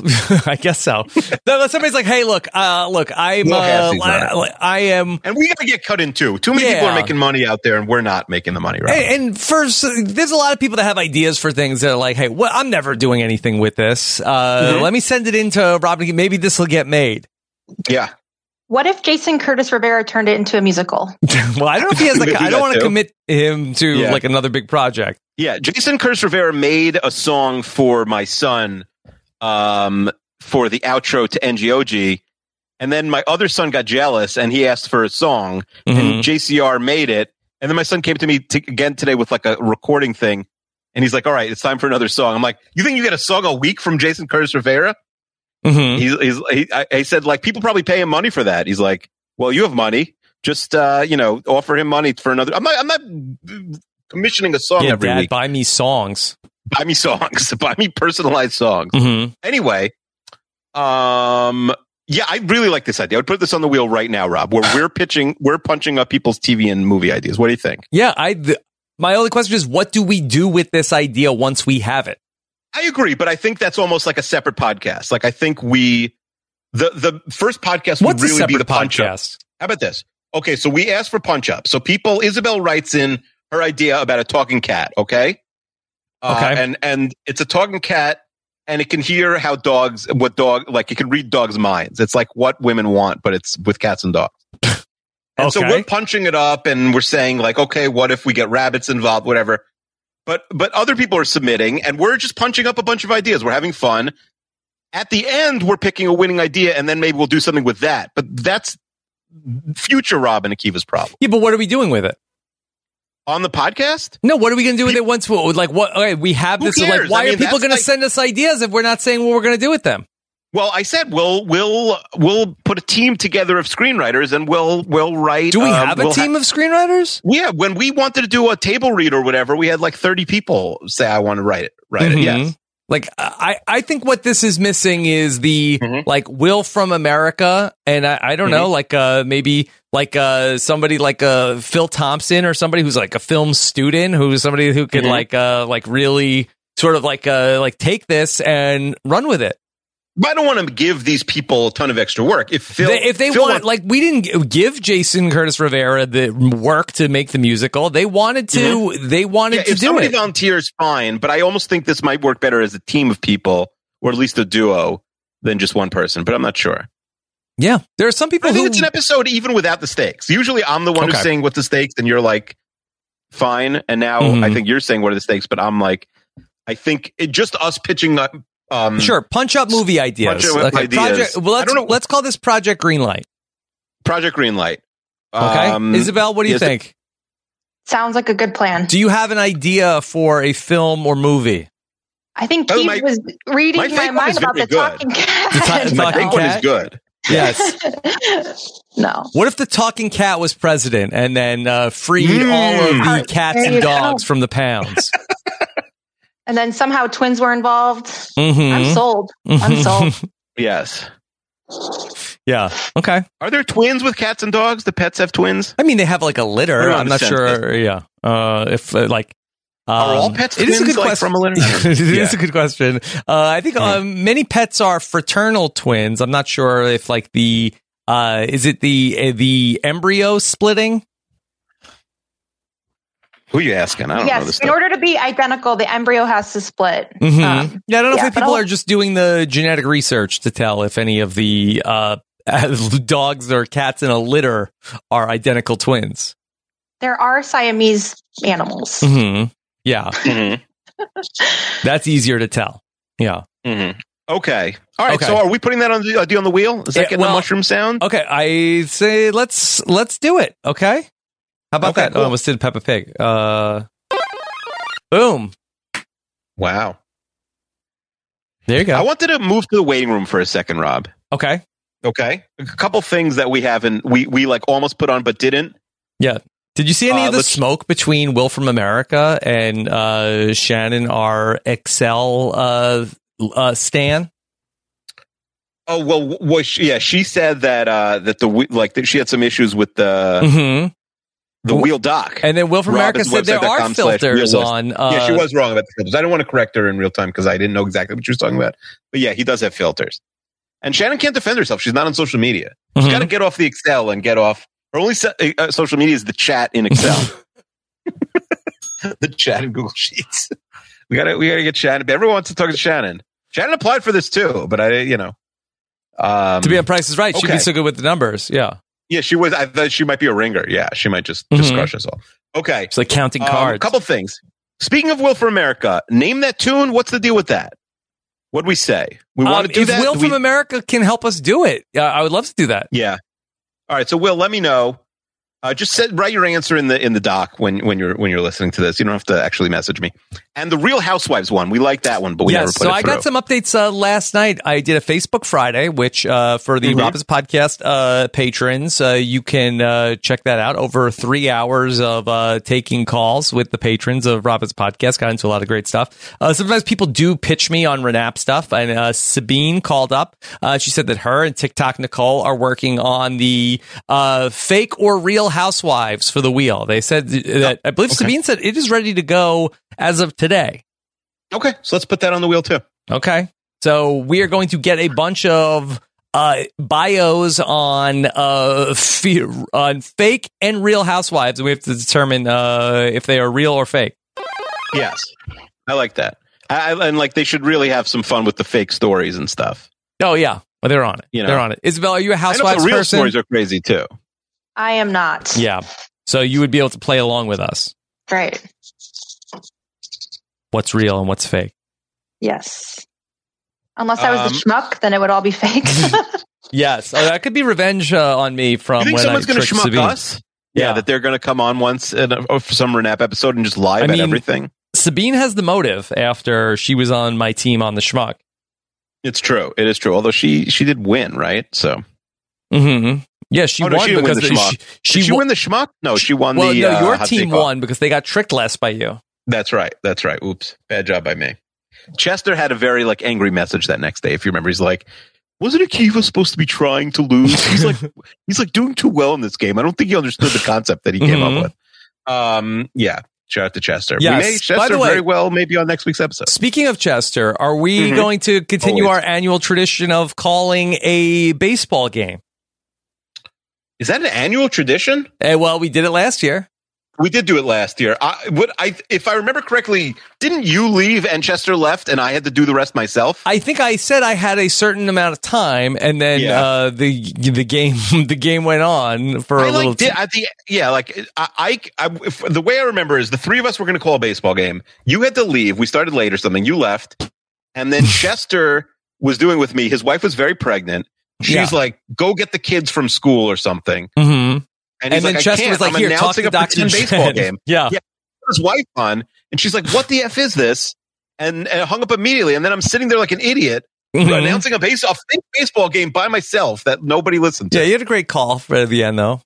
I guess so. No, Somebody's like, hey, look, uh, look, I'm,
Will
uh,
Cassidy's
I,
not.
I am,
and we gotta get cut in two. Too many people
Yeah.
are making money out there, and we're not making the money right.
And, and first, there's a lot of people that have ideas for things that are like, hey, well, I'm never doing anything with this. Uh, Let me send it into Robin. Maybe this will get made.
Yeah.
What if Jason Curtis Rivera turned it into a musical?
Well, I don't know if he has
Maybe
like. I
that
don't want to
too.
commit him to
Yeah.
like another big project.
Yeah, Jason Curtis Rivera made a song for my son um, for the outro to NGOG. And then my other son got jealous and he asked for a song, and JCR made it. And then my son came to me t- again today with like a recording thing. And he's like, all right, it's time for another song. I'm like, you think you get a song a week from Jason Curtis Rivera? He's, he's, he, I, I said, like, people probably pay him money for that. He's like, well, you have money. Just, uh, you know, offer him money for another. I'm not, I'm not commissioning a song
Yeah,
every
Dad,
week.
buy me songs.
Buy me songs. Buy me personalized songs.
Mhm.
Anyway, um, yeah, I really like this idea. I would put this on the wheel right now, Rob, where we're pitching, we're punching up people's TV and movie ideas. What do you think?
Yeah, I. Th- my only question is, what do we do with this idea once we have it?
I agree, but I think that's almost like a separate podcast. Like I think we the the first podcast
What's a
would really be
separate
the punch up.
podcast?
How about this? Okay, so we asked for punch up. So people Isabel writes in her idea about a talking cat, okay? Uh,
Okay.
and and it's a talking cat and it can hear how dogs what dog like it can read dogs' minds. It's like what women want, but it's with cats and dogs. And so
Okay.
we're punching it up and we're saying like, okay, what if we get rabbits involved, whatever. But but other people are submitting and we're just punching up a bunch of ideas. We're having fun. At the end, we're picking a winning idea and then maybe we'll do something with that. But that's future Rob and Akiva's problem.
Yeah, but what are we doing with it?
On the podcast?
No, what are we going to do with it once? We, like, what? Okay, we have
Who
this. so, Like,
cares?
why
I mean,
are people
that's
going
like-
to send us ideas if we're not saying what we're going to do with them?
Well, I said we'll we'll we'll put a team together of screenwriters and we'll we'll write
Do we
um,
have a
we'll
team
ha-
of screenwriters?
Yeah, when we wanted to do a table read or whatever, we had like 30 people say I want to write it, write it.
Mhm.
Yes.
Like I, I think what this is missing is the
Mm-hmm.
like Will from America, and I, I don't know,
Mhm.
like uh maybe like uh somebody like uh Phil Thompson or somebody who's like a film student who's somebody who could
Mhm.
like uh like really sort of like uh like take this and run with it.
But I don't want to give these people a ton of extra work. If Phil,
They- if they
Phil
want,
wants-
like, we didn't g- give Jason Curtis Rivera the work to make the musical. They wanted to. They
Mm-hmm.
wanted
Yeah,
to
if
do
somebody
it.
volunteers, fine. But I almost think this might work better as a team of people, or at least a duo, than just one person. But I'm not sure.
yeah, there are some people
I think
who
it's an episode even without the stakes. Usually, I'm the one who's
Okay.
saying what the stakes, and you're like, fine. And now
Mm-hmm.
I think you're saying what are the stakes, but I'm like, I think it, just us pitching up. Um,
sure punch up movie ideas.
up
Okay,
ideas.
Project, well, let's, let's call this Project Greenlight.
Project Greenlight.
Okay,
Um,
Isabel, what do you
yes,
think?
Sounds like a good plan.
Do you have an idea for a film or movie?
I think
Oh,
Keith
my-
was reading
my
my,
fake one
mind
is
about
very
the
good.
talking cat.
My big one is
cat?
good.
Yes.
no.
What if the talking cat was president and then uh, freed
Mm.
all of
Alright,
the cats
there
and
you go.
dogs from the pounds?
And then somehow twins were involved.
Mhm.
I'm sold. I'm sold.
Yes.
Yeah. Okay.
Are there twins with cats and dogs? The pets have twins.
I mean, they have like a litter.
I don't
I'm not
understand.
sure. Yeah. Uh, if uh, like.
Are all
um,
pets
it is a
twins,
good
like,
question.
from a litter?
It is
Yeah. Hmm.
a good question. Uh, I think um, many pets are fraternal twins. I'm not sure if like the uh, is it the uh, the embryo splitting.
Who you asking? I don't know
yes,
this
in
stuff.
order to be identical, the embryo has to split.
Mhm. yeah, I don't know
uh, yeah,
if
but
people
I'll-
are just doing the genetic research to tell if any of the uh, dogs or cats in a litter are identical twins.
There are Siamese animals.
hmm Yeah,
Mm-hmm.
that's easier to tell. Yeah.
Okay. All right.
Okay.
So are we putting that on the, uh, D on the wheel? Is that
Yeah,
getting
well-
a mushroom sound?
Okay, I say let's let's do it. Okay, how about that? Oh, I almost did Peppa Pig. Uh, boom!
Wow.
There you go.
I wanted to move to the waiting room for a second, Rob.
Okay.
Okay. A couple things that we haven't we we like almost put on but didn't.
Yeah. Did you see any
Uh,
of the
let's-
smoke between Will from America and uh, Shannon, our Excel uh, uh, Stan?
Oh well, w- was she, yeah. She said that uh that the whe- like that she had some issues with the
Mhm.
the wheel dock.
And then Will from America said there are
Robinswebsite.com slash
filters
wheellist.
on,
yeah, she
uh,
was wrong about the filters. I don't want to correct her in real time because I didn't know exactly what she was talking about. But yeah, he does have filters. And Shannon can't defend herself. She's not on social media.
Mm-hmm.
She's got to get off the Excel and get off. Her only so- uh, social media is the chat in Excel. the chat in Google Sheets. We got to we got to get Shannon. Everyone wants to talk to Shannon. Shannon applied for this too, but I you know. Um,
to be on Price is Right, she'd
okay.
be so good with the numbers. Yeah.
Yeah, she was. I thought she might be a ringer. Yeah, she might just just
Mhm.
crush us all. Okay,
it's like counting
A
cards.
couple things. Speaking of Will for America, name that tune. What's the deal with that? What would we say? We want
Um,
to do
if
that.
Will
Do we-
from America can help us do it, uh, I would love to do that.
yeah. All right. So Will, let me know. Uh, just said, write your answer in the in the doc when when you're when you're listening to this. You don't have to actually message me. And the Real Housewives one, we like that one, but we
yes,
never put
so
it
I got
through.
some updates uh, last night. I did a Facebook Friday, which uh, for the
Mhm.
Robbins Podcast uh, patrons, uh, you can uh, check that out. Over three hours of uh, taking calls with the patrons of Robbins Podcast. Got into a lot of great stuff. Uh, sometimes people do pitch me on Renap stuff, and uh, Sabine called up. Uh, she said that her and TikTok Nicole are working on the uh, fake or real housewives for the wheel. They said that
Oh,
I believe Sabine said it is ready to go as of today.
Okay, so let's put that on the wheel too.
Okay. So we are going to get a bunch of uh, bios on uh, fe- on fake and real housewives, and we have to determine uh, if they are real or fake.
Yes, I like that. I, I- and like they should really have some fun with the fake stories and stuff.
Oh yeah, well, they're on it.
You know.
They're on it. Isabel, are you a
I know the
housewives
real
person?
stories are crazy too.
I am not.
yeah. So you would be able to play along with us.
Right.
What's real and what's fake?
Yes. Unless I was
Um,
the schmuck, then it would all be fake.
Yes, oh, that could be revenge uh, on me from
You think
when
someone's
I
going to
tricked
schmuck
Sabine.
us? Yeah, that they're going to come on once in a, or for some Renap episode and just lie
I
about
mean-
everything.
Sabine has the motive after she was on my team on the schmuck.
It's true. It is true. Although she she did win, right? So
hmm Yeah, she
Oh, no,
won
didn't
because
win the
she-
schmuck.
she
did she
won-
win the schmuck? No, she won
well,
the.
no,
uh,
your
hot
team
take off.
won because they got tricked last by you.
That's right. That's right. Oops, bad job by me. Chester had a very like angry message that next day. If you remember, he's like, "Wasn't Akiva supposed to be trying to lose? He's like, he's like doing too well in this game. I don't think he understood the concept that he came
Mhm.
up with." Um, yeah. Shout out to Chester. We
Yes.
may-
By
Chester
the way-
very well maybe on next week's episode.
Speaking of Chester, are we
Mhm.
going to continue
Always.
our annual tradition of calling a baseball game?
Is that an annual tradition?
Eh, well, we did it last year.
We did do it last year. I would I if I remember correctly, didn't you leave and Chester left and I had to do the rest myself?
I think I said I had a certain amount of time, and then
Yeah.
uh, the the game the game went on for a
I like
little.
did at the yeah, like I, I, I if, the way I remember is the three of us were going to call a baseball game. You had to leave. We started late or something. You left, and then Chester was doing with me. His wife was very pregnant. She's
Yeah.
like, "Go get the kids from school or something."
Mhm.
And, he's
And then
like, I
Chester
can't.
was like,
I'm
"Here, talk
announcing
to
a pretend
Dr.
baseball
Jen."
game."
Yeah.
yeah. Put His wife on, and she's like, "What the f is this?" And and hung up immediately. And then I'm sitting there like an idiot,
Mhm.
announcing a base a fake baseball game by myself that nobody listened to.
Yeah, you had a great call for the end though.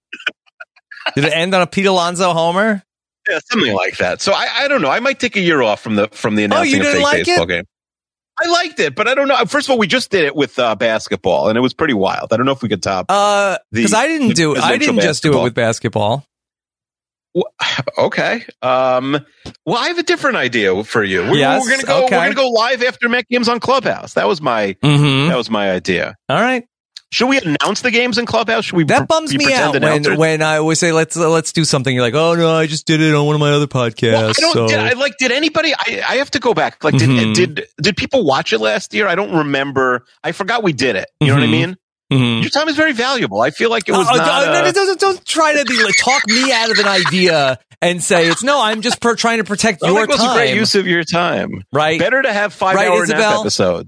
did it end on a Pete Alonso homer?
Yeah, something like that. So I, I don't know. I might take a year off from the from the announcing
Oh, you
a
didn't
fake
like
baseball
it?
game. I liked it, but I don't know. First of all, we just did it with uh, basketball, and it was pretty wild. I don't know if we could top.
Uh, because I didn't do it. I didn't just do it with basketball.
Okay. Um, well, I have a different idea for you. We're,
Yes,
we're gonna go.
okay.
We're gonna go live after Met Games on Clubhouse. That was my. That was my idea.
Mm-hmm. All right.
Should we announce the games in Clubhouse? Should we?
That bums me out when, when I always say let's uh, let's do something. You're like, oh no, I just did it on one of my other podcasts.
Well, I don't.
so.
Did, I like. Did anybody? I, I have to go back. Like, did
Mhm.
did did people watch it last year? I don't remember. I forgot we did it. You know what I
Mhm.
mean? Your time is very valuable. I feel like it was
Oh,
not.
don't-
uh,
no, no, don't, don't try to be, like, talk me out of an idea and say it's no. I'm just per, trying to protect
I
your
think it was
time.
a great use of your time.
Right.
Better to have five
Right,
hour
Isabel?
nap episode.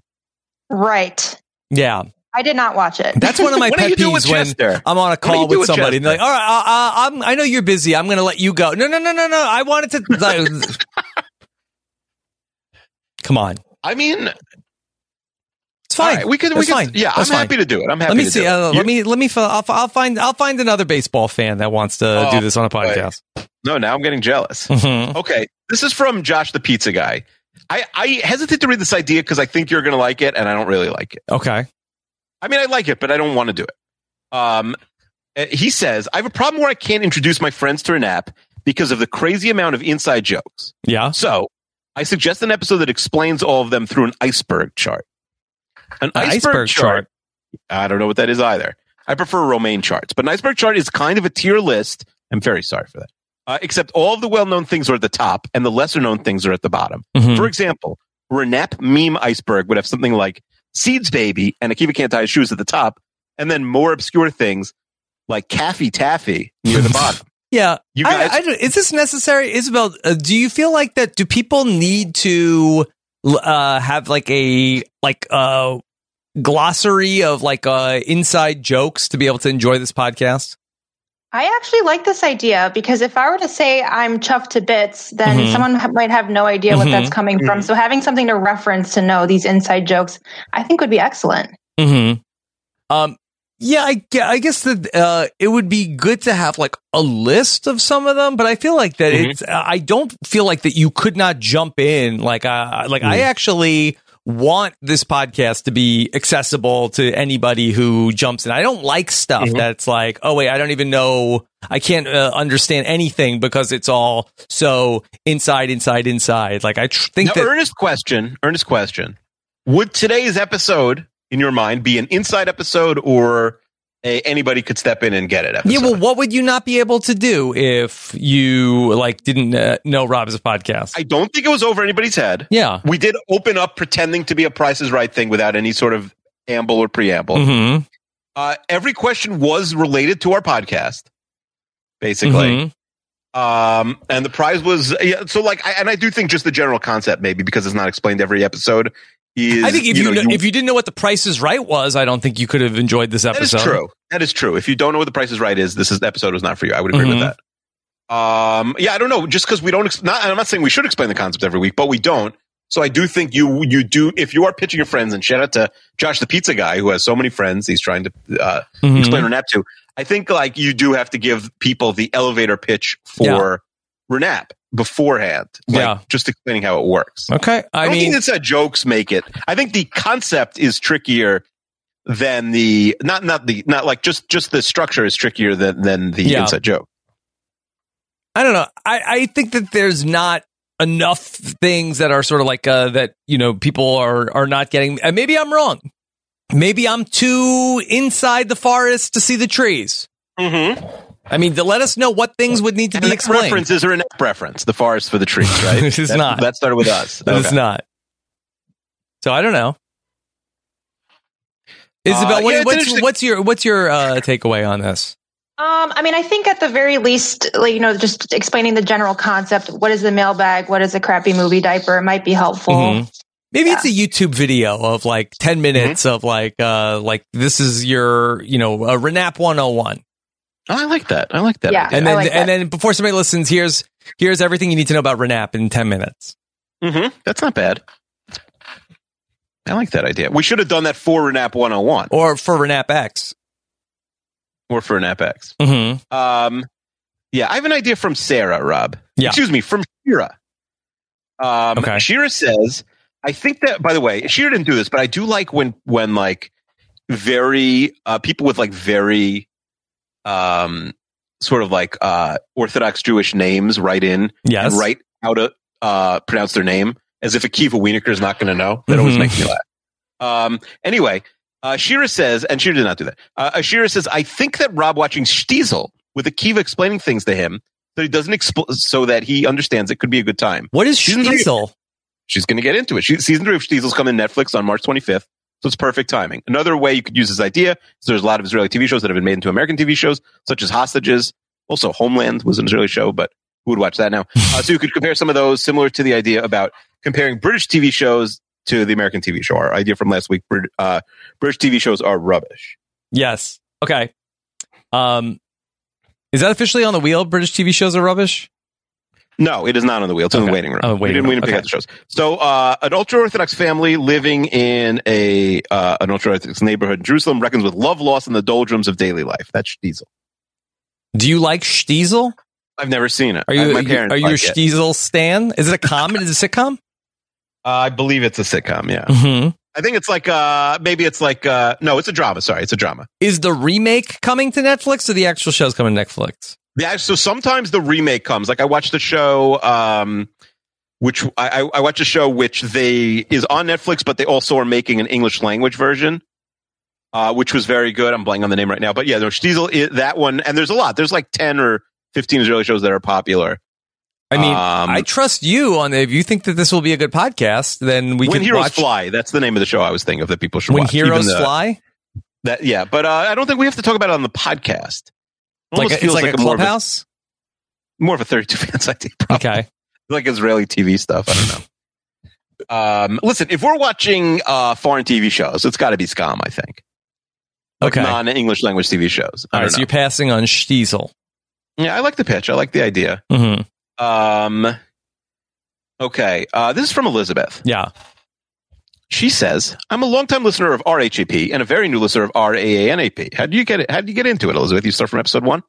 Right.
yeah.
I did not watch it.
That's one of my
What do
pet
you do with
peeves when
Chester?
I'm on a
What do you
call
do
with
with
somebody and they're like, all right, uh, uh, I'm, I know you're busy. I'm going to let you go. No, no, no, no, no. I wanted to. like, come on.
I mean,
It's fine.
All right, we could- we
It's
could-
fine.
yeah,
It's
I'm
fine.
happy to do it. I'm happy
Let me
to
see.
do it.
Uh,
You-
Let me. Let me. fi- I'll, I'll find. I'll find another baseball fan that wants to do
Oh,
this on a podcast.
No, now I'm getting jealous.
Mhm.
Okay, this is from Josh the Pizza Guy. I, I hesitate to read this idea because I think you're going to like it, and I don't really like it.
Okay.
I mean, I like it, but I don't want to do it. Um, uh, he says, I have a problem where I can't introduce my friends to an app because of the crazy amount of inside jokes.
Yeah.
So I suggest an episode that explains all of them through an iceberg chart. An, iceberg,
iceberg
chart, I don't know what that is either. I prefer Romaine charts, but an iceberg chart is kind of a tier list. I'm very sorry for that. Uh, except all of the well-known things are at the top, and the lesser-known things are at the bottom.
Mhm.
For example, Renap meme iceberg would have something like Seeds Baby and Akiva Can't Tie His Shoes at the top, and then more obscure things like Taffy Taffy near the bottom.
Yeah.
You
I-
guys-
I don't- is this necessary, Isabel? Uh, do you feel like that? Do people need to l- uh, have like a like uh, glossary of like uh, inside jokes to be able to enjoy this podcast?
I actually like this idea because if I were to say I'm chuffed to bits, then
Mhm.
someone ha- might have no idea what
Mhm.
that's coming from. So having something to reference to know these inside jokes, I think would be excellent.
Mm-hmm. Um. Yeah, I, gue- I guess that uh, it would be good to have like a list of some of them, but I feel like that it's. uh, I don't feel like that you could not jump in. Like, uh, like I actually want this podcast to be accessible to anybody who jumps in. I don't like stuff that's like, oh wait, I don't even know. I can't uh, understand anything because it's all so inside, inside, inside. Like I tr- think
Now,
that
earnest question, earnest question. Would today's episode, in your mind, be an inside episode or a anybody could step in and get it episode?
Yeah, well, what would you not be able to do if you like didn't uh, know Rob's a podcast?
I don't think it was over anybody's head.
Yeah.
We did open up pretending to be a Price is Right thing without any sort of amble or preamble.
Mhm.
Uh, every question was related to our podcast, basically.
Mm-hmm.
Um, and the prize was yeah, so like, I, and I do think just the general concept maybe because it's not explained every episode. Is,
I think if you,
know,
kn- if you didn't know what The Price is Right was, I don't think you could have enjoyed this
That is
episode.
true. That is true. If you don't know what the Price is Right is, this is, episode was not for you. I would agree
Mhm.
with that. Um, yeah, I don't know. Just because we don't, ex- not, and I'm not saying we should explain the concept every week, but we don't. So I do think you you do if you are pitching your friends, and shout out to Josh the pizza guy who has so many friends he's trying to uh,
Mhm.
explain Renap to. I think like you do have to give people the elevator pitch for Renap beforehand. Like,
Yeah.
just explaining how it works.
Okay, I,
I, don't
mean,
think it's that uh, jokes make it. I think the concept is trickier than the not not the not like just just the structure is trickier than than the
Yeah.
inside joke.
I don't know. I, I think that there's not enough things that are sort of like uh, that. You know, people are are not getting. And maybe I'm wrong. Maybe I'm too inside the forest to see the trees.
Mm-hmm.
I mean, to let us know what things would need to be
The
explained.
references are an app reference. The forest for the trees, right?
It is
That-
not.
That started with us.
It is
Okay.
not. So I don't know.
Uh,
Isabel, what-
yeah, it's
what's,
interesting.
what's your what's your uh, takeaway on this?
Um, I mean, I think at the very least, like, you know, just explaining the general concept. What is the mailbag? What is a crappy movie diaper? It might be helpful.
Mhm. Maybe it's a YouTube video of like
Mm-hmm.
ten minutes of like uh like this is your you know uh, Renap one hundred and one.
Oh, I like that. I like
that.
Yeah, idea.
and
I
then
like
and then before somebody listens, here's here's everything you need to know about Renap in ten minutes.
Mm-hmm. That's not bad. I like that idea. We should have done that for Renap 101
or for Renap X
or for Renap X.
Mm-hmm.
Um, yeah, I have an idea from Sarah, Rob.
Yeah.
Excuse me, from Shira. Um, Shira says, I think that, by the way, she didn't do this, but I do like when when like very uh, people with like very um sort of like uh Orthodox Jewish names write in
Yes.
and write how to uh pronounce their name as if Akiva Wienerker is not going to know. That always
Mhm.
makes me laugh. Um, anyway, uh, Shira says, and Shira did not do that. Uh, Shira says, I think that Rob watching Stiesel with Akiva explaining things to him so he doesn't expl- so that he understands it could be a good time.
What is
three-
Stiesel?
she's going to get into it. She, season three of Stiesel's coming to Netflix on March 25th. So it's perfect timing. Another way you could use this idea is there's a lot of Israeli TV shows that have been made into American TV shows, such as Hostages. Also, Homeland was an Israeli show, but who would watch that now? Uh, so you could compare some of those, similar to the idea about comparing British TV shows to the American TV show. Our idea from last week: Brit- uh, British TV shows are rubbish.
Yes. Okay. Um, is that officially on the wheel? British TV shows are rubbish.
No, it is not on the wheel. It's in the waiting room.
Oh, waiting
we didn't,
room.
we didn't pick
Okay.
out the shows. So, uh, an ultra orthodox family living in a uh, an ultra orthodox neighborhood in Jerusalem reckons with love loss and the doldrums of daily life. That's Stiesel.
Do you like Stiesel?
I've never seen it.
Are you
My
are you-
parents
are you
like
a
it.
Stiesel stan? Is it a comedy? is it a sitcom?
Uh, I believe it's a sitcom. Yeah,
Mhm.
I think it's like uh, maybe it's like uh, no, it's a drama. Sorry, it's a drama.
Is the remake coming to Netflix or the actual show's coming to Netflix?
Yeah, so sometimes the remake comes. Like I watched the show, um, which I, I- I watched a show which they is on Netflix, but they also are making an English language version, uh, which was very good. I'm blanking on the name right now, but yeah, no, Stiesel is that one, and there's a lot. There's like ten or fifteen Israeli shows that are popular.
I mean,
Um,
I trust you on if you think that this will be a good podcast, then we
when
can
heroes
watch
fly, that's the name of the show I was thinking of that people should
When
watch. even
Heroes
though-
Fly,
That yeah, but uh, I don't think we have to talk about it on the podcast. It
Like
almost
a- it's like a
more of
clubhouse?
more of a 32 fans idea. Probably.
Okay,
like Israeli TV stuff. I don't know. Um, listen, if we're watching uh, foreign TV shows, it's got to be Scum, I think. Like
Okay.
non-English language TV shows. I
All right,
don't
so you're passing on Stiesel.
know. Yeah, I like the pitch. I like the idea.
Mm-hmm.
Um, okay, uh, this is from Elizabeth.
Yeah.
She says, "I'm a longtime listener of RHAP and a very new listener of RAANAP. How do you get it? How did you get into it, Elizabeth? You start from episode one.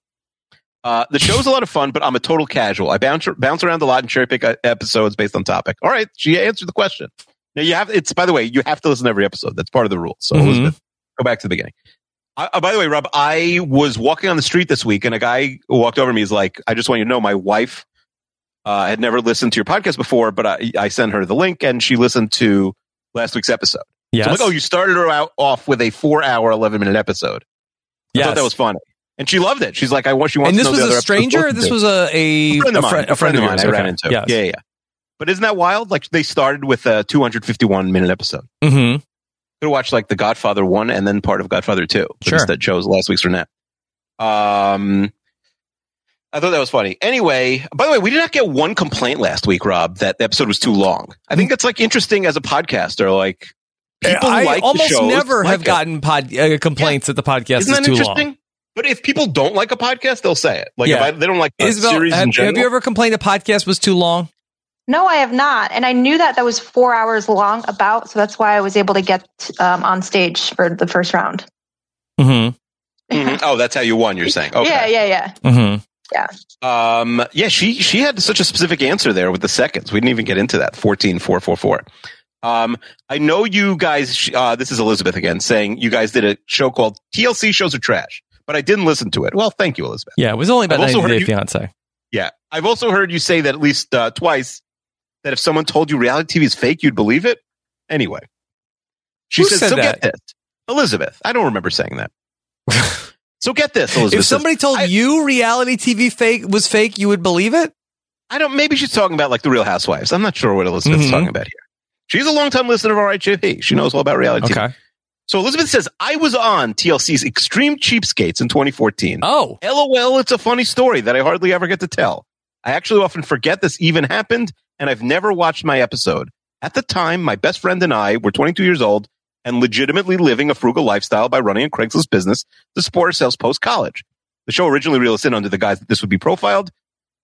Uh, the show's a lot of fun, but I'm a total casual. I bounce bounce around a lot and cherry pick uh, episodes based on topic. All right, she answered the question. Now you have it's by the way, you have to listen to every episode. That's part of the rule. So
Mhm.
Elizabeth, go back to the beginning. I, uh, by the way, Rob, I was walking on the street this week and a guy walked over me. He's like, I just want you to know my wife uh, had never listened to your podcast before, but I, I sent her the link and she listened to last week's episode. Yeah, So I'm
Yes.
like, oh, you started her out off with a four hour, 11 minute episode. I thought
Yes.
that was funny. And she loved it. She's like, I want, she wants to
And this
know
was
the
a
other episodes
stranger?
listened
This
to.
was a- a-
a friend of
a
mine.
friend- a friend of
mine.
yours.
I ran
Okay.
into.
Yes.
Yeah, yeah. But isn't that wild? Like they started with a 251 minute episode.
Mm-hmm.
Could watch like The Godfather one and then part of Godfather two. but
Sure.
just That shows last week's Renette. Um, I thought that was funny. Anyway, by the way, we did not get one complaint last week, Rob, that the episode was too long. I think that's like interesting as a podcaster. Like people
Mm. I
like the
almost
shows,
never
like
have
it.
gotten pod, uh, complaints that the podcast
Isn't
is
that
too
interesting?
long.
But if people don't like a podcast, they'll say it. Like
Yeah.
if I, they don't like a
Isabel,
series
have,
in
have
general.
you ever complained a podcast was too long?
No, I have not, and I knew that that was four hours long about, so that's why I was able to get um, on stage for the first round.
Mm-hmm.
Mhm. Oh, that's how you won. You're saying, okay.
Yeah, yeah, yeah,
Mm-hmm.
yeah.
Um, yeah, she she had such a specific answer there with the seconds. We didn't even get into that. Fourteen four four four. Um, I know you guys. sh- Uh, this is Elizabeth again saying you guys did a show called TLC shows are trash, but I didn't listen to it. Well, thank you, Elizabeth.
Yeah, it was only about
I've
90
also
Day
heard you-
Fiance.
Yeah, I've also heard you say that at least uh, twice that if someone told you reality TV is fake, you'd believe it. Anyway, she
Who
says
said
so.
that?
Get this, Elizabeth. I don't remember saying that. so get this, Elizabeth.
If
says-
somebody told you reality TV fake was fake, you would believe it.
I don't. Maybe she's talking about like the Real Housewives. I'm not sure what Elizabeth's
Mhm.
talking about here. She's a longtime listener of RHAP. She knows all about reality. TV. So Elizabeth says I was on TLC's Extreme Cheapskates in 2014.
Oh,
LOL! It's a funny story that I hardly ever get to tell. I actually often forget this even happened, and I've never watched my episode. At the time, my best friend and I were 22 years old and legitimately living a frugal lifestyle by running a Craigslist business to support ourselves post college. The show originally reeled us in under the guise that this would be profiled,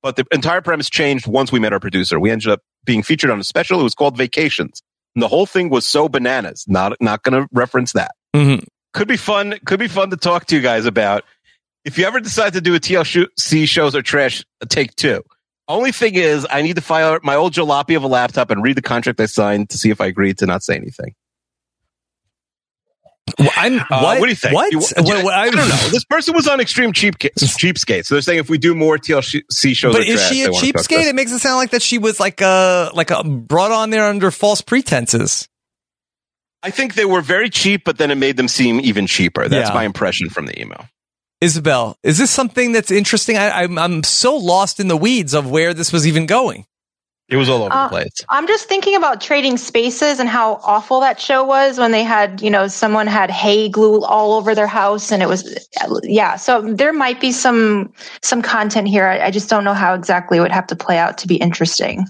but the entire premise changed once we met our producer. We ended up being featured on a special. It was called Vacations. And the whole thing was so bananas. Not not going to reference that.
Mm-hmm.
Could be fun. Could be fun to talk to you guys about. If you ever decide to do a TLC shows or trash, uh, take two. Only thing is, I need to fire my old jalopy of a laptop and read the contract I signed to see if I agreed to not say anything.
I'm,
Uh,
what?
what? do you think?
What?
You-
What- what-
I don't know. This person was on extreme cheap cheapskate, so they're saying if we do more TLC shows,
But
are
is
trash,
she a
they wanna talk to us.
cheapskate? It makes it sound like that she was like uh like uh brought on there under false pretenses.
I think they were very cheap, but then it made them seem even cheaper. That's
Yeah.
my impression from the email.
Isabel, is this something that's interesting? I, I'm I'm so lost in the weeds of where this was even going.
It was all over
Uh, I'm just thinking about trading spaces and how awful that show was when they had, you know, someone had hay glue all over their house and it was yeah. So there might be some some content here. I, I just don't know how exactly it would have to play out to be interesting.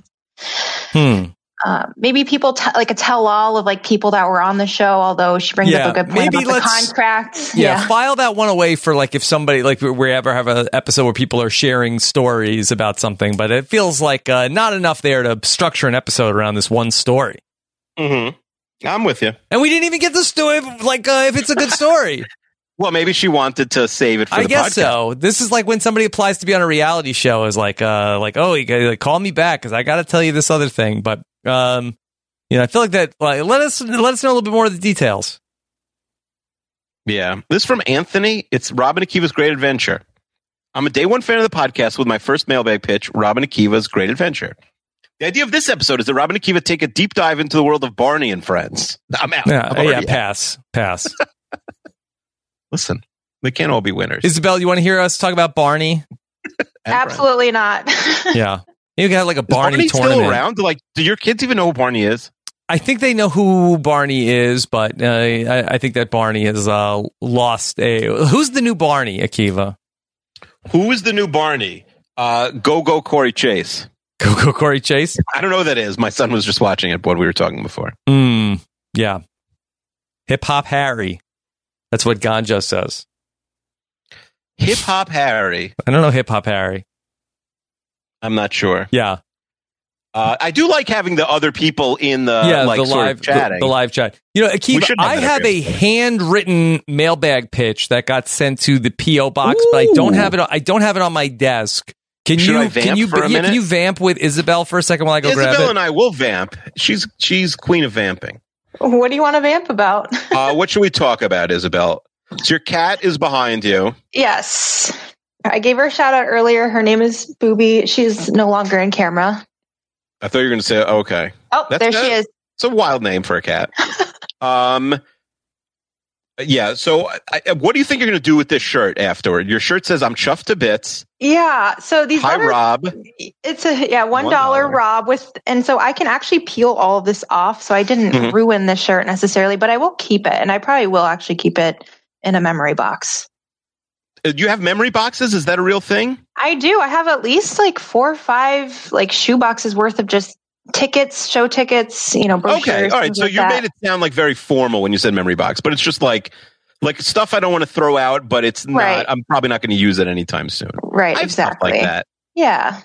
Hmm.
Uh, maybe people t- like a tell all of like people that were on the show, although she brings
Yeah,
up a good point
maybe
about the
let's-
contract.
Yeah, file that one away for like if somebody like we ever have an episode where people are sharing stories about something, but it feels like uh, not enough there to structure an episode around this one story.
Mm-hmm. I'm with you.
And we didn't even get this story like uh, if it's a good story.
Well, maybe she wanted to save it for
I
the
guess
podcast.
so. This is like when somebody applies to be on a reality show is like, uh, like, oh, you gotta, like, call me back because I got to tell you this other thing. But, um, you know, I feel like that. Like, let us let us know a little bit more of the details.
Yeah. This is from Anthony. It's Robin Akiva's Great Adventure. I'm a day one fan of the podcast with my first mailbag pitch, Robin Akiva's Great Adventure. The idea of this episode is that Robin Akiva take a deep dive into the world of Barney and friends. I'm out.
Yeah,
I'm
yeah,
already out.
pass, pass.
Listen, they can't all be winners.
Isabel, you want to hear us talk about Barney?
Absolutely not.
yeah, you got like a Barney,
Barney still
tournament.
around? Like, do your kids even know who Barney is?
I think they know who Barney is, but uh, I, I think that Barney has uh, lost a. Who's the new Barney, Akiva?
Who is the new Barney? Uh, go go Corey Chase.
Go go Corey Chase.
I don't know who that is. My son was just watching it when we were talking before.
Mm, yeah. Hip Hop Harry. That's what Ganja says.
Hip Hop Harry.
I don't know Hip Hop Harry.
I'm not sure.
Yeah.
Uh, I do like having the other people in the
yeah,
like
the
sort of
live the,
chatting.
the live chat. You know,
We
Akiva,
should have
I
that
have
every
a handwritten mailbag pitch that got sent to the PO box, but I don't have it. on- I don't have it on my desk. Can
Should
you?
I vamp
can you?
for a
yeah, can
minute?
you vamp with Isabel for a second while I go
Isabel
grab it?
and I will vamp. She's she's queen of vamping.
What do you want to vamp about?
Uh, what should we talk about, Isabel? So your cat is behind you.
Yes. I gave her a shout out earlier. Her name is Booby. She's no longer in camera.
I thought you were going to say okay.
Oh, there she is.
It's a wild name for a cat. um, yeah. So, I, I- what do you think you're going to do with this shirt afterward? Your shirt says "I'm chuffed to bits."
Yeah. So these
Hi,
letters-
Rob.
It's a yeah, one
$1.
dollar Rob with and so I can actually peel all of this off. So I didn't
Mhm.
ruin the shirt necessarily, but I will keep it and I probably will actually keep it in a memory box.
Uh, You have memory boxes? Is that a real thing?
I do. I have at least like four or five like shoe boxes worth of just tickets, show tickets, you know, brochures.
Okay. All right.
things
So
like
you
that.
made it sound like very formal when you said memory box, but it's just like like stuff I don't want to throw out, but it's not.
Right.
I'm probably not going to use it anytime soon.
Right,
I have stuff
exactly.
like that.
Yeah.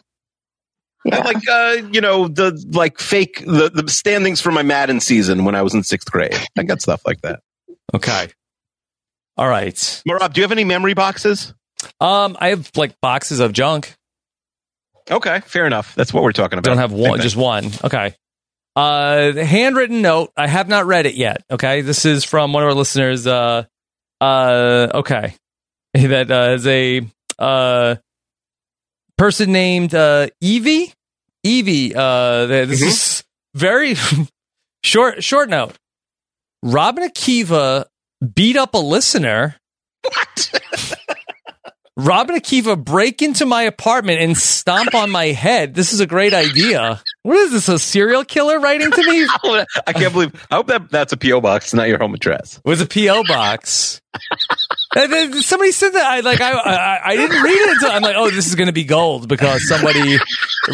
I Like uh, you know the like fake the, the standings for my Madden season when I was in sixth grade. I got stuff like that.
Okay. All right.
Marab, do you have any memory boxes?
Um, I have like boxes of junk.
Okay, fair enough. That's what we're talking about.
Don't have
Same
one,
thing.
just one. Okay. Uh, the handwritten note. I have not read it yet. Okay, this is from one of our listeners. Uh, uh, okay, that uh, is a uh person named uh Evie. Evie. Uh, th-
Mm-hmm.
this is very short. Short note. Robin Akiva beat up a listener. Robin Akiva break into my apartment and stomp on my head. This is a great idea. What is this? A serial killer writing to
Oh,
me?
I can't believe. I hope that that's a PO box, not your home address.
With a PO box. And then somebody said that I like I I, I didn't read it until I'm like, oh, this is going to be gold because somebody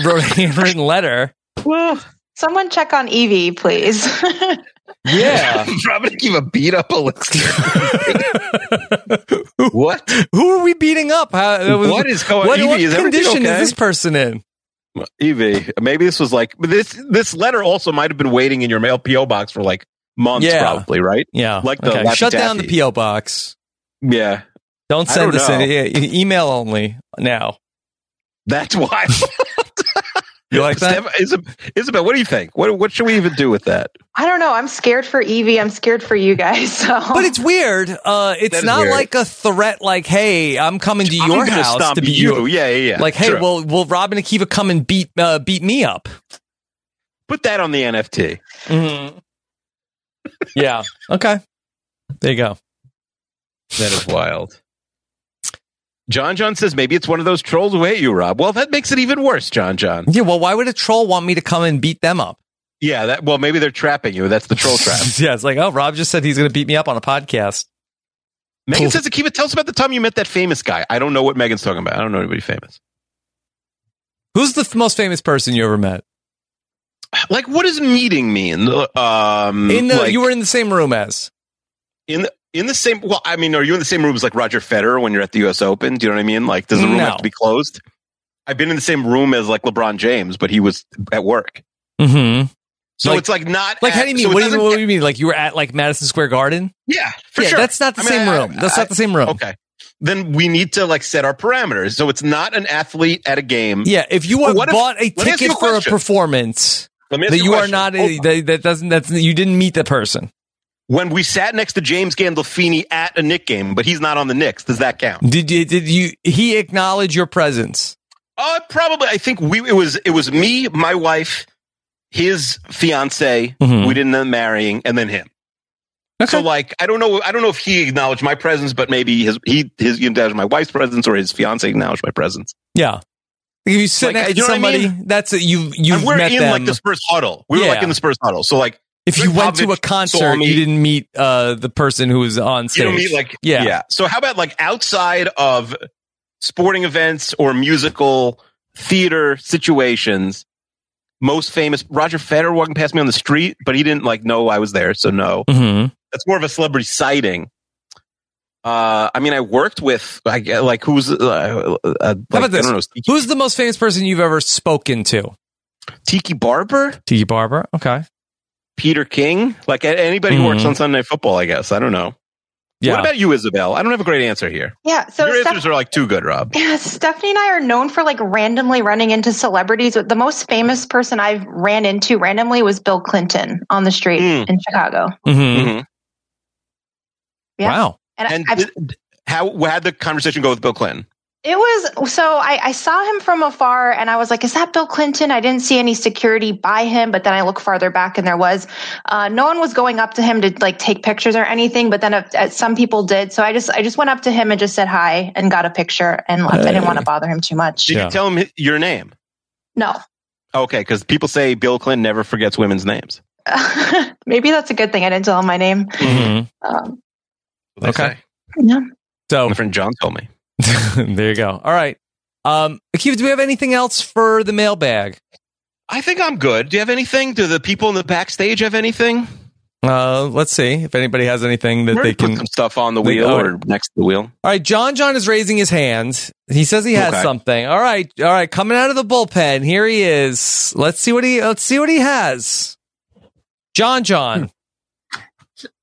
wrote a handwritten letter.
Well, someone check on Evie, please.
Yeah,
Robin Akiva beat up a listener. what?
Who are we beating up? How, that was-
What is going-
What,
Evie,
what
is everything
condition
okay?
is this person in?
Evie, maybe this was like but this. This letter also might have been waiting in your mail PO box for like months,
Yeah.
probably, right?
Yeah,
like the
okay.
Laffy
shut down the
Taffy.
PO box.
Yeah,
don't
I
send
don't
this in.
know.
E- e- Email only now.
That's why.
You like that?
Isabel, Isabel, what do you think? What what should we even do with that?
I don't know. I'm scared for Evie. I'm scared for you guys. So.
But it's weird. Uh,
That
it's
is
not
weird.
like a threat. Like, hey, I'm coming to
I'm
your
gonna
house
stomp
to be
you. Yeah, yeah, yeah.
Like, hey,
True.
will will Robin and Akiva come and beat uh, beat me up?
Put that on the NFT.
Mm-hmm. yeah. Okay. There you go.
That is wild. John John says maybe it's one of those trolls who hate you, Rob. Well, that makes it even worse, John John.
Yeah. Well, why would a troll want me to come and beat them up?
Yeah, that well, maybe they're trapping you. That's the troll trap.
yeah. It's like, oh, Rob just said he's going to beat me up on a podcast.
Megan says, Akiva, tell us about the time you met that famous guy. I don't know what Megan's talking about. I don't know anybody famous.
Who's the f- most famous person you ever met?
Like, what does meeting mean? Um,
In the
like-
you were in the same room as.
in the, in the same. Well, I mean, are you in the same room as like Roger Federer when you're at the U.S. Open? Do you know what I mean? Like, does the room
No.
have to be closed? I've been in the same room as like LeBron James, but he was at work.
Mm-hmm.
So it's like not
Like,
at-
how do you mean?
so it
what, do you,
doesn't-
what do you mean? Like, you were at like Madison Square Garden?
Yeah, for
yeah,
sure.
That's not the
I mean,
same
I-
room. That's not the same room.
Okay. Then we need to like set our parameters. So it's not an athlete at a game.
Yeah, if you
But
want-
Hmm? what if-
bought
let
a
me ask
ticket
you
for a
question.
performance
Let me ask
that
you
you,
a
are
question. Oh.
not
Hold
a, that, that doesn't that's you didn't meet the person.
When we sat next to James Gandolfini at a Nick game, but he's not on the Knicks, does that count?
Did you did you he acknowledge your presence?
Uh, probably. I think we it was it was me, my wife, his fiance.
Mhm.
We didn't end up marrying, and then him. So like I don't know I don't know if he acknowledged my presence, but maybe his he his he acknowledged my wife's presence or his fiance acknowledged my presence.
Yeah. If you sit
Like,
next
you
to
know what I
somebody,
mean?
that's it. You you
and we're
met
in
them.
like the Spurs huddle. We were like
Yeah.
in the Spurs huddle. So like
if you
Greg
went to
Popovich
a
saw
concert,
me-
you didn't meet uh, the person who was on
you
stage.
know what I mean? Like
yeah,
So how about like outside of sporting events or musical theater situations? Most famous Roger Federer walking past me on the street, but he didn't like know I was there, so no.
Mhm.
That's more of a celebrity sighting. Uh, I mean, I worked with I get- like who's uh, uh, like,
How about
I
this?
don't know
Who's the most famous person you've ever spoken to?
Tiki Barber,
Tiki Barber. Okay.
Peter King, like a- anybody who works
Mhm.
on Sunday Night Football. I guess I don't know.
Yeah.
What about you, Isabel? I don't have a great answer here.
Yeah. So
Your
Steph-
answers are like too good, Rob.
yeah, Stephanie and I are known for like randomly running into celebrities. The most famous person I've ran into randomly was Bill Clinton on the street
Hmm.
in Chicago.
Mm-hmm.
Yeah.
Wow.
And,
And
I, I've-
did- how how did the conversation go with Bill Clinton?
It was so I, I saw him from afar and I was like, is that Bill Clinton? I didn't see any security by him, but then I look farther back and there was. Uh, no one was going up to him to like take pictures or anything, but then uh uh, some people did. So I just I just went up to him and just said hi and got a picture and left. I didn't want to bother him too much.
Did you tell him hi- your name?
No,
Okay, because people say Bill Clinton never forgets women's names.
maybe that's a good thing. I didn't tell him my name.
Mm-hmm.
Um,
Okay.
yeah.
So
my friend John told me.
there you go. All right. Um, Akiva, do we have anything else for the mailbag?
I think I'm good. Do you have anything? Do the people in the backstage have anything?
Uh, let's see if anybody has anything that
We're
they
gonna put
can
some stuff on the
they-
wheel
all right.
or next to the wheel.
All right, John John is raising his hand. He says he has
Okay.
something. All right, all right, coming out of the bullpen. Here he is. Let's see what he let's see what he has. John
Hmm.
John.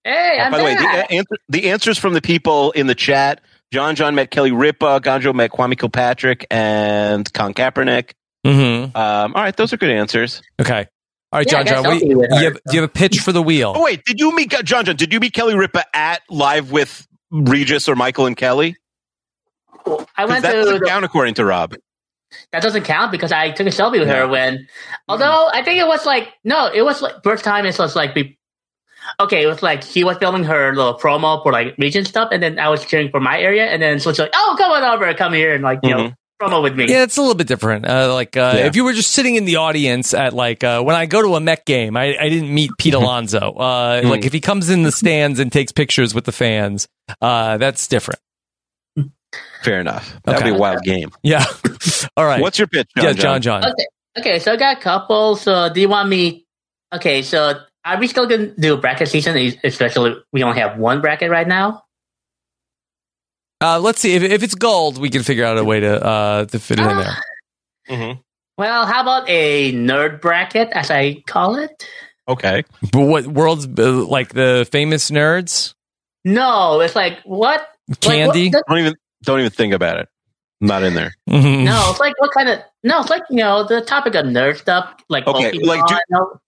Hey, I'm
By the uh, way, the,
back.
a- answer, the answers from the people in the chat. John John met Kelly Ripa, Gonjo met Kwame Kilpatrick, and Con Kaepernick.
Mm-hmm.
Um, all right, those are good answers.
Okay. All right,
Yeah, I
John John.
guess I'll
what-
be
you
with her,
have, do you have a pitch for the wheel?
Oh wait, did you meet John John? Did you meet Kelly Ripa at live with Regis or Michael and Kelly?
I
'Cause
went
that
to
doesn't
the-
count according to Rob.
that doesn't count because I took a selfie with her
No.
when. Although I think it was like no, it was like first time. It was like we. Okay, it was like he was filming her little promo for like region stuff, and then I was cheering for my area, and then so she's like, "Oh, come on over, come here, and like you
Mm-hmm.
know, promo with me."
Yeah, it's a little bit different. Uh, like uh, if you were just sitting in the audience at like uh, when I go to a Met game, I, I didn't meet Pete Alonso. Uh,
Hmm.
Like if he comes in the stands and takes pictures with the fans, uh, that's different.
Fair enough. That'd be a wild game.
Yeah. All right.
What's your pitch, John?
Yeah, John John.
Okay, okay, so I got a couple. So do you want me? Okay, so are we still gonna do bracket season? Especially we only have one bracket right now.
Uh, let's see if, if it's gold, we can figure out a way to uh, to fit it in there. Mm-hmm.
Well, how about a nerd bracket, as I call it?
Okay,
but what world's uh, like the famous nerds?
No, it's like what Like, what-
Candy?
that-
Don't even don't even think about it. Not in there.
No, it's like what kind of no, it's like you know the topic of nerd stuff, like
Okay,
Pokemon,
like do,
no,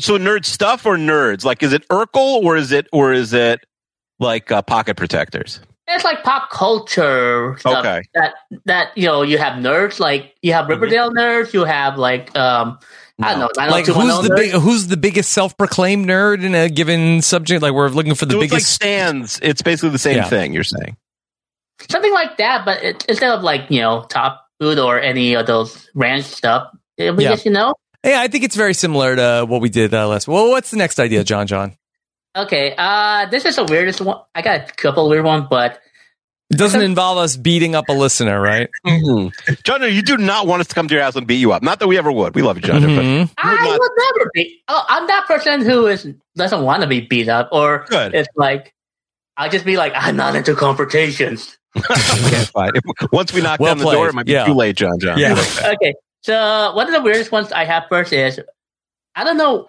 so nerd stuff or nerds? Like, is it Urkel or is it or is it like uh, pocket protectors?
it's like pop culture stuff
Okay.
that that you know you have nerds, like you
Mm-hmm.
have Riverdale nerds, you have like um I don't know,
Like who's the big, who's the biggest self-proclaimed nerd in a given subject? Like we're looking for the
So it's like
biggest
stands. It's basically the same
Yeah.
thing you're saying.
something like that, but it, instead of like you know top food or any of those ranch stuff, it, we
Yeah.
just you know
Yeah, I think it's very similar to what we did uh, last. Well, what's the next idea, John? John
okay. Uh, this is the weirdest one. I got a couple weird ones, but
it doesn't involve us beating up a listener, right?
John, Mm-hmm. you do not want us to come to your house and beat you up. Not that we ever would. We love you, John.
Mm-hmm.
But
I would never be. Oh, I'm that person who is doesn't want to be beat up, or it's like I'll just be like, I'm not into confrontations.
Okay, fine. If- once we knock
Well
down the door,
played.
it might be
Yeah.
too late, John. John.
Yeah.
okay, so one of the weirdest ones I have first is I don't know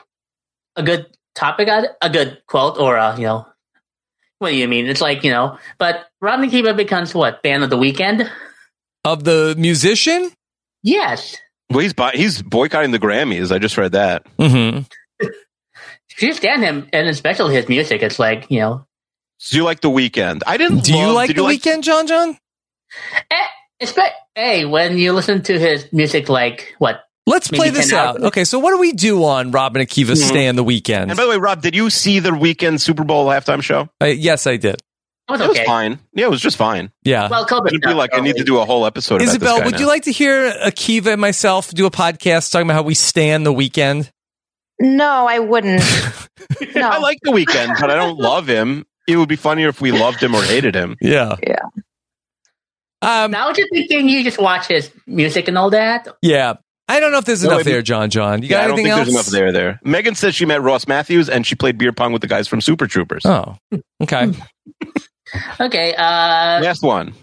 a good topic, on a good quote, or a, you know, what do you mean? It's like you know, but Rodney Kiva becomes what fan of the weekend
of the musician.
Yes,
Well, he's bo- he's boycotting the Grammys. I just read that.
Mm-hmm.
if you stand him, and especially his music, it's like you know,
Do you like the weekend? I didn't.
Do you
love-
like
did
the weekend, John? John?
it's but Eh, hey, when you listen to his music, like what?
Let's
maybe
play this
10
out.
hours?
Okay, so what do we do on Robin Akiva's
Mhm.
Stay on the Weekend?
And by the way, Rob, did you see the weekend Super Bowl halftime show?
Uh, yes, I did.
It was, okay.
fine. Yeah, it was just fine.
Yeah.
Well, COVID
It'd be
stuff,
like I need to do a whole episode. about this
Isabel,
guy
would
now.
you like to hear Akiva and myself do a podcast talking about how we stand the weekend?
No, I wouldn't. No.
I like the weekend, but I don't love him. It would be funnier if we loved him or hated him.
Yeah.
Yeah.
Um,
now I was just thinking, you just watch his music and all that.
Yeah. I don't know if there's
No,
enough
it'd be-
there, John. John, you
Yeah,
got
I don't
anything
think
else?
there's enough there. There. Megan says she met Ross Matthews and she played beer pong with the guys from Super Troopers.
Oh, okay.
Okay, uh,
Last one.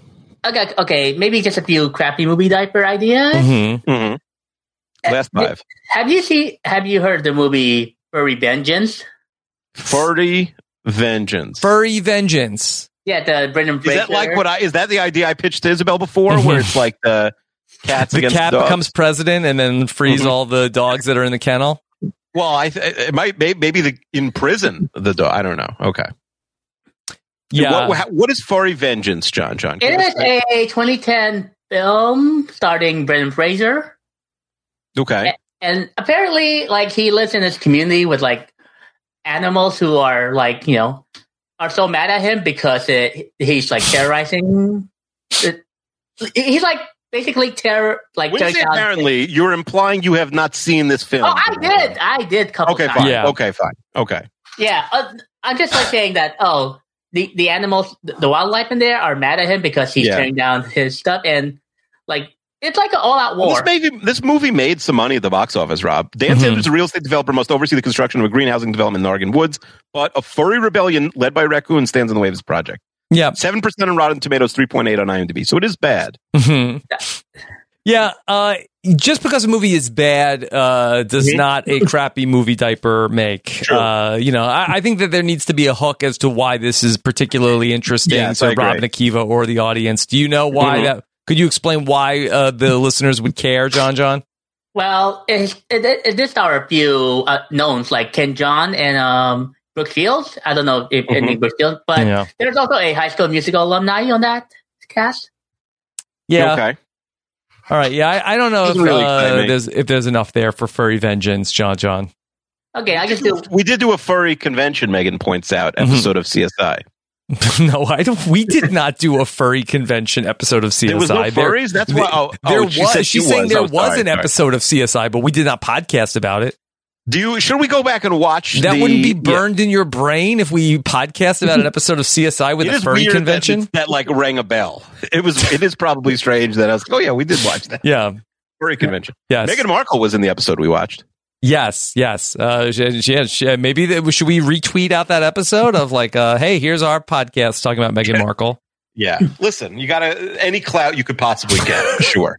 okay, okay, maybe just a few crappy movie diaper ideas.
Mm-hmm. Last five.
Have you seen? Have you heard the movie Furry Vengeance?
Furry vengeance.
Furry vengeance.
Yeah, the Brendan
Is
Fraser.
that like what I? Is that the idea I pitched to Isabel before, where
Mm-hmm.
it's like the cats
The
against
cat
dogs?
becomes president and then frees
Mhm.
all the dogs that are in the kennel.
Well, I th- it might may- maybe the in prison the dog. I don't know. Okay. What,
Yeah.
what- what is furry vengeance, John? John.
It is a 2010 film starring Brendan Fraser,
Okay.
and apparently, like he lives in this community with like animals who are like you know are so mad at him because it, he's like terrorizing. it- he's like basically terror like
When you
tears
say
down-
apparently, you're implying you have not seen this film.
Oh, I did. I did. a Couple
Okay,
times.
fine. Okay, fine. Okay.
Yeah, uh, I'm just like saying that. Oh, the the animals, the wildlife in there are mad at him because he's
Yeah.
tearing down his stuff, and like it's like an all-out war.
Well, this maybe this movie made some money at the box office. Rob Dan
Mm-hmm.
Sanders, a real estate developer, must oversee the construction of a green housing development in Oregon woods. But a furry rebellion led by raccoon stands in the way of this project.
Yeah,
seven percent on Rotten Tomatoes, three point eight on IMDb. So it is bad.
Mhm. Yeah. Uh, just because a movie is bad uh, does
Mm-hmm.
not a crappy movie diaper make. Uh, you know, I, I think that there needs to be a hook as to why this is particularly interesting
Yes, I
to
agree.
Robin Akiva or the audience. Do you know why
Mhm.
that? Could you explain why uh, the listeners would care, John? John?
well, it, it, it, this are a few uh, knowns like Ken John and um Brooke Shields. I don't know if any
Mm-hmm.
Brooke Shields, but
Yeah.
there's also a High School Musical alumni on that cast.
Yeah.
Okay.
All right. Yeah, I, I don't know if,
This is really
uh,
exciting.
there's, if there's enough there for furry vengeance, John. Uh, John.
Okay, I just do.
We did do a furry convention. Megan points out
Mm-hmm.
episode of CSI.
no, I don't. We did not do a furry convention episode of CSI.
There was no furries? That's why- oh, oh,
there
she
was.
said she
she's saying
was.
there
Oh,
was
sorry,
an
sorry.
episode of CSI, but we did not podcast about it.
Do you? Should we go back and watch?
That
the-
wouldn't be
Yeah.
burned in your brain if we podcast about an episode of CSI with
It
a
is
furry
weird that
convention.
it's- That, like rang a bell. It was. It is probably strange that I was. Like, oh yeah, we did watch that
Yeah.
furry convention.
Yes.
Meghan Markle was in the episode we watched.
Yes. Yes. Uh, she, she, she, maybe that, should we retweet out that episode of like, uh, hey, here's our podcast talking about Meghan Markle.
Yeah. Listen, you got to any clout you could possibly get. sure.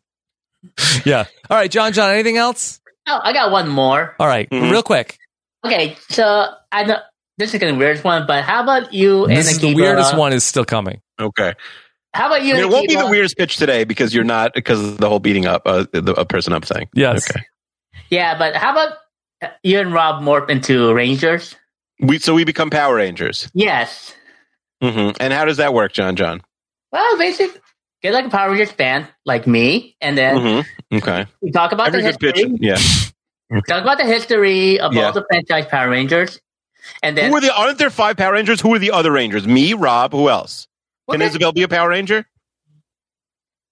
Yeah. All right, John. John, anything else?
Oh, I got one more.
All right,
Mm-hmm.
real quick.
Okay, so I know this is gonna be the weirdest one, but how about you and
This is the
Akiva-
weirdest one is still coming.
Okay.
How about you?
It
Nikki?
won't be the
Well,
weirdest pitch today because you're not because of the whole beating up uh, the, a person up thing.
Yes.
Okay.
Yeah, but how about uh, you and Rob morph into Rangers?
We so we become Power Rangers.
Yes.
hmm And how does that work, John? John.
Well, basically, get like a Power Rangers fan, like me, and then
Mm-hmm. Okay.
we talk about
Every
the
good pitch.
history.
Yeah.
Talk about the history of
Yeah.
all the franchise Power Rangers, and then
Who are the aren't there five Power Rangers? Who are the other Rangers? Me, Rob. Who else? Can Isabel be a Power Ranger?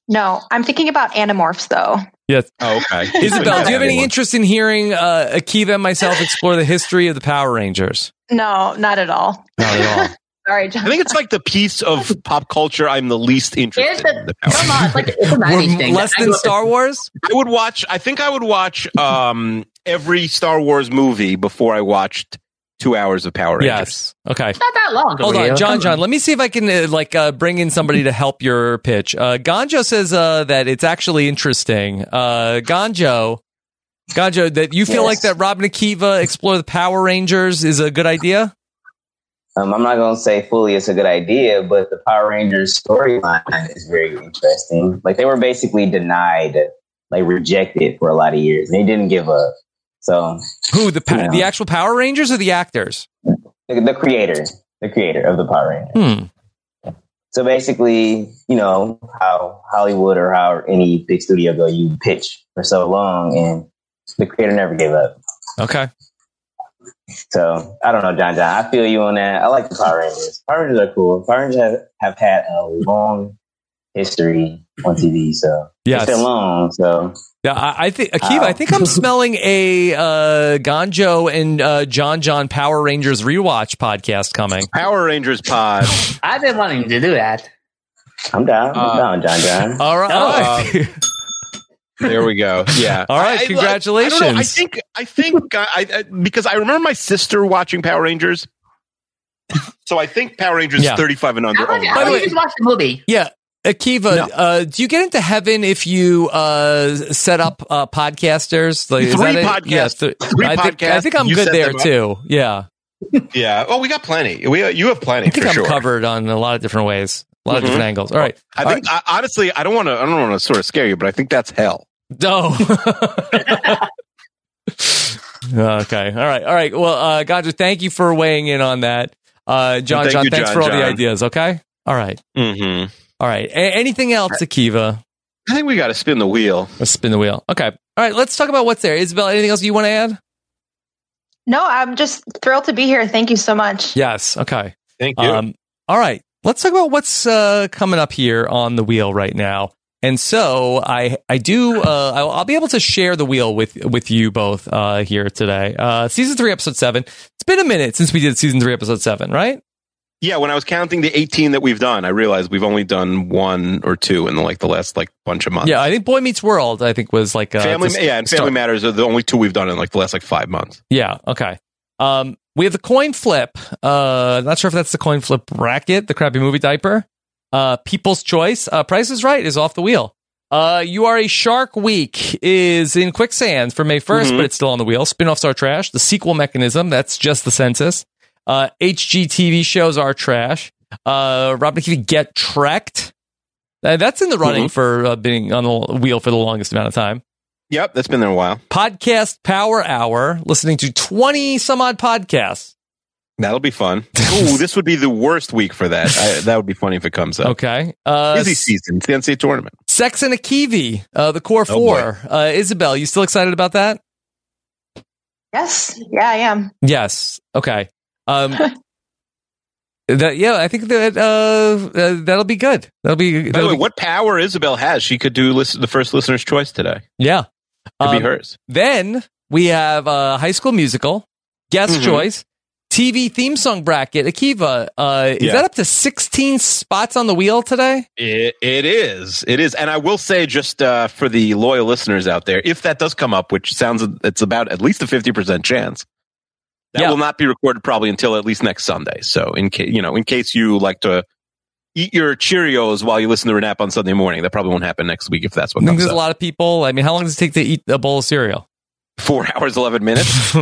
No, I'm thinking about Animorphs though.
Yes.
Oh, okay.
Isabel, do you have any
Yeah.
interest in hearing uh, Akiva and myself explore the history of the Power Rangers?
No, not at all.
Not at all.
Sorry, John.
I think it's like the piece of pop culture I'm the least interested in. The Power
Come on, it's like it's a 90s thing. I grew up-
Wars?
I would watch I think I would watch um every Star Wars movie before I watched two hours of Power Rangers.
Yes. Okay.
Not that long.
Hold
ago,
on,
Come
John. John, let me see if I can uh, like uh, bring in somebody to help your pitch. Uh, Ganjo says uh, that it's actually interesting. Uh, Ganjo, Ganjo, that you feel
Yes.
like that Robin Akiva explore the Power Rangers is a good idea.
Um, I'm not going to say fully it's a good idea, but the Power Rangers storyline is very interesting. Like they were basically denied, like rejected for a lot of years. They didn't give up. So
who the
pa-
The actual Power Rangers or the actors?
the, the creator, the creator of the Power Rangers.
Hmm.
So basically, you know how Hollywood or how any big studio go, you pitch for so long, and the creator never gave up.
Okay.
So I don't know, John. John, I feel you on that. I like the Power Rangers. Power Rangers are cool. Power Rangers have, have had a long history on TV, so
Yes.
it's been long. So
Yeah, I, I think Akiva. I think I'm smelling a uh, Ganjo and uh, John John Power Rangers rewatch podcast coming.
Power Rangers pod.
on. I've been wanting to do that.
I'm down.
Uh,
I'm down, John. John.
All right.
all
right.
there we go. Yeah.
Uh, All right,
I- I-
congratulations.
I, don't know. I think I think I, I because I remember my sister watching Power Rangers. So I think Power Rangers
Yeah.
35 and under.
How about,
only.
how about you just watch the movie?
Yeah. Akiva, uh, do you get into heaven if you uh, set up uh, podcasters? Like, is
Three
that it?
podcasts.
Yeah, th-
Three
I think, I
podcasts.
think I'm
You
good
set
there
them up.
too. Yeah,
Yeah. Oh, we got plenty. We you have plenty.
I think
for
I'm
sure.
covered on a lot of different ways, a lot of
Mhm.
different angles. All right,
I think I, honestly, I don't want to. I don't want to sort of scare you, but I think that's hell.
no. Uh, okay, all right, all right. Well, uh, Godra, thank you for weighing in on that, uh, John.
Thank
John,
you,
thanks
John,
for all the
John.
ideas. Okay, all right,
Mm-hmm.
all right. A- anything else, Akiva?
I think we got to spin the wheel.
Let's spin the wheel. Okay, all right. Let's talk about what's there. Isabel, anything else you want to add?
No, I'm just thrilled to be here. Thank you so much.
Yes. Okay. Um,
Thank
you.
all right. Let's talk about what's uh, coming up here on the wheel right now. And so I I do uh, I'll, I'll be able to share the wheel with with you both uh, here today. Uh, season three, episode seven. It's been a minute since we did season three, episode seven, right?
Yeah, when I was counting the 18 that we've done, I realized we've only done one or two in like the last like bunch of months.
Yeah, I think Boy Meets World. I think was like uh,
family,
just-
yeah, and Family Matters are the only two we've done in like the last like five months.
Yeah. Okay. Um, we have the coin flip. Uh, not sure if that's the coin flip bracket, the crappy movie diaper. Uh, People's Choice. Uh, Price is Right is off the wheel. Uh, you are a Shark Week is in quicksand for May 1st,
Mhm.
but it's still on the wheel. Spinoffs are trash. The sequel mechanism, that's just the census. Uh, HGTV shows are trash. Uh, Robin Akiva get trekked. Uh, that's in the running
Mhm.
for uh, being on the wheel for the longest amount of time.
Yep, that's been there a while.
Podcast Power Hour, listening to 20 some odd podcasts.
That'll be fun. Ooh, this would be the worst week for that. I, that would be funny if it comes up.
Okay. Uh,
Busy season. It's the NCAA tournament.
Sex and a Kiwi, uh, the
Oh,
core four. uh, Isabel, you still excited about that?
Yes. Yeah, I am.
Yes. Okay. Um, that, yeah, I think that uh, uh, that'll be good. That'll be.
By the
that'll
way,
be-
what power Isabel has? She could do listen, the first listener's choice today.
Yeah.
Could
Um,
be hers.
Then we have uh, High School Musical, Guest
Mhm.
Choice, TV theme song bracket. Akiva, uh, is
Yeah.
that up to 16 spots on the wheel today?
It, it is. It is. And I will say, just uh, for the loyal listeners out there, if that does come up, which sounds it's about at least a fifty percent chance, that will not be recorded probably until at least next Sunday. So in case you know, in case you like to eat your Cheerios while you listen to Renap on Sunday morning, that probably won't happen next week if that's
I
what
think
comes
there's
up.
a lot of people. I mean, how long does it take to eat a bowl of cereal?
Four hours eleven minutes.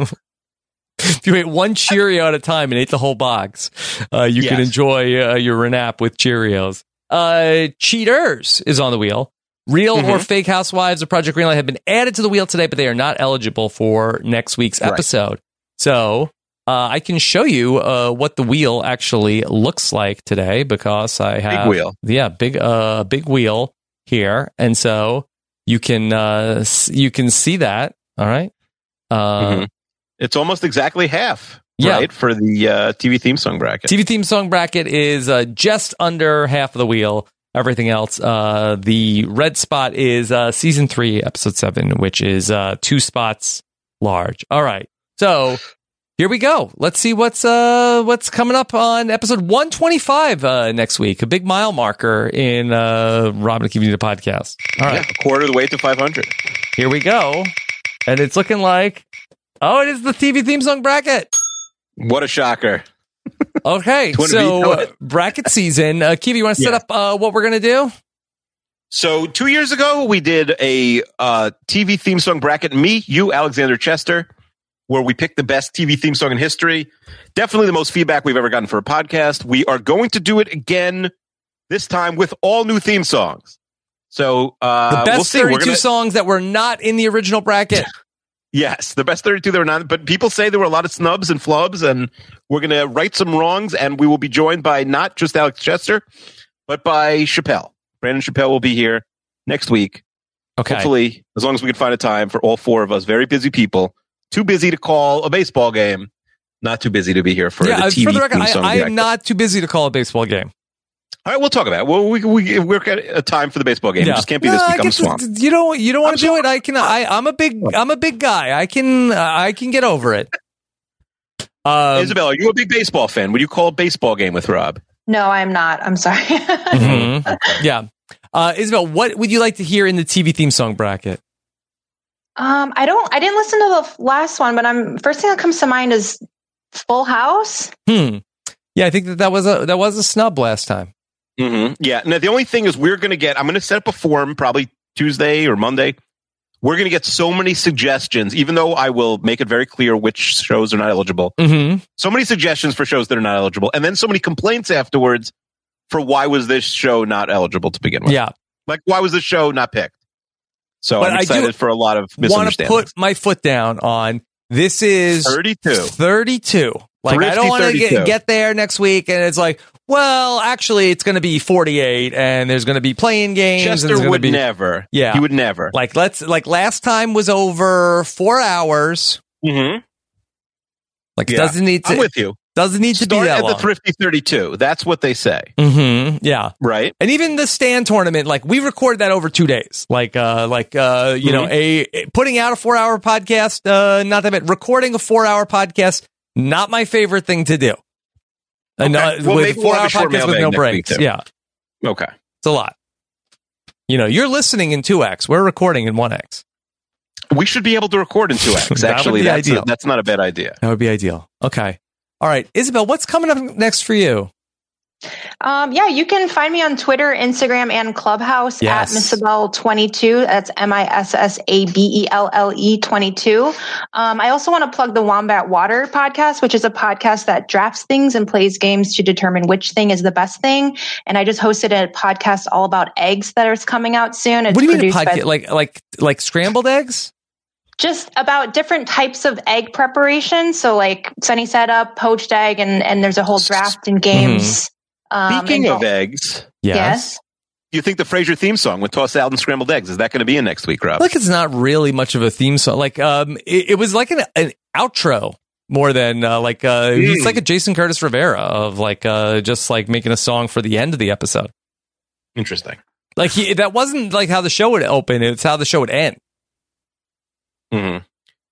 if you ate one Cheerio at a time and ate the whole box, uh, you can
Yes.
enjoy uh, your renap with Cheerios. Uh, Cheaters is on the wheel. Real
Mm-hmm.
or fake housewives of Project Greenlight have been added to the wheel today, but they are not eligible for next week's episode. So uh, I can show you uh, what the wheel actually looks like today because I have
wheel.
Yeah, big uh, big wheel here, and so you can uh, s- you can see that. All right. Uh,
It's almost exactly half,
Yeah.
right, for the uh, TV theme song bracket.
TV theme song bracket is uh, just under half of the wheel. Everything else, uh, the red spot is uh, season three, episode seven, which is uh, two spots large. All right, so here we go. Let's see what's uh, what's coming up on episode one twenty five uh, next week. A big mile marker in uh, Robin and Keeping the podcast. All right,
Yeah, a quarter of the way to 500.
here we go, and it's looking like oh, it is the TV theme song bracket.
What a shocker.
Okay,
Twitter
so
beat-
uh, bracket season. Uh, Kiva, you want to set
Yeah.
up uh, what we're gonna do?
So two years ago, we did a uh, TV theme song bracket. Me, you, Alexander Chester, where we picked the best TV theme song in history. Definitely the most feedback we've ever gotten for a podcast. We are going to do it again this time with all new theme songs. So uh,
The best
we'll see. We're
32
gonna-
songs that were not in the original bracket.
Yes, the best 32 there were not, but people say there were a lot of snubs and flubs, and we're going to right some wrongs, and we will be joined by not just Alex Chester, but by Chappelle. Brandon Chappelle will be here next week.
Okay.
Hopefully, as long as we can find a time for all four of us, very busy people, too busy to call a baseball game, not too busy to be here for
yeah,
the
uh,
TV
for the record,
theme
I,
song
I
react.
am not too busy to call a baseball game.
all right, we'll talk about it. Well, we, we, we're at a time for the baseball game. It just can't be this
No, I
week. I'm
get to-
swamped.
You don't you don't want to do it. I can. I, I'm a big I'm a big guy. I can uh, I can get over it. Um,
Isabel, are you a big baseball fan? Would you call a baseball game with Rob?
No, I'm not. I'm sorry.
yeah, uh, Isabel, what would you like to hear in the TV theme song bracket?
um, I don't. I didn't listen to the f- last one, but I'm first thing that comes to mind is Full House.
Hmm. Yeah, I think that that was a that was a snub last time.
hmm Yeah. Now the only thing is we're going to get. I'm going to set up a form probably Tuesday or Monday. We're going to get so many suggestions, even though I will make it very clear which shows are not eligible.
Mm-hmm.
So many suggestions for shows that are not eligible, and then so many complaints afterwards for why was this show not eligible to begin with?
Yeah.
Like why was this show not picked? So
But
I'm
I do
excited for a lot of
Want to
misunderstandings.
put my foot down on this is
32.
32. Like I
Thrifty
don't want to
32.
get, get there next week and it's like, well, actually it's going to be 48 and there's going to be playing games and
Chester
there's gonna
would
be-
never.
Yeah.
He would never.
Like let's like last time was over 4 hours.
Mhm.
Like
Yeah.
doesn't need to
I'm with you.
Doesn't need to
Start
be that
at
long.
the thrifty thirty-two. That's what they say.
Mm-hmm. Yeah.
Right.
And even the stand tournament, like we recorded that over two days. Like, uh, like, uh, you know,
Mm-hmm.
a, a- putting out a four hour podcast, uh, not that bad. Recording a four hour podcast, not my favorite thing to do. And uh,
Well,
with
maybe we'll
four
have
hour
a short
podcast with
mailbag
no
next week,
breaks.
too.
Yeah.
Okay.
It's a lot. You know, you're listening in 2X. We're recording in 1X.
We should be able to record in 2X,
That would
actually.
be
that's,
ideal.
a- that's not a bad idea.
That would be ideal. Okay. All right. Isabel, what's coming up next for you?
Um, yeah, you can find me on Twitter, Instagram, and Clubhouse
Yes.
at Missabelle22. That's M I S S A B E L L E 22. Um, I also want to plug the Wombat Water podcast, which is a podcast that drafts things and plays games to determine which thing is the best thing. And I just hosted a podcast all about eggs that is coming out soon. It's
what do you mean a
produced by-
podcast? Like, like, like scrambled eggs?
just about different types of egg preparation. So like sunny setup, poached egg, and and there's a whole draft and
Mm-hmm.
games. Um,
Speaking
and-
of eggs,
Yes. Yes.
You think the Frasier theme song with tossed salad and scrambled eggs is that going to be in next week, Rob?
Like it's not really much of a theme song. Like um, it, it was like an, an outro more than uh, like uh, it's
Mm.
like a Jason Curtis Rivera of like uh, just like making a song for the end of the episode.
Interesting.
Like he, that wasn't like how the show would open. It's how the show would end.
hmm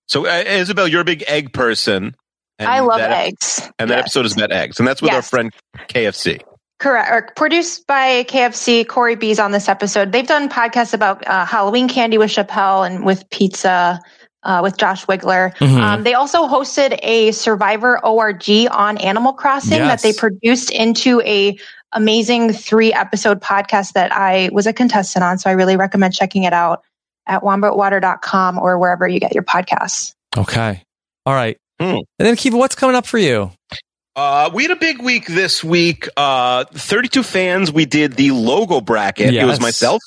So, uh, Isabel, you're a big egg person. and
I love
that ep-
eggs.
And that episode is about eggs, and that's with our
Yes.
friend KFC.
Correct. Or produced by KFC, Corey B's on this episode. They've done podcasts about uh, Halloween candy with Chappelle and with pizza. Uh, with Josh Wiggler.
Mhm.
Um, they also hosted a Survivor ORG on Animal Crossing
Yes.
that they produced into a amazing three episode podcast that I was a contestant on. So I really recommend checking it out at wombatwater.com or wherever you get your podcasts.
Hmm.
Okay. All right. And then Kiva, what's coming up for you?
Uh, we had a big week this week. Uh, 32 fans. We did the logo bracket. It was
Yes.
myself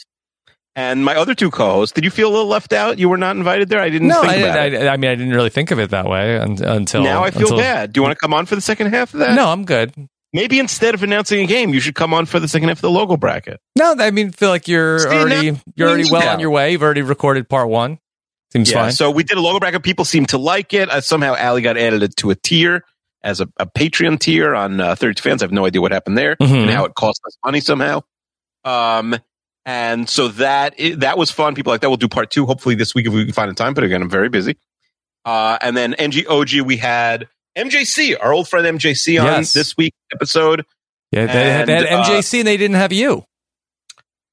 and my other two co-hosts. Did you feel a little left out? You were not invited there. I didn't
no,
think
I,
about it.
didn't- I, I mean, I didn't really think of it that way un- until
now I feel
until-
bad. Do you want to come on for the second half of that?
No, I'm good.
Maybe instead of announcing a game, you should come on for the second half of the logo bracket.
No, I mean, feel like you're
See, now
already you're already
things
well
now.
on your way. You've already recorded part one. Seems fine.
So we did a logo bracket. People seemed to like it. Uh, somehow Allie got added it to a tier as a, a Patreon tier on uh, 32 fans. I have no idea what happened there
Mhm.
and how it cost us money somehow. Um, and so that i- that was fun. People like that. We'll do part two hopefully this week if we can find the time. But again, I'm very busy. Uh, and then NGOG, we had MJC, our old friend MJC, on
Yes.
this week's episode.
yeah, they had, they had
And, uh,
MJC and they didn't have you.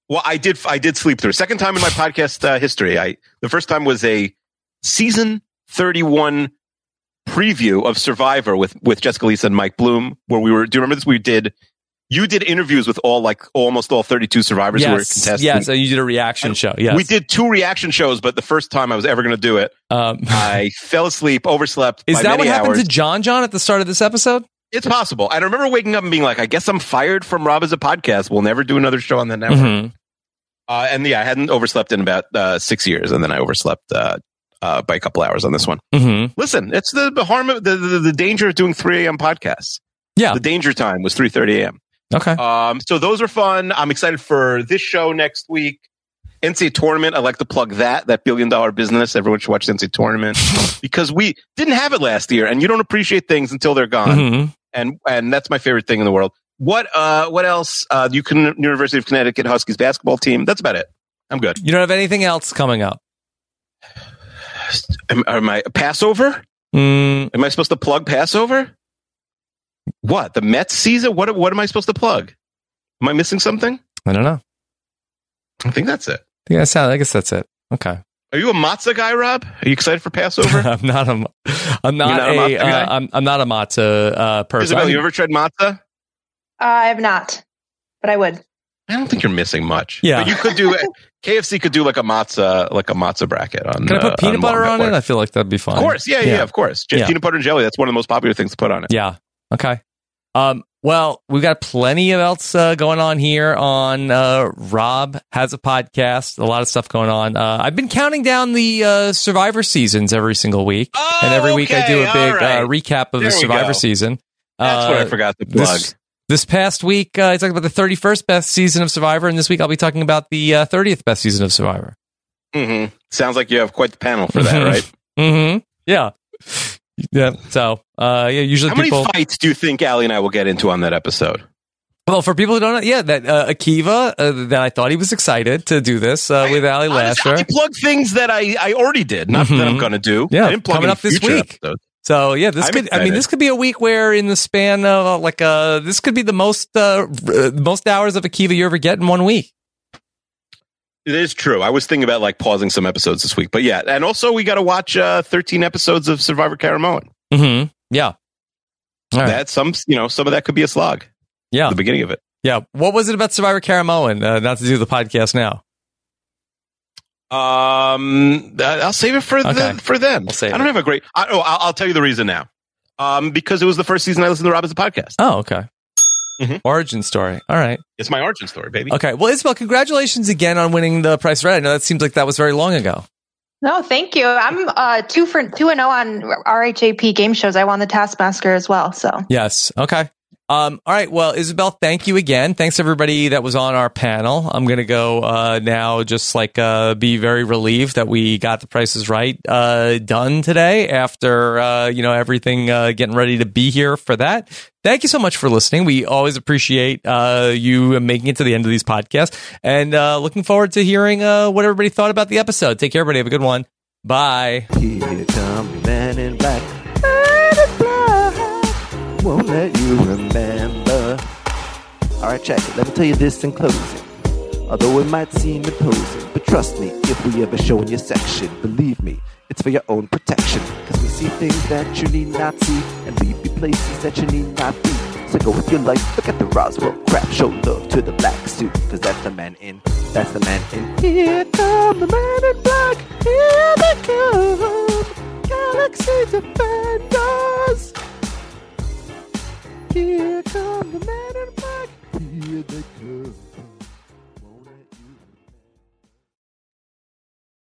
Well, I did. I did sleep through. Second time in my podcast uh, history. I the first time was a season thirty-one preview of Survivor with with Jessica Lisa and Mike Bloom, where we were. Do you remember this? We did. You did interviews with all like almost all thirty-two survivors who were
Yes,
contestants.
yes, and you did a reaction show. Yes,
We did two reaction shows, but the first time I was ever going to do it, I fell asleep, overslept.
Um, Is
by
that what
many
happened
hours.
to John John at the start of this episode?
It's possible. And I remember waking up and being like, I guess I'm fired from Rob as a podcast. We'll never do another show on the network.
Mhm.
Uh, and yeah, I hadn't overslept in about uh, six years, and then I overslept uh, uh, by a couple hours on this one.
Mm-hmm.
Listen, it's the, the harm, of, the, the the danger of doing three a.m. podcasts.
Yeah,
the danger time was three thirty a.m.
Okay.
Um, so those are fun. I'm excited for this show next week. NCAA tournament. I like to plug that that billion dollar business. Everyone should watch the NCAA tournament because we didn't have it last year, and you don't appreciate things until they're gone.
Mm-hmm.
And and that's my favorite thing in the world. What uh what else? Uh, you can University of Connecticut Huskies basketball team. That's about it. I'm good.
You don't have anything else coming up.
Am, am I Passover?
Mm.
Am I supposed to plug Passover? What the Mets season? What what am I supposed to plug? Am I missing something?
I don't know.
I think that's it.
I think that sound. I guess that's it. Okay.
Are you a matzah guy, Rob? Are you excited for Passover?
I'm not a. I'm not,
not a
a.
matzah
uh,
guy?
I'm, I'm not a matzah uh, person.
Isabel,
I mean,
you ever tried matzah?
Uh, I have not, but I would.
I don't think you're missing much.
Yeah.
but you could do KFC could do like a matzah like a matzah bracket on.
can I
uh,
put peanut
on
butter
Long
on it?
Network.
I feel like that'd be fun.
Of course, yeah, yeah, of course. Just
Yeah.
peanut butter and jelly. That's one of the most popular things to put on it.
Yeah. Okay. Um, well, we've got plenty of else uh, going on here on uh, Rob has a podcast. A lot of stuff going on. Uh, I've been counting down the uh, Survivor seasons every single week, and every week I do a
Oh, okay, all
big
right.
uh, recap of
There we
the Survivor
go.
season. Uh,
That's what I forgot to plug.
This, this past week, uh, I talked about the 31st best season of Survivor, and this week I'll be talking about the uh, 30th best season of Survivor.
hmm Sounds like you have quite the panel for that, right?
Mm-hmm. Yeah. Yeah. So, uh, yeah, usually
How many
people.
fights do you think Allie and I will get into on that episode?
Well, for people who don't know, yeah, that uh, Akiva, uh, that I thought he was excited to do this uh, with Ali Lasher.
Plug things that I, I already did, not that I'm
Mhm.
going to do.
Yeah,
I didn't plug
coming
in
up this
future
week.
episodes.
So yeah, this
I'm
could. I mean,
excited.
this could be a week where, in the span of uh, like uh, this could be the most uh, r- uh, most hours of Akiva you ever get in one week.
It is true. I was thinking about like pausing some episodes this week, but yeah, and also we got to watch uh, 13 episodes of Survivor Karamoan.
Mm-hmm. Yeah, right.
That some you know some of that could be a slog.
Yeah,
the beginning of it.
yeah. What was it about Survivor Karamoan? Uh, not to do the podcast now.
Um, I- I'll save it for
Okay.
the, for then. I don't have a great. I, oh, I'll, I'll tell you the reason now. Um, because it was the first season I listened to Rob as a podcast. Mm-hmm.
Oh, okay. Origin story. All right.
It's my origin story, baby.
Okay. Well, Isabel, congratulations again on winning the Price Red. I know that seems like that was very long ago.
No, thank you. I'm uh, two for two and zero on RHAP game shows. I won the Taskmaster as well. So
Yes. Okay. Um, all right. Well, Isabel, thank you again. Thanks everybody that was on our panel. I'm gonna go uh, now. Just like uh, be very relieved that we got the prices right uh, done today. After uh, you know everything uh, getting ready to be here for that. Thank you so much for listening. We always appreciate uh, you making it to the end of these podcasts, and uh, looking forward to hearing uh, what everybody thought about the episode. Take care, everybody. Have a good one. Bye.
Here come the man in black. Won't let you remember. Alright, check it. Let me tell you this in closing. Although it might seem imposing, but trust me, if we ever show in your section, believe me, it's for your own protection. Cause we see things that you need not see, and we be places that you need not be. So go with your life, forget the Roswell crap, show love to the black suit, cause that's the man in, that's the man in. Here come the man in black. Here they come. Galaxies of